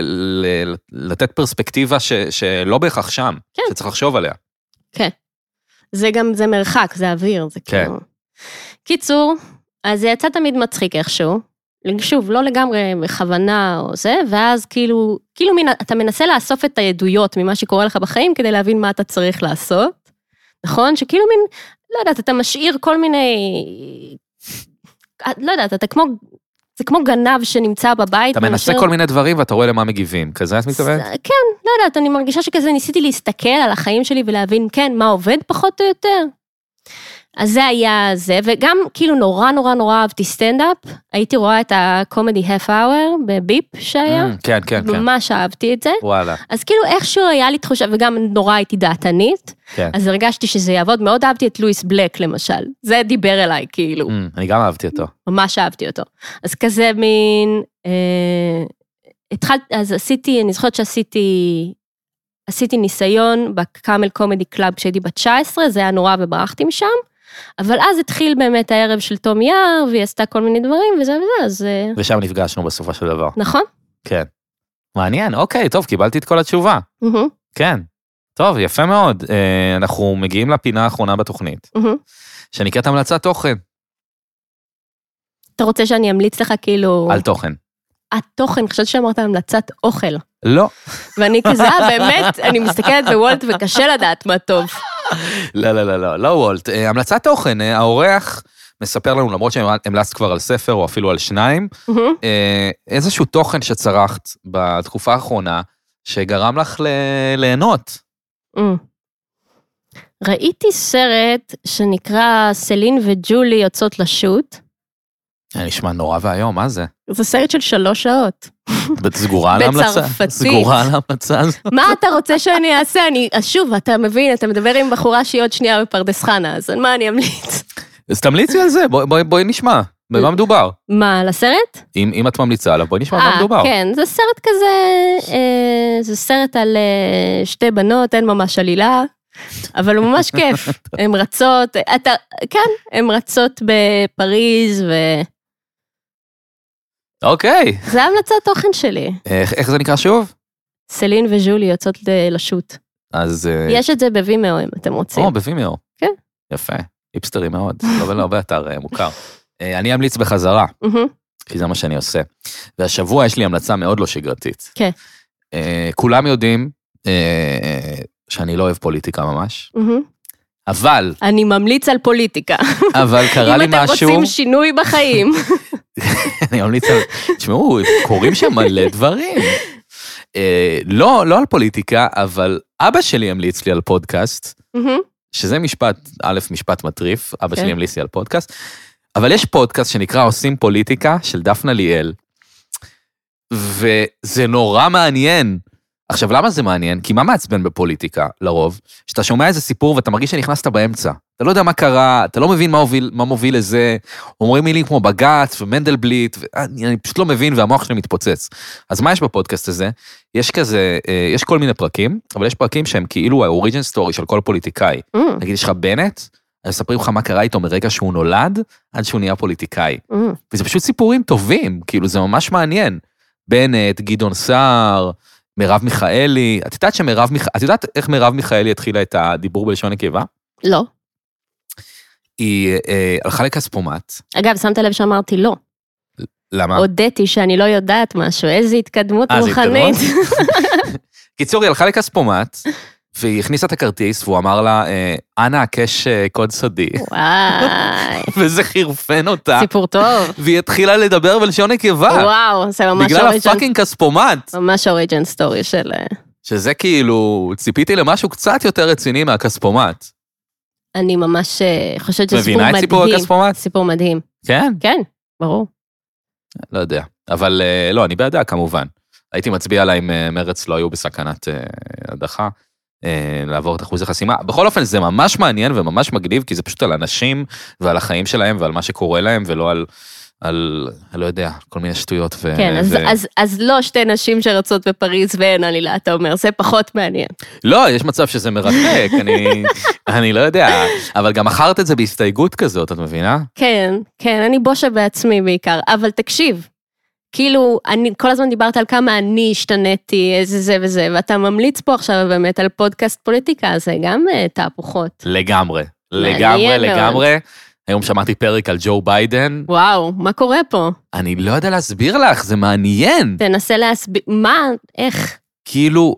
[SPEAKER 2] ל- לתת פרספקטיבה ש- שלא בהכרח שם,
[SPEAKER 3] כן.
[SPEAKER 2] שצריך לחשוב עליה.
[SPEAKER 3] זה גם, זה מרחק, זה אוויר, זה
[SPEAKER 2] כן.
[SPEAKER 3] כאילו... קיצור, אז זה יצא תמיד מצחיק איכשהו. שוב, לא לגמרי בכוונה או זה, ואז כאילו, כאילו מין, אתה מנסה לאסוף את העדויות ממה שקורה לך בחיים כדי להבין מה אתה צריך לעשות, נכון? שכאילו מין, לא יודעת, אתה משאיר כל מיני... לא יודעת, אתה כמו, זה כמו גנב שנמצא בבית.
[SPEAKER 2] אתה מנסה
[SPEAKER 3] ומשאיר-
[SPEAKER 2] כל מיני דברים ואתה רואה למה מגיבים, כזה את מתכוונת?
[SPEAKER 3] כן, לא יודעת, אני מרגישה שכזה ניסיתי להסתכל על החיים שלי ולהבין, כן, מה עובד פחות או יותר. אז זה היה זה, וגם כאילו נורא נורא נורא אהבתי סטנדאפ, הייתי רואה את הקומדי half hour בביפ שהיה,
[SPEAKER 2] Mm, כן, כן, כן.
[SPEAKER 3] ממש אהבתי את זה.
[SPEAKER 2] וואלה,
[SPEAKER 3] אז כאילו איכשהו היה לי תחושה, וגם נורא הייתי דעתנית,
[SPEAKER 2] כן.
[SPEAKER 3] אז הרגשתי שזה יעבוד, מאוד אהבתי את לואיס בלק למשל, זה דיבר אליי כאילו.
[SPEAKER 2] Mm, אני גם אהבתי אותו.
[SPEAKER 3] ממש אהבתי אותו. אז כזה מין... אה, התחלתי, אז עשיתי, אני זוכרת שעשיתי... עשיתי ניסיון בקאמל קומדי קלאב כשהייתי בת 19, זה היה נורא וברחתי משם. אבל אז התחיל באמת הערב של תום יער, והיא עשתה כל מיני דברים וזה וזה, אז... אה,
[SPEAKER 2] ושם נפגשנו בסופו של דבר.
[SPEAKER 3] נכון?
[SPEAKER 2] כן. מעניין, אוקיי, טוב, קיבלתי את כל התשובה.
[SPEAKER 3] מהמם,
[SPEAKER 2] כן. טוב, יפה מאוד. אה, אנחנו מגיעים לפינה האחרונה בתוכנית,
[SPEAKER 3] מהמם.
[SPEAKER 2] שנקראת המלצת תוכן.
[SPEAKER 3] אתה רוצה שאני אמליץ לך כאילו...
[SPEAKER 2] על תוכן.
[SPEAKER 3] התוכן, חשבתי שאמרת המלצת אוכל.
[SPEAKER 2] לא.
[SPEAKER 3] ואני כזה, "אה, באמת, אני מסתכלת בוולט וקשה לדעת מה טוב.
[SPEAKER 2] לא, לא, לא, לא, לא וולט. אה, המלצת תוכן, אה, האורח מספר לנו, למרות שהמלצת כבר על ספר או אפילו על שניים,
[SPEAKER 3] מהמם.
[SPEAKER 2] אה, איזשהו תוכן שצרחת בתקופה האחרונה, שגרם לך ל- ליהנות.
[SPEAKER 3] Mm. ראיתי סרט שנקרא סלין וג'ולי יוצאות לשוט.
[SPEAKER 2] אה, נשמע נורא ואיום, מה זה?
[SPEAKER 3] זה סרט של שלוש שעות.
[SPEAKER 2] בית סגורה על ההמלצה?
[SPEAKER 3] בצרפתית.
[SPEAKER 2] סגורה על ההמלצה הזו?
[SPEAKER 3] מה אתה רוצה שאני אעשה? אני, אז שוב, אתה מבין, אתה מדבר עם בחורה שהיא עוד שנייה בפרדס חנה, אז על מה אני אמליץ?
[SPEAKER 2] אז תמליצי על זה, בואי- בואי בואי נשמע. במה מדובר?
[SPEAKER 3] מה, על הסרט?
[SPEAKER 2] אם אם את ממליצה עליו, בואי נשמע במה
[SPEAKER 3] אה,
[SPEAKER 2] מדובר.
[SPEAKER 3] כן, זה סרט כזה, אה, זה סרט על אה, שתי בנות, אין ממש עלילה, אבל הוא ממש כיף. הן רצות, אתה, כן, הן רצות בפריז, וזה
[SPEAKER 2] אוקיי.
[SPEAKER 3] המלצת תוכן שלי.
[SPEAKER 2] איך איך זה נקרא שוב?
[SPEAKER 3] סלין וג'ולי יוצאות ל- לשוט.
[SPEAKER 2] אז... אה,
[SPEAKER 3] יש את זה בווימאו אם אתם רוצים.
[SPEAKER 2] או, בווימאו.
[SPEAKER 3] כן.
[SPEAKER 2] יפה. היפסטרי מאוד. לא, ולא, באתר אה, מוכר. אה, אני אמליץ בחזרה,
[SPEAKER 3] מהמם.
[SPEAKER 2] כי זה מה שאני עושה. והשבוע יש לי המלצה מאוד לא שגרתית.
[SPEAKER 3] כן.
[SPEAKER 2] אה, כולם יודעים אה, שאני לא אוהב פוליטיקה ממש,
[SPEAKER 3] מהמם.
[SPEAKER 2] אבל,
[SPEAKER 3] אני ממליץ על פוליטיקה.
[SPEAKER 2] אבל קרה לי
[SPEAKER 3] אם אתם
[SPEAKER 2] משהו,
[SPEAKER 3] רוצים שינוי בחיים.
[SPEAKER 2] אני ממליץ על... תשמעו, קורים שם מלא דברים. אה, לא, לא על פוליטיקה, אבל אבא שלי המליץ לי על פודקאסט,
[SPEAKER 3] מהמם.
[SPEAKER 2] שזה משפט, א', משפט מטריף, אבא
[SPEAKER 3] כן.
[SPEAKER 2] שלי המליץ לי על פודקאסט, אבל יש פודקאסט שנקרא עושים פוליטיקה של דפנה ליאל, וזה נורא מעניין. עכשיו, למה זה מעניין? כי מה מעצבן בפוליטיקה, לרוב? שאתה שומע איזה סיפור ואתה מרגיש שנכנסת באמצע. אתה לא יודע מה קרה, אתה לא מבין מה מוביל, מה מוביל לזה, אומרים מילים כמו בג"ץ ומנדלבליט, ואני, אני פשוט לא מבין והמוח שלי מתפוצץ. אז מה יש בפודקאסט הזה? יש כזה, אה, יש כל מיני פרקים, אבל יש פרקים שהם כאילו האוריג'ן סטורי של כל פוליטיקאי.
[SPEAKER 3] מהמם.
[SPEAKER 2] נגיד יש לך בנט, אז מספרים לך מה קרה איתו מרגע שהוא נולד עד שהוא נהיה פוליטיקאי.
[SPEAKER 3] מהמם.
[SPEAKER 2] וזה פשוט סיפורים טובים, כאילו זה ממש מעניין. בנט, גדעון סער, מרב מיכאלי, את יודעת שמרב מיכ... את יודעת איך מרב מיכאלי התחילה את הדיבור בלשון נקבה?
[SPEAKER 3] לא.
[SPEAKER 2] היא אה, הלכה לכספומט,
[SPEAKER 3] אגב, שמת לב שאמרתי לא.
[SPEAKER 2] אה. למה?
[SPEAKER 3] הודיתי שאני לא יודעת משהו, איזו התקדמות
[SPEAKER 2] אה, זה
[SPEAKER 3] רוחנית.
[SPEAKER 2] קיצור, היא הלכה לכספומט, והיא הכניסה את הכרטיס, והוא אמר לה, אה, אנא, הקש אה, קוד סודי,
[SPEAKER 3] וואי,
[SPEAKER 2] וזה חירפן אותה,
[SPEAKER 3] סיפור טוב.
[SPEAKER 2] והיא התחילה לדבר בלשון נקבה,
[SPEAKER 3] וואו, זה ממש
[SPEAKER 2] אה.
[SPEAKER 3] לא
[SPEAKER 2] בגלל
[SPEAKER 3] אוריג'ן,
[SPEAKER 2] הפאקינג כספומט.
[SPEAKER 3] ממש אוריג'ן סטורי של... אה,
[SPEAKER 2] שזה כאילו, ציפיתי למשהו קצת יותר רציני מהכספומט.
[SPEAKER 3] אני ממש אה, חושבת שזה סיפור
[SPEAKER 2] מבינה את סיפור
[SPEAKER 3] מדהים.
[SPEAKER 2] הכספומט?
[SPEAKER 3] סיפור מדהים.
[SPEAKER 2] כן?
[SPEAKER 3] כן, ברור.
[SPEAKER 2] לא יודע. אבל אה, לא, אני בעדה כמובן. הייתי מצביע לה אם אה, מרץ לא היו בסכנת אה, הדחה, אה, לעבור את אחוז החסימה. בכל אופן, זה ממש מעניין וממש מגניב, כי זה פשוט על אנשים ועל החיים שלהם ועל מה שקורה להם, ולא על, על, אני לא יודע, כל מיני שטויות. ו,
[SPEAKER 3] כן, אז-
[SPEAKER 2] ו...
[SPEAKER 3] אז- אז לא שתי נשים שרצות בפריז ואין עלילה, אתה אומר, זה פחות מעניין.
[SPEAKER 2] לא, יש מצב שזה מרתק, אני, אני לא יודע. אבל גם מכרת את זה בהסתייגות כזאת, את מבינה?
[SPEAKER 3] כן, כן, אני בושה בעצמי בעיקר, אבל תקשיב, כאילו, אני כל הזמן דיברת על כמה אני השתניתי, איזה זה וזה, ואתה ממליץ פה עכשיו באמת על פודקאסט פוליטיקה, זה גם אה, תהפוכות.
[SPEAKER 2] לגמרי,
[SPEAKER 3] מעניין
[SPEAKER 2] לגמרי,
[SPEAKER 3] מאוד.
[SPEAKER 2] לגמרי. היום שמעתי פרק על ג'ו ביידן,
[SPEAKER 3] וואו, מה קורה פה?
[SPEAKER 2] אני לא יודע להסביר לך, זה מעניין.
[SPEAKER 3] תנסה להסביר, מה, איך?
[SPEAKER 2] כאילו,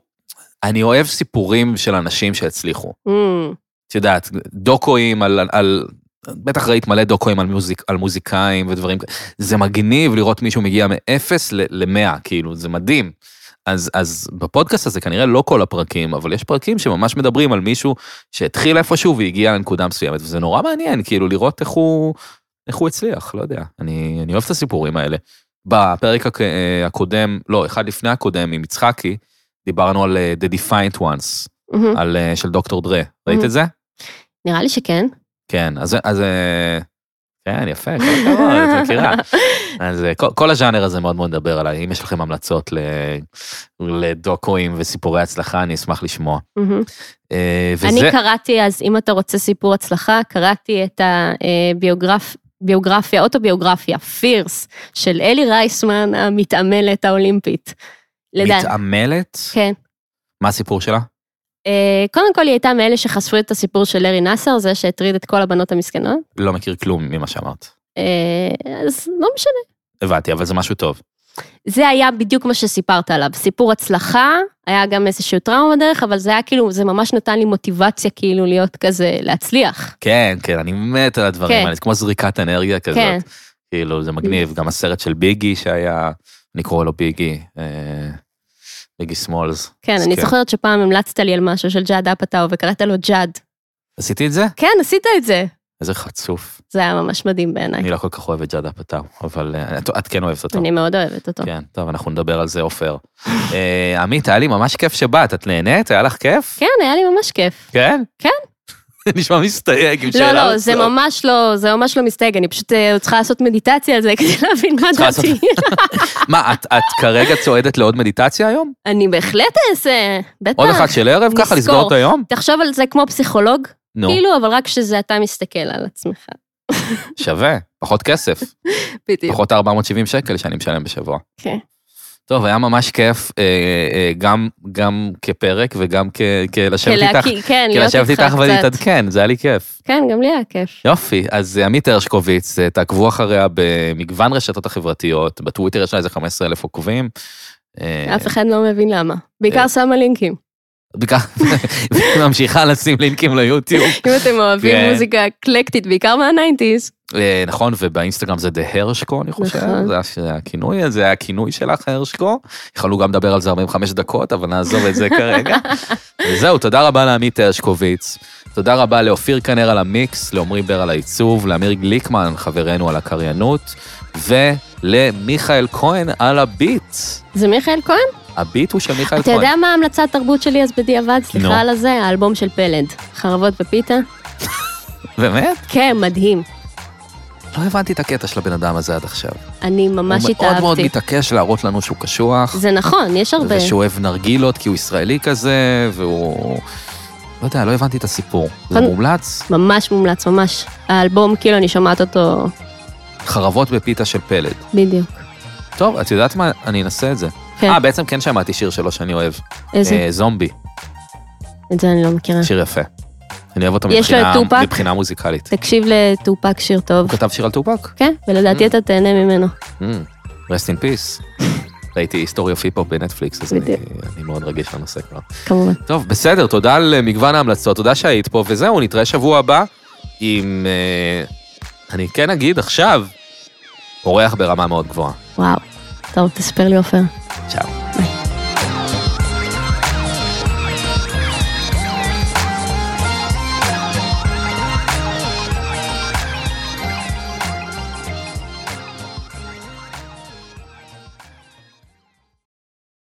[SPEAKER 2] אני אוהב סיפורים של אנשים שהצליחו.
[SPEAKER 3] אמ,
[SPEAKER 2] את יודעת, דוקואים על... על בטח ראית מלא דוקואים על, מוזיק, על מוזיקאים ודברים כאלה. זה מגניב לראות מישהו מגיע מאפס למאה, כאילו, זה מדהים. אז, אז בפודקאסט הזה כנראה לא כל הפרקים, אבל יש פרקים שממש מדברים על מישהו שהתחיל איפשהו והגיע לנקודה מסוימת, וזה נורא מעניין, כאילו, לראות איך הוא, איך הוא הצליח, לא יודע. אני, אני אוהב את הסיפורים האלה. בפרק הק- אה, הקודם, לא, אחד לפני הקודם, עם יצחקי, דיברנו על אה, The Defiant Ones,
[SPEAKER 3] אמ,
[SPEAKER 2] על, אה, של דוקטור דרה. ראית את זה?
[SPEAKER 3] נראה לי שכן.
[SPEAKER 2] כן, אז... אז אה, כן, יפה, כל הכבוד, את מכירה. אז אה, כל, כל הז'אנר הזה מאוד מאוד מדבר עליי. אם יש לכם המלצות ל, לדוקואים וסיפורי הצלחה, אני אשמח לשמוע.
[SPEAKER 3] אמ,
[SPEAKER 2] אה, וזה...
[SPEAKER 3] אני קראתי, אז אם אתה רוצה סיפור הצלחה, קראתי את הביוגרפיה, אוטוביוגרפיה, פירס, של אלי רייסמן, המתעמלת האולימפית. לדעתי.
[SPEAKER 2] מתעמלת?
[SPEAKER 3] כן.
[SPEAKER 2] מה הסיפור שלה?
[SPEAKER 3] אה, קודם כל היא הייתה מאלה שחשפו את הסיפור של לארי נאסר, זה שהטריד את כל הבנות המסכנות.
[SPEAKER 2] לא מכיר כלום ממה שאמרת.
[SPEAKER 3] אה, אז לא משנה.
[SPEAKER 2] הבנתי, אבל זה משהו טוב.
[SPEAKER 3] זה היה בדיוק מה שסיפרת עליו, סיפור הצלחה, היה גם איזשהו טראומה דרך, אבל זה היה כאילו, זה ממש נתן לי מוטיבציה כאילו להיות כזה, להצליח.
[SPEAKER 2] כן, כן, אני מת על הדברים
[SPEAKER 3] כן.
[SPEAKER 2] האלה, זה כמו זריקת אנרגיה כזאת.
[SPEAKER 3] כן.
[SPEAKER 2] כאילו, זה מגניב, גם הסרט של ביגי שהיה, אני קורא לו ביגי, אה, ביגי סמולס.
[SPEAKER 3] כן,
[SPEAKER 2] אז
[SPEAKER 3] אני זוכרת שפעם המלצת לי על משהו של ג'אד אפאטאו וקראת לו ג'אד.
[SPEAKER 2] עשיתי את זה?
[SPEAKER 3] כן, עשית את זה.
[SPEAKER 2] איזה חצוף.
[SPEAKER 3] זה היה ממש מדהים בעיניי.
[SPEAKER 2] אני לא כל כך אוהב את ג'אדה פטאו, אבל אה, את- את כן אוהבת אותו.
[SPEAKER 3] אני מאוד אוהבת אותו.
[SPEAKER 2] כן, טוב, אנחנו נדבר על זה, עופר. אה, עמית, היה לי ממש כיף שבאת, את נהנית? היה לך כיף?
[SPEAKER 3] כן, היה לי ממש כיף.
[SPEAKER 2] כן?
[SPEAKER 3] כן.
[SPEAKER 2] נשמע מסתייג עם
[SPEAKER 3] לא,
[SPEAKER 2] שאלה.
[SPEAKER 3] לא, זה ממש לא, זה ממש לא מסתייג, אני פשוט אה, צריכה לעשות מדיטציה על זה כדי להבין מה
[SPEAKER 2] צריכה לעשות-
[SPEAKER 3] דעתי.
[SPEAKER 2] מה, את- את כרגע צועדת לעוד מדיטציה היום?
[SPEAKER 3] אני בהחלט אעשה, בטח.
[SPEAKER 2] עוד אחת של ערב? ככה, לסגור
[SPEAKER 3] נזכור.
[SPEAKER 2] את היום?
[SPEAKER 3] תחשוב על זה כמו פסיכולוג,
[SPEAKER 2] נו,
[SPEAKER 3] כאילו, אבל רק שזה אתה מסתכל על עצמך.
[SPEAKER 2] שווה, פחות כסף.
[SPEAKER 3] בדיוק.
[SPEAKER 2] פחות 470 שקל שאני משלם בשבוע.
[SPEAKER 3] כן.
[SPEAKER 2] טוב, היה ממש כיף, אה, אה, גם, גם כפרק וגם כ, כלשבת איתך,
[SPEAKER 3] כלהקיא- כן, להיות
[SPEAKER 2] כלשבת
[SPEAKER 3] איתך
[SPEAKER 2] איתך
[SPEAKER 3] קצת.
[SPEAKER 2] ולהתעדכן, זה היה לי כיף.
[SPEAKER 3] כן, גם לי היה כיף.
[SPEAKER 2] יופי, אז אה, עמית הרשקוביץ, אה, תעקבו אחריה במגוון רשתות החברתיות, בטוויטר יש לה איזה 15 אלף עוקבים. אה,
[SPEAKER 3] אף אחד לא מבין למה. בעיקר שמה לינקים.
[SPEAKER 2] בכך- והיא ממשיכה לשים לינקים ליוטיוב.
[SPEAKER 3] אם אתם אוהבים
[SPEAKER 2] כן.
[SPEAKER 3] מוזיקה אקלקטית, בעיקר מהניינטיז,
[SPEAKER 2] אה, נכון, ובאינסטגרם זה דה הרשקו, אני חושב,
[SPEAKER 3] נכון.
[SPEAKER 2] זה הש- הכינוי, זה הכינוי שלך, הרשקו. יכלו גם לדבר על זה 45 דקות, אבל נעזוב את זה כרגע. וזהו, תודה רבה לעמית הרשקוביץ. תודה רבה לאופיר כנר על המיקס, לעמרי בר על העיצוב, לאמיר גליקמן, חברנו על הקריינות, ולמיכאל כהן על הביט.
[SPEAKER 3] זה מיכאל כהן?
[SPEAKER 2] הביט הוא של מיכאל
[SPEAKER 3] אתה
[SPEAKER 2] כהן.
[SPEAKER 3] יודע מה ההמלצת תרבות שלי אז בדיעבד?
[SPEAKER 2] נו.
[SPEAKER 3] סליחה על הזה, האלבום של פלד. חרבות בפיתה?
[SPEAKER 2] באמת?
[SPEAKER 3] כן, מדהים.
[SPEAKER 2] לא הבנתי את הקטע של הבן אדם הזה עד עכשיו.
[SPEAKER 3] אני ממש
[SPEAKER 2] הוא מאוד מאוד
[SPEAKER 3] התאהבתי.
[SPEAKER 2] מתעקש להראות לנו שהוא קשוח.
[SPEAKER 3] זה נכון, יש הרבה.
[SPEAKER 2] ושהוא אוהב נרגילות כי הוא ישראלי כזה, והוא... לא יודע, לא הבנתי את הסיפור. זה
[SPEAKER 3] קודם-
[SPEAKER 2] מומלץ?
[SPEAKER 3] ממש מומלץ, ממש. האלבום, כאילו, אני שומעת אותו
[SPEAKER 2] חרבות בפיתה של פלד.
[SPEAKER 3] בדיוק.
[SPEAKER 2] טוב, את יודעת מה? אני אנסה את זה.
[SPEAKER 3] כן,
[SPEAKER 2] אה, בעצם כן שמעתי שיר שלו שאני אוהב.
[SPEAKER 3] איזה?
[SPEAKER 2] אה, זומבי,
[SPEAKER 3] את זה אני לא מכירה.
[SPEAKER 2] שיר יפה. אני אוהב אותו
[SPEAKER 3] יש לו את
[SPEAKER 2] מבחינה-
[SPEAKER 3] טופק?
[SPEAKER 2] מבחינה מוזיקלית.
[SPEAKER 3] תקשיב לטופק שיר טוב.
[SPEAKER 2] הוא כתב שיר על טופק?
[SPEAKER 3] כן,
[SPEAKER 2] Mm.
[SPEAKER 3] ולדעתי אתה תהנה ממנו.
[SPEAKER 2] רסט אין פיס. ראיתי היסטורי אוף היפ-הופ בנטפליקס, אז אני
[SPEAKER 3] בדיוק.
[SPEAKER 2] אני מאוד רגיש לנושא כבר.
[SPEAKER 3] כמובן.
[SPEAKER 2] טוב, בסדר, תודה על אה, מגוון ההמלצות, תודה שהיית פה, וזהו, נתראה שבוע הבא עם... אה, אני כן אגיד עכשיו, אורח ברמה מאוד גבוהה.
[SPEAKER 3] וואו. טוב, תספר לי, עופר.
[SPEAKER 2] צ'או.